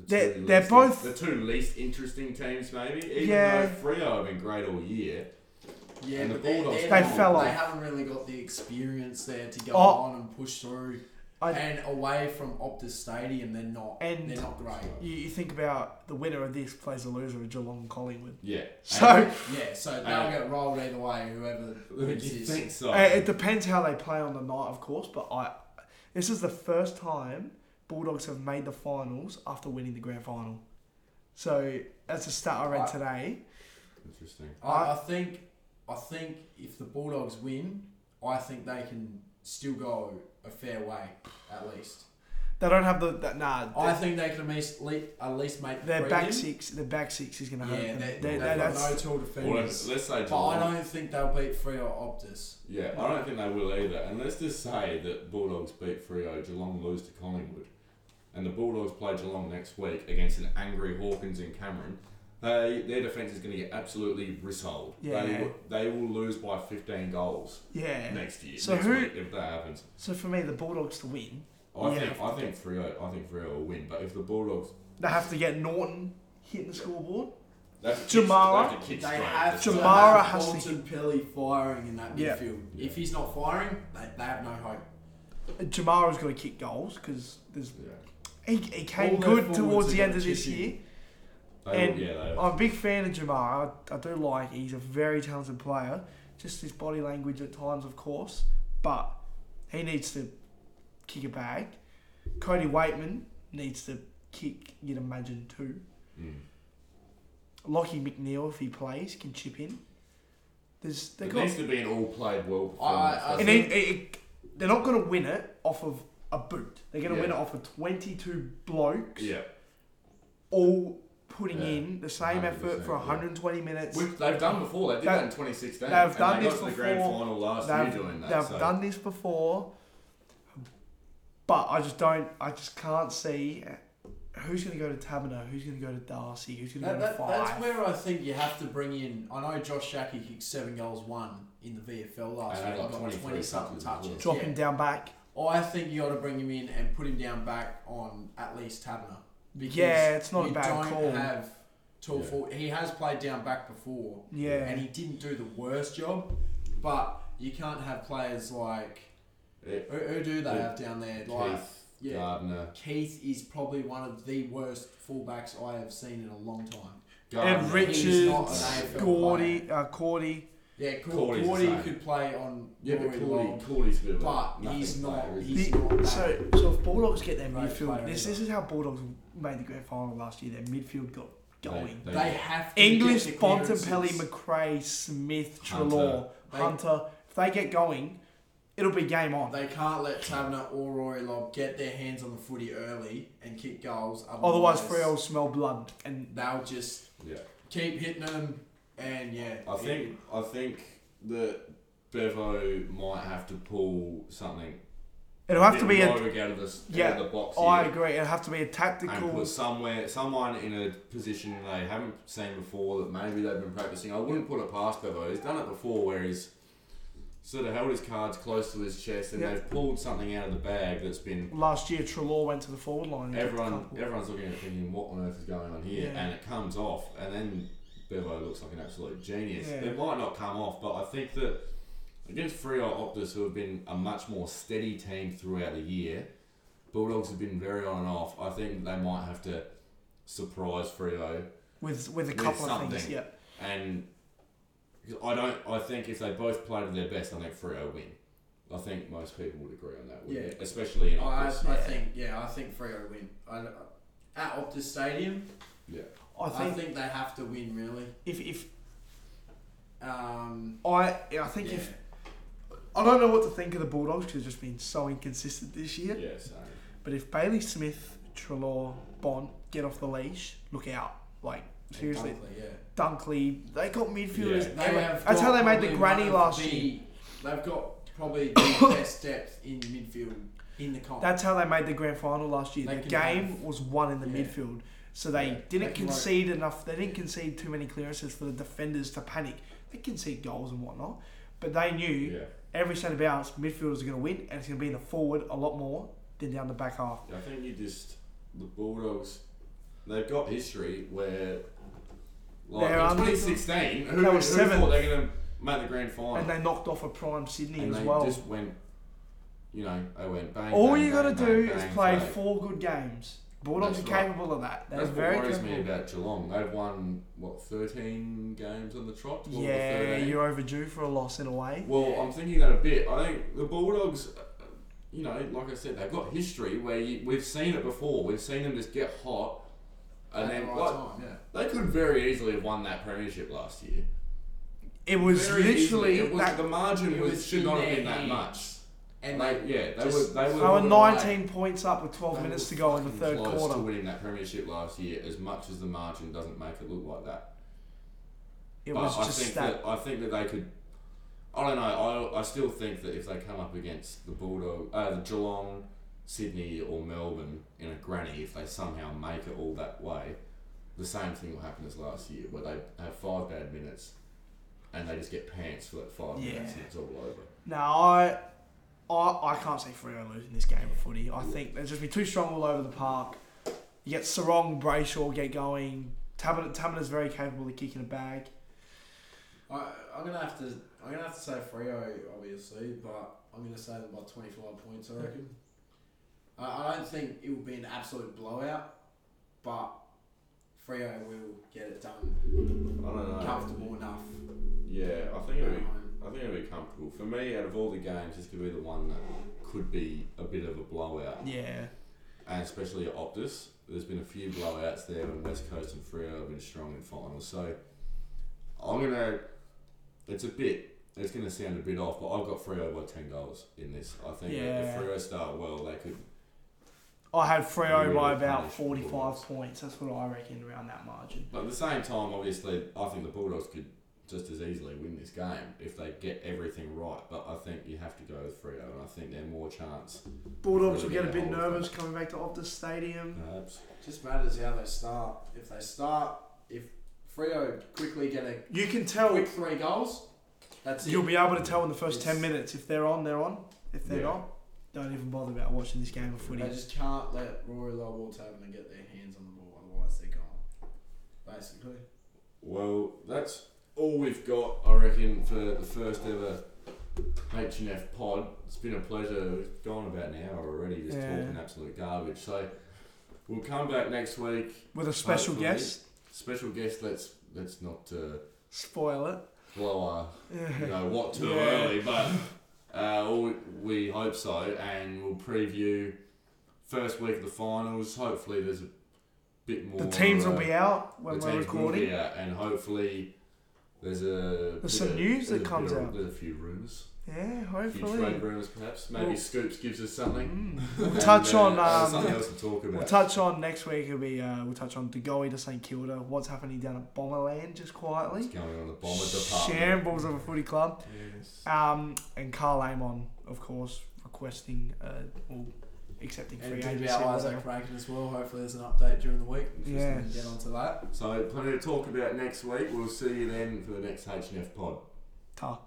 [SPEAKER 1] the
[SPEAKER 2] They're-
[SPEAKER 1] two
[SPEAKER 2] they're
[SPEAKER 1] least-
[SPEAKER 2] both-
[SPEAKER 1] the two least interesting teams, maybe. Even
[SPEAKER 2] Yeah.
[SPEAKER 1] though Frio have been great all year,
[SPEAKER 3] Yeah,
[SPEAKER 1] And the
[SPEAKER 3] but they,
[SPEAKER 1] Bulldogs
[SPEAKER 3] they're
[SPEAKER 2] They
[SPEAKER 3] not-
[SPEAKER 2] fell
[SPEAKER 3] They
[SPEAKER 2] off.
[SPEAKER 3] haven't really got the experience there to go
[SPEAKER 2] Oh.
[SPEAKER 3] on and push through.
[SPEAKER 2] I-
[SPEAKER 3] and away from Optus Stadium, they're not.
[SPEAKER 2] And-
[SPEAKER 3] they're not great.
[SPEAKER 2] You, you think about the winner of this plays the loser of Geelong and Collingwood.
[SPEAKER 1] yeah.
[SPEAKER 2] So
[SPEAKER 1] [laughs]
[SPEAKER 3] Yeah, so they'll
[SPEAKER 1] Uh,
[SPEAKER 3] get rolled either way. Whoever
[SPEAKER 1] you
[SPEAKER 3] wins this.
[SPEAKER 1] think so?
[SPEAKER 2] Uh, it depends how they play on the night, of course. But I, this is the first time Bulldogs have made the finals after winning the grand final. So that's a stat I read
[SPEAKER 3] Right.
[SPEAKER 2] today.
[SPEAKER 1] Interesting.
[SPEAKER 3] I, I think I think if the Bulldogs win, I think they can still go a fair way at least.
[SPEAKER 2] They don't have the that, nah.
[SPEAKER 3] I
[SPEAKER 2] th-
[SPEAKER 3] think they can at least le- at least make the
[SPEAKER 2] their back
[SPEAKER 3] prelim.
[SPEAKER 2] six, their back six is going to
[SPEAKER 3] Yeah,
[SPEAKER 2] hurt
[SPEAKER 3] they,
[SPEAKER 2] them.
[SPEAKER 3] they,
[SPEAKER 2] They-
[SPEAKER 3] they've
[SPEAKER 2] they-
[SPEAKER 3] got
[SPEAKER 2] that's-
[SPEAKER 3] no tall
[SPEAKER 1] Well, let's,
[SPEAKER 3] defenders.
[SPEAKER 1] let's say
[SPEAKER 3] But I
[SPEAKER 1] Geelong-
[SPEAKER 3] don't think they'll beat Freo Optus.
[SPEAKER 1] Yeah, I don't think they will either. And let's just say that Bulldogs beat Frio, Geelong lose to Collingwood, and the Bulldogs play Geelong next week against an angry Hawkins and Cameron. They, their defence is going to get absolutely risoled. They,
[SPEAKER 2] Yeah.
[SPEAKER 1] will- they will lose by 15 goals
[SPEAKER 2] yeah.
[SPEAKER 1] next year,
[SPEAKER 2] So
[SPEAKER 1] next
[SPEAKER 2] who-
[SPEAKER 1] week, if that happens.
[SPEAKER 2] So for me, the Bulldogs to win,
[SPEAKER 1] I
[SPEAKER 2] Yeah.
[SPEAKER 1] think I think Frio I think Frio will win, but if the Bulldogs
[SPEAKER 2] they have to get Norton hitting the scoreboard.
[SPEAKER 1] they have to kick-
[SPEAKER 2] Jamara.
[SPEAKER 1] they have to
[SPEAKER 3] They
[SPEAKER 1] kick straight.
[SPEAKER 3] have to
[SPEAKER 2] Jamara
[SPEAKER 3] have
[SPEAKER 2] has to-
[SPEAKER 3] Bolton Pilly firing in that
[SPEAKER 2] Yeah.
[SPEAKER 3] midfield.
[SPEAKER 1] Yeah.
[SPEAKER 3] If he's not firing, they, they have no hope.
[SPEAKER 2] Jamara's got to kick goals because there's
[SPEAKER 1] yeah.
[SPEAKER 2] he, he came
[SPEAKER 3] All their
[SPEAKER 2] good
[SPEAKER 3] forwards
[SPEAKER 2] towards
[SPEAKER 3] are
[SPEAKER 2] the end of
[SPEAKER 3] gonna
[SPEAKER 2] this
[SPEAKER 3] chip in.
[SPEAKER 2] year.
[SPEAKER 1] They will-
[SPEAKER 2] And-
[SPEAKER 1] yeah, they
[SPEAKER 2] I'm a big fan of Jamar. I, I do like. He's a very talented player. Just his body language at times, of course, but he needs to kick a bag. Cody Waitman needs to kick. You'd imagine too.
[SPEAKER 1] Mm.
[SPEAKER 2] Lockie McNeil, if he plays, can chip in. There's they
[SPEAKER 1] It
[SPEAKER 2] got
[SPEAKER 1] needs to be an all played well
[SPEAKER 3] I-
[SPEAKER 1] performance.
[SPEAKER 3] I
[SPEAKER 1] doesn't
[SPEAKER 2] and
[SPEAKER 1] it?
[SPEAKER 2] they, it, it, they're not going to win it off of a boot. They're going to win it
[SPEAKER 1] Yeah.
[SPEAKER 2] off of 22 blokes
[SPEAKER 1] yeah,
[SPEAKER 2] all putting
[SPEAKER 1] Yeah.
[SPEAKER 2] in the same effort
[SPEAKER 1] 100%,
[SPEAKER 2] for
[SPEAKER 1] yeah.
[SPEAKER 2] 120 minutes.
[SPEAKER 1] Which they've done before. They did that,
[SPEAKER 2] That-
[SPEAKER 1] in 2016.
[SPEAKER 2] they've
[SPEAKER 1] and they
[SPEAKER 2] done
[SPEAKER 1] got
[SPEAKER 2] this
[SPEAKER 1] to the grand
[SPEAKER 2] before.
[SPEAKER 1] final last
[SPEAKER 2] they've
[SPEAKER 1] year doing that.
[SPEAKER 2] they've
[SPEAKER 1] so.
[SPEAKER 2] done this before, but I just don't. I just can't see who's going to go to Taberner, who's going to go to Darcy, who's going to
[SPEAKER 3] That,
[SPEAKER 2] go to
[SPEAKER 3] that, that's
[SPEAKER 2] Five.
[SPEAKER 3] where I think you have to bring in. I know Josh Shackey kicked seven goals, one in the VFL last
[SPEAKER 1] And
[SPEAKER 3] year,
[SPEAKER 1] had like
[SPEAKER 3] got
[SPEAKER 1] 23
[SPEAKER 3] twenty something
[SPEAKER 1] touches as well.
[SPEAKER 3] touches.
[SPEAKER 2] Drop him
[SPEAKER 3] Yeah.
[SPEAKER 2] down back.
[SPEAKER 3] I think you got to bring him in and put him down back on at least Tabner. Because
[SPEAKER 2] Yeah, it's not a
[SPEAKER 3] you
[SPEAKER 2] bad
[SPEAKER 3] don't
[SPEAKER 2] call.
[SPEAKER 3] Have tall
[SPEAKER 1] Yeah.
[SPEAKER 3] forward. He has played down back before,
[SPEAKER 2] Yeah.
[SPEAKER 3] and he didn't do the worst job. But you can't have players like
[SPEAKER 1] Yeah.
[SPEAKER 3] who, who do they
[SPEAKER 1] Yeah.
[SPEAKER 3] have down there? Like
[SPEAKER 1] Keith
[SPEAKER 3] yeah.
[SPEAKER 1] Gardner.
[SPEAKER 3] Keith is probably one of the worst fullbacks I have seen in a long time.
[SPEAKER 1] Gardner.
[SPEAKER 2] And
[SPEAKER 3] Richards,
[SPEAKER 1] He's not
[SPEAKER 3] an
[SPEAKER 2] Richards,
[SPEAKER 3] AFL
[SPEAKER 2] Gordy, uh, Cordy.
[SPEAKER 3] Yeah, Cordy,
[SPEAKER 1] Cordy's the
[SPEAKER 3] Cordy
[SPEAKER 1] same.
[SPEAKER 3] could play on
[SPEAKER 1] Yeah, but
[SPEAKER 3] Rory
[SPEAKER 1] Cordy,
[SPEAKER 3] Long,
[SPEAKER 1] Cordy's a bit of a
[SPEAKER 3] but
[SPEAKER 1] nothing
[SPEAKER 3] he's not.
[SPEAKER 1] player, is he?
[SPEAKER 3] He's
[SPEAKER 2] The-
[SPEAKER 3] not that.
[SPEAKER 2] So, so if Bulldogs get their
[SPEAKER 3] Right,
[SPEAKER 2] midfield,
[SPEAKER 3] right,
[SPEAKER 2] this this is how Bulldogs made the grand final last year. Their midfield got
[SPEAKER 1] They-
[SPEAKER 2] going.
[SPEAKER 1] they-
[SPEAKER 3] they have to
[SPEAKER 2] English,
[SPEAKER 3] get the
[SPEAKER 2] Bontempelli,
[SPEAKER 3] clearances.
[SPEAKER 2] McRae, Smith,
[SPEAKER 1] Hunter.
[SPEAKER 2] Trelaw,
[SPEAKER 3] They-
[SPEAKER 2] Hunter. If they get going, it'll be game on.
[SPEAKER 3] They can't let Taverner or Rory Lobb get their hands on the footy early and kick goals.
[SPEAKER 2] Oh, Otherwise, Freo will smell blood. And
[SPEAKER 3] they'll just
[SPEAKER 1] yeah.
[SPEAKER 3] keep hitting them. And yeah,
[SPEAKER 1] I think I think that Bevo might have to pull something.
[SPEAKER 2] it'll have to
[SPEAKER 1] bit
[SPEAKER 2] be a.
[SPEAKER 1] rogue out of the s-
[SPEAKER 2] Yeah,
[SPEAKER 1] out of the box.
[SPEAKER 2] I
[SPEAKER 1] here
[SPEAKER 2] agree. It'll have to be a
[SPEAKER 1] And
[SPEAKER 2] tactical.
[SPEAKER 1] put somewhere, someone in a position they haven't seen before that maybe they've been practicing. I wouldn't put it past Bevo. He's done it before where he's sort of held his cards close to his chest and
[SPEAKER 2] Yeah.
[SPEAKER 1] they've pulled something out of the bag that's been.
[SPEAKER 2] Last year, Trelaw went to the forward line. and got a
[SPEAKER 1] Everyone,
[SPEAKER 2] couple.
[SPEAKER 1] everyone's looking at it thinking, what on earth is going on here?
[SPEAKER 2] Yeah.
[SPEAKER 1] And it comes off, and then Bevo looks like an absolute genius.
[SPEAKER 2] Yeah.
[SPEAKER 1] It might not come off, but I think that Against Freo Optus, who have been a much more steady team throughout the year, Bulldogs have been very on and off. I think they might have to surprise Freo,
[SPEAKER 2] with with a
[SPEAKER 1] with
[SPEAKER 2] couple of
[SPEAKER 1] something.
[SPEAKER 2] things. Yeah,
[SPEAKER 1] and 'cause I don't. I think if they both play to their best, I think Freo win. I think most people would agree on that. Wouldn't
[SPEAKER 3] Yeah.
[SPEAKER 1] yeah, especially in
[SPEAKER 3] I, I
[SPEAKER 1] Optus.
[SPEAKER 3] think yeah, I think Freo win. I, at Optus Stadium,
[SPEAKER 1] yeah,
[SPEAKER 2] I think,
[SPEAKER 3] I think they have to win really.
[SPEAKER 2] if if
[SPEAKER 3] Um,
[SPEAKER 2] I I think
[SPEAKER 3] yeah.
[SPEAKER 2] if I don't know what to think of the Bulldogs because they've just been so inconsistent this year.
[SPEAKER 1] yeah. So
[SPEAKER 2] But if Bailey Smith, Trelaw, Bond get off the leash, look out. Like, seriously.
[SPEAKER 3] Dunkley, yeah.
[SPEAKER 2] Dunkley, they got midfielders.
[SPEAKER 1] Yeah.
[SPEAKER 2] They were-
[SPEAKER 3] have
[SPEAKER 2] that's how
[SPEAKER 3] got
[SPEAKER 2] they made the
[SPEAKER 3] probably
[SPEAKER 2] granny
[SPEAKER 3] one of
[SPEAKER 2] last
[SPEAKER 3] the-
[SPEAKER 2] year.
[SPEAKER 3] They've
[SPEAKER 2] [coughs]
[SPEAKER 3] got probably the best depth in midfield in the comp.
[SPEAKER 2] That's how they made the grand final last year.
[SPEAKER 3] They
[SPEAKER 2] the
[SPEAKER 3] can
[SPEAKER 2] game
[SPEAKER 3] have-
[SPEAKER 2] was won in the
[SPEAKER 3] Yeah.
[SPEAKER 2] midfield. So they
[SPEAKER 1] Yeah.
[SPEAKER 2] didn't
[SPEAKER 3] They can work.
[SPEAKER 2] concede enough. They didn't concede too many clearances for the defenders to panic. They concede goals and whatnot. But they knew
[SPEAKER 1] yeah,
[SPEAKER 2] every centre bounce, midfielders are going to win, and it's going to be in the forward a lot more than down the back half.
[SPEAKER 1] I think you just the Bulldogs. They've got history where, like
[SPEAKER 2] They're
[SPEAKER 1] in
[SPEAKER 2] under-
[SPEAKER 1] 2016, who,
[SPEAKER 2] They were
[SPEAKER 1] who
[SPEAKER 2] seventh.
[SPEAKER 1] thought they're going to make the grand final?
[SPEAKER 2] And they knocked off a prime Sydney
[SPEAKER 1] Oh. and
[SPEAKER 2] as
[SPEAKER 1] they
[SPEAKER 2] well.
[SPEAKER 1] just went, you know, they went bang.
[SPEAKER 2] All
[SPEAKER 1] bang,
[SPEAKER 2] you got to
[SPEAKER 1] bang, bang,
[SPEAKER 2] do is
[SPEAKER 1] bang,
[SPEAKER 2] play
[SPEAKER 1] bang.
[SPEAKER 2] four good games. Bulldogs
[SPEAKER 1] That's
[SPEAKER 2] are
[SPEAKER 1] right.
[SPEAKER 2] capable of that. They're
[SPEAKER 1] That's
[SPEAKER 2] very
[SPEAKER 1] what worries
[SPEAKER 2] capable.
[SPEAKER 1] me about Geelong. They've won what thirteen games on the trot. 12 or
[SPEAKER 2] yeah,
[SPEAKER 1] 13?
[SPEAKER 2] you're overdue for a loss in a way.
[SPEAKER 1] Well, I'm thinking that a bit. I think the Bulldogs, uh, you know, like I said, they've got history where you, we've seen it before. We've seen them just get hot, and
[SPEAKER 3] at
[SPEAKER 1] then
[SPEAKER 3] the right
[SPEAKER 1] like,
[SPEAKER 3] time, yeah.
[SPEAKER 1] they could very easily have won that premiership last year.
[SPEAKER 2] It was
[SPEAKER 1] Very
[SPEAKER 2] literally
[SPEAKER 1] easily. it was,
[SPEAKER 2] that.
[SPEAKER 1] the margin
[SPEAKER 3] it
[SPEAKER 1] was,
[SPEAKER 3] was
[SPEAKER 1] should
[SPEAKER 3] in
[SPEAKER 1] not
[SPEAKER 3] their
[SPEAKER 1] have been that
[SPEAKER 3] hands.
[SPEAKER 1] much.
[SPEAKER 3] and
[SPEAKER 1] Like,
[SPEAKER 3] they
[SPEAKER 1] yeah, they
[SPEAKER 3] just-
[SPEAKER 1] were. They
[SPEAKER 2] they
[SPEAKER 1] were
[SPEAKER 2] were
[SPEAKER 1] well
[SPEAKER 2] 19 points up with 12
[SPEAKER 1] They
[SPEAKER 2] minutes to
[SPEAKER 1] were
[SPEAKER 2] go in the
[SPEAKER 1] fucking
[SPEAKER 2] third
[SPEAKER 1] close to
[SPEAKER 2] quarter.
[SPEAKER 1] winning that premiership last year, as much as the margin doesn't make it look like that.
[SPEAKER 2] It
[SPEAKER 1] but
[SPEAKER 2] was
[SPEAKER 1] I
[SPEAKER 2] just
[SPEAKER 1] think
[SPEAKER 2] that.
[SPEAKER 1] I think that they could. I don't know. I, I still think that if they come up against the Bulldog, uh, the Geelong, Sydney or Melbourne in a granny, if they somehow make it all that way, the same thing will happen as last year, where they have five bad minutes, and they just get pants for that five
[SPEAKER 2] Yeah.
[SPEAKER 1] minutes, and it's all over.
[SPEAKER 2] Now I, I, I can't see Freo losing this game of footy. I think they'll just be too strong all over the park. You get Sarong, Brayshaw get going. Tabernet, Taberna's very capable of kicking a bag.
[SPEAKER 3] I, I'm gonna have to. I'm gonna have to say Frio, obviously, but I'm gonna say them by 25 points. I reckon. I, I don't think it will be an absolute blowout, but Frio will get it done
[SPEAKER 1] I don't know.
[SPEAKER 3] comfortable enough.
[SPEAKER 1] Yeah, I think it'll be
[SPEAKER 3] Um,
[SPEAKER 1] I think it'll be comfortable. For me, out of all the games, this could be the one that could be a bit of a blowout.
[SPEAKER 2] Yeah.
[SPEAKER 1] and especially at Optus, there's been a few blowouts there when West Coast and Freo have been strong in finals. So I'm gonna. It's a bit. It's gonna sound a bit off, but I've got Freo by ten goals in this. I think that
[SPEAKER 2] Yeah.
[SPEAKER 1] if Freo start well, they could.
[SPEAKER 2] I had Freo
[SPEAKER 1] Really
[SPEAKER 2] by about
[SPEAKER 1] punish the
[SPEAKER 2] 45
[SPEAKER 1] Bulldogs.
[SPEAKER 2] points. That's what I reckon around that margin.
[SPEAKER 1] But at the same time, obviously, I think the Bulldogs could just as easily win this game if they get everything right. But I think you have to go with Freo, and I think they're more chance.
[SPEAKER 2] Bulldogs will
[SPEAKER 1] Really
[SPEAKER 2] get a
[SPEAKER 1] get hold
[SPEAKER 2] bit
[SPEAKER 1] of
[SPEAKER 2] nervous coming back to Optus Stadium.
[SPEAKER 1] Perhaps.
[SPEAKER 3] Just matters how they start. If they start, if Frio quickly get a
[SPEAKER 2] You can tell,
[SPEAKER 3] quick three goals, that's it.
[SPEAKER 2] you'll be able to tell in the first
[SPEAKER 3] It's-
[SPEAKER 2] 10 minutes. If they're on, they're on. If they're
[SPEAKER 1] Yeah.
[SPEAKER 2] not, don't even bother about watching this game of footy.
[SPEAKER 3] They just can't let Rory Lowell Tavern get their hands on the ball, otherwise they're gone. Basically.
[SPEAKER 1] Well, that's all we've got, I reckon, for the first ever HNF pod. It's been a pleasure. We've gone about an hour already just
[SPEAKER 2] Yeah.
[SPEAKER 1] talking absolute garbage. So we'll come back next week.
[SPEAKER 2] With a special
[SPEAKER 1] Hopefully.
[SPEAKER 2] guest.
[SPEAKER 1] Special guest. Let's let's not uh,
[SPEAKER 2] Spoil it.
[SPEAKER 1] blow our you
[SPEAKER 2] Yeah.
[SPEAKER 1] know what too
[SPEAKER 2] Yeah.
[SPEAKER 1] early, but uh, all we, we hope so, and we'll preview first week of the finals. Hopefully, there's a bit more.
[SPEAKER 2] [laughs] The teams will
[SPEAKER 1] uh,
[SPEAKER 2] be out when
[SPEAKER 1] the
[SPEAKER 2] we're
[SPEAKER 1] teams will
[SPEAKER 2] recording.
[SPEAKER 1] be out, and hopefully there's a
[SPEAKER 2] There's some
[SPEAKER 1] bit of-
[SPEAKER 2] news
[SPEAKER 1] there's
[SPEAKER 2] that
[SPEAKER 1] a
[SPEAKER 2] comes
[SPEAKER 1] bit of-
[SPEAKER 2] out.
[SPEAKER 1] There's a few rumours,
[SPEAKER 2] Yeah,
[SPEAKER 1] a few trade
[SPEAKER 2] hopefully.
[SPEAKER 1] rumours perhaps. Maybe
[SPEAKER 2] Well-
[SPEAKER 1] Scoops gives us something.
[SPEAKER 2] Mm. We'll
[SPEAKER 1] And,
[SPEAKER 2] touch
[SPEAKER 1] uh,
[SPEAKER 2] on.
[SPEAKER 1] uh,
[SPEAKER 2] Um,
[SPEAKER 1] something else to talk about.
[SPEAKER 2] We'll touch on next week. It'll be uh, we'll touch on Degoe to St Kilda. What's happening down at Bomberland just
[SPEAKER 1] What's
[SPEAKER 2] quietly.
[SPEAKER 1] going on in the bomber department?
[SPEAKER 2] Shambles of a footy club.
[SPEAKER 3] Yes.
[SPEAKER 2] Um, and Carl Amon, of course, requesting uh, or accepting free
[SPEAKER 3] And
[SPEAKER 2] agency.
[SPEAKER 3] about Isaac
[SPEAKER 2] whatever.
[SPEAKER 3] Franken as well. Hopefully there's an update during the week.
[SPEAKER 2] Yeah.
[SPEAKER 3] Just get onto that.
[SPEAKER 1] So plenty to talk about next week. We'll see you then for the next HNF pod.
[SPEAKER 2] Ta.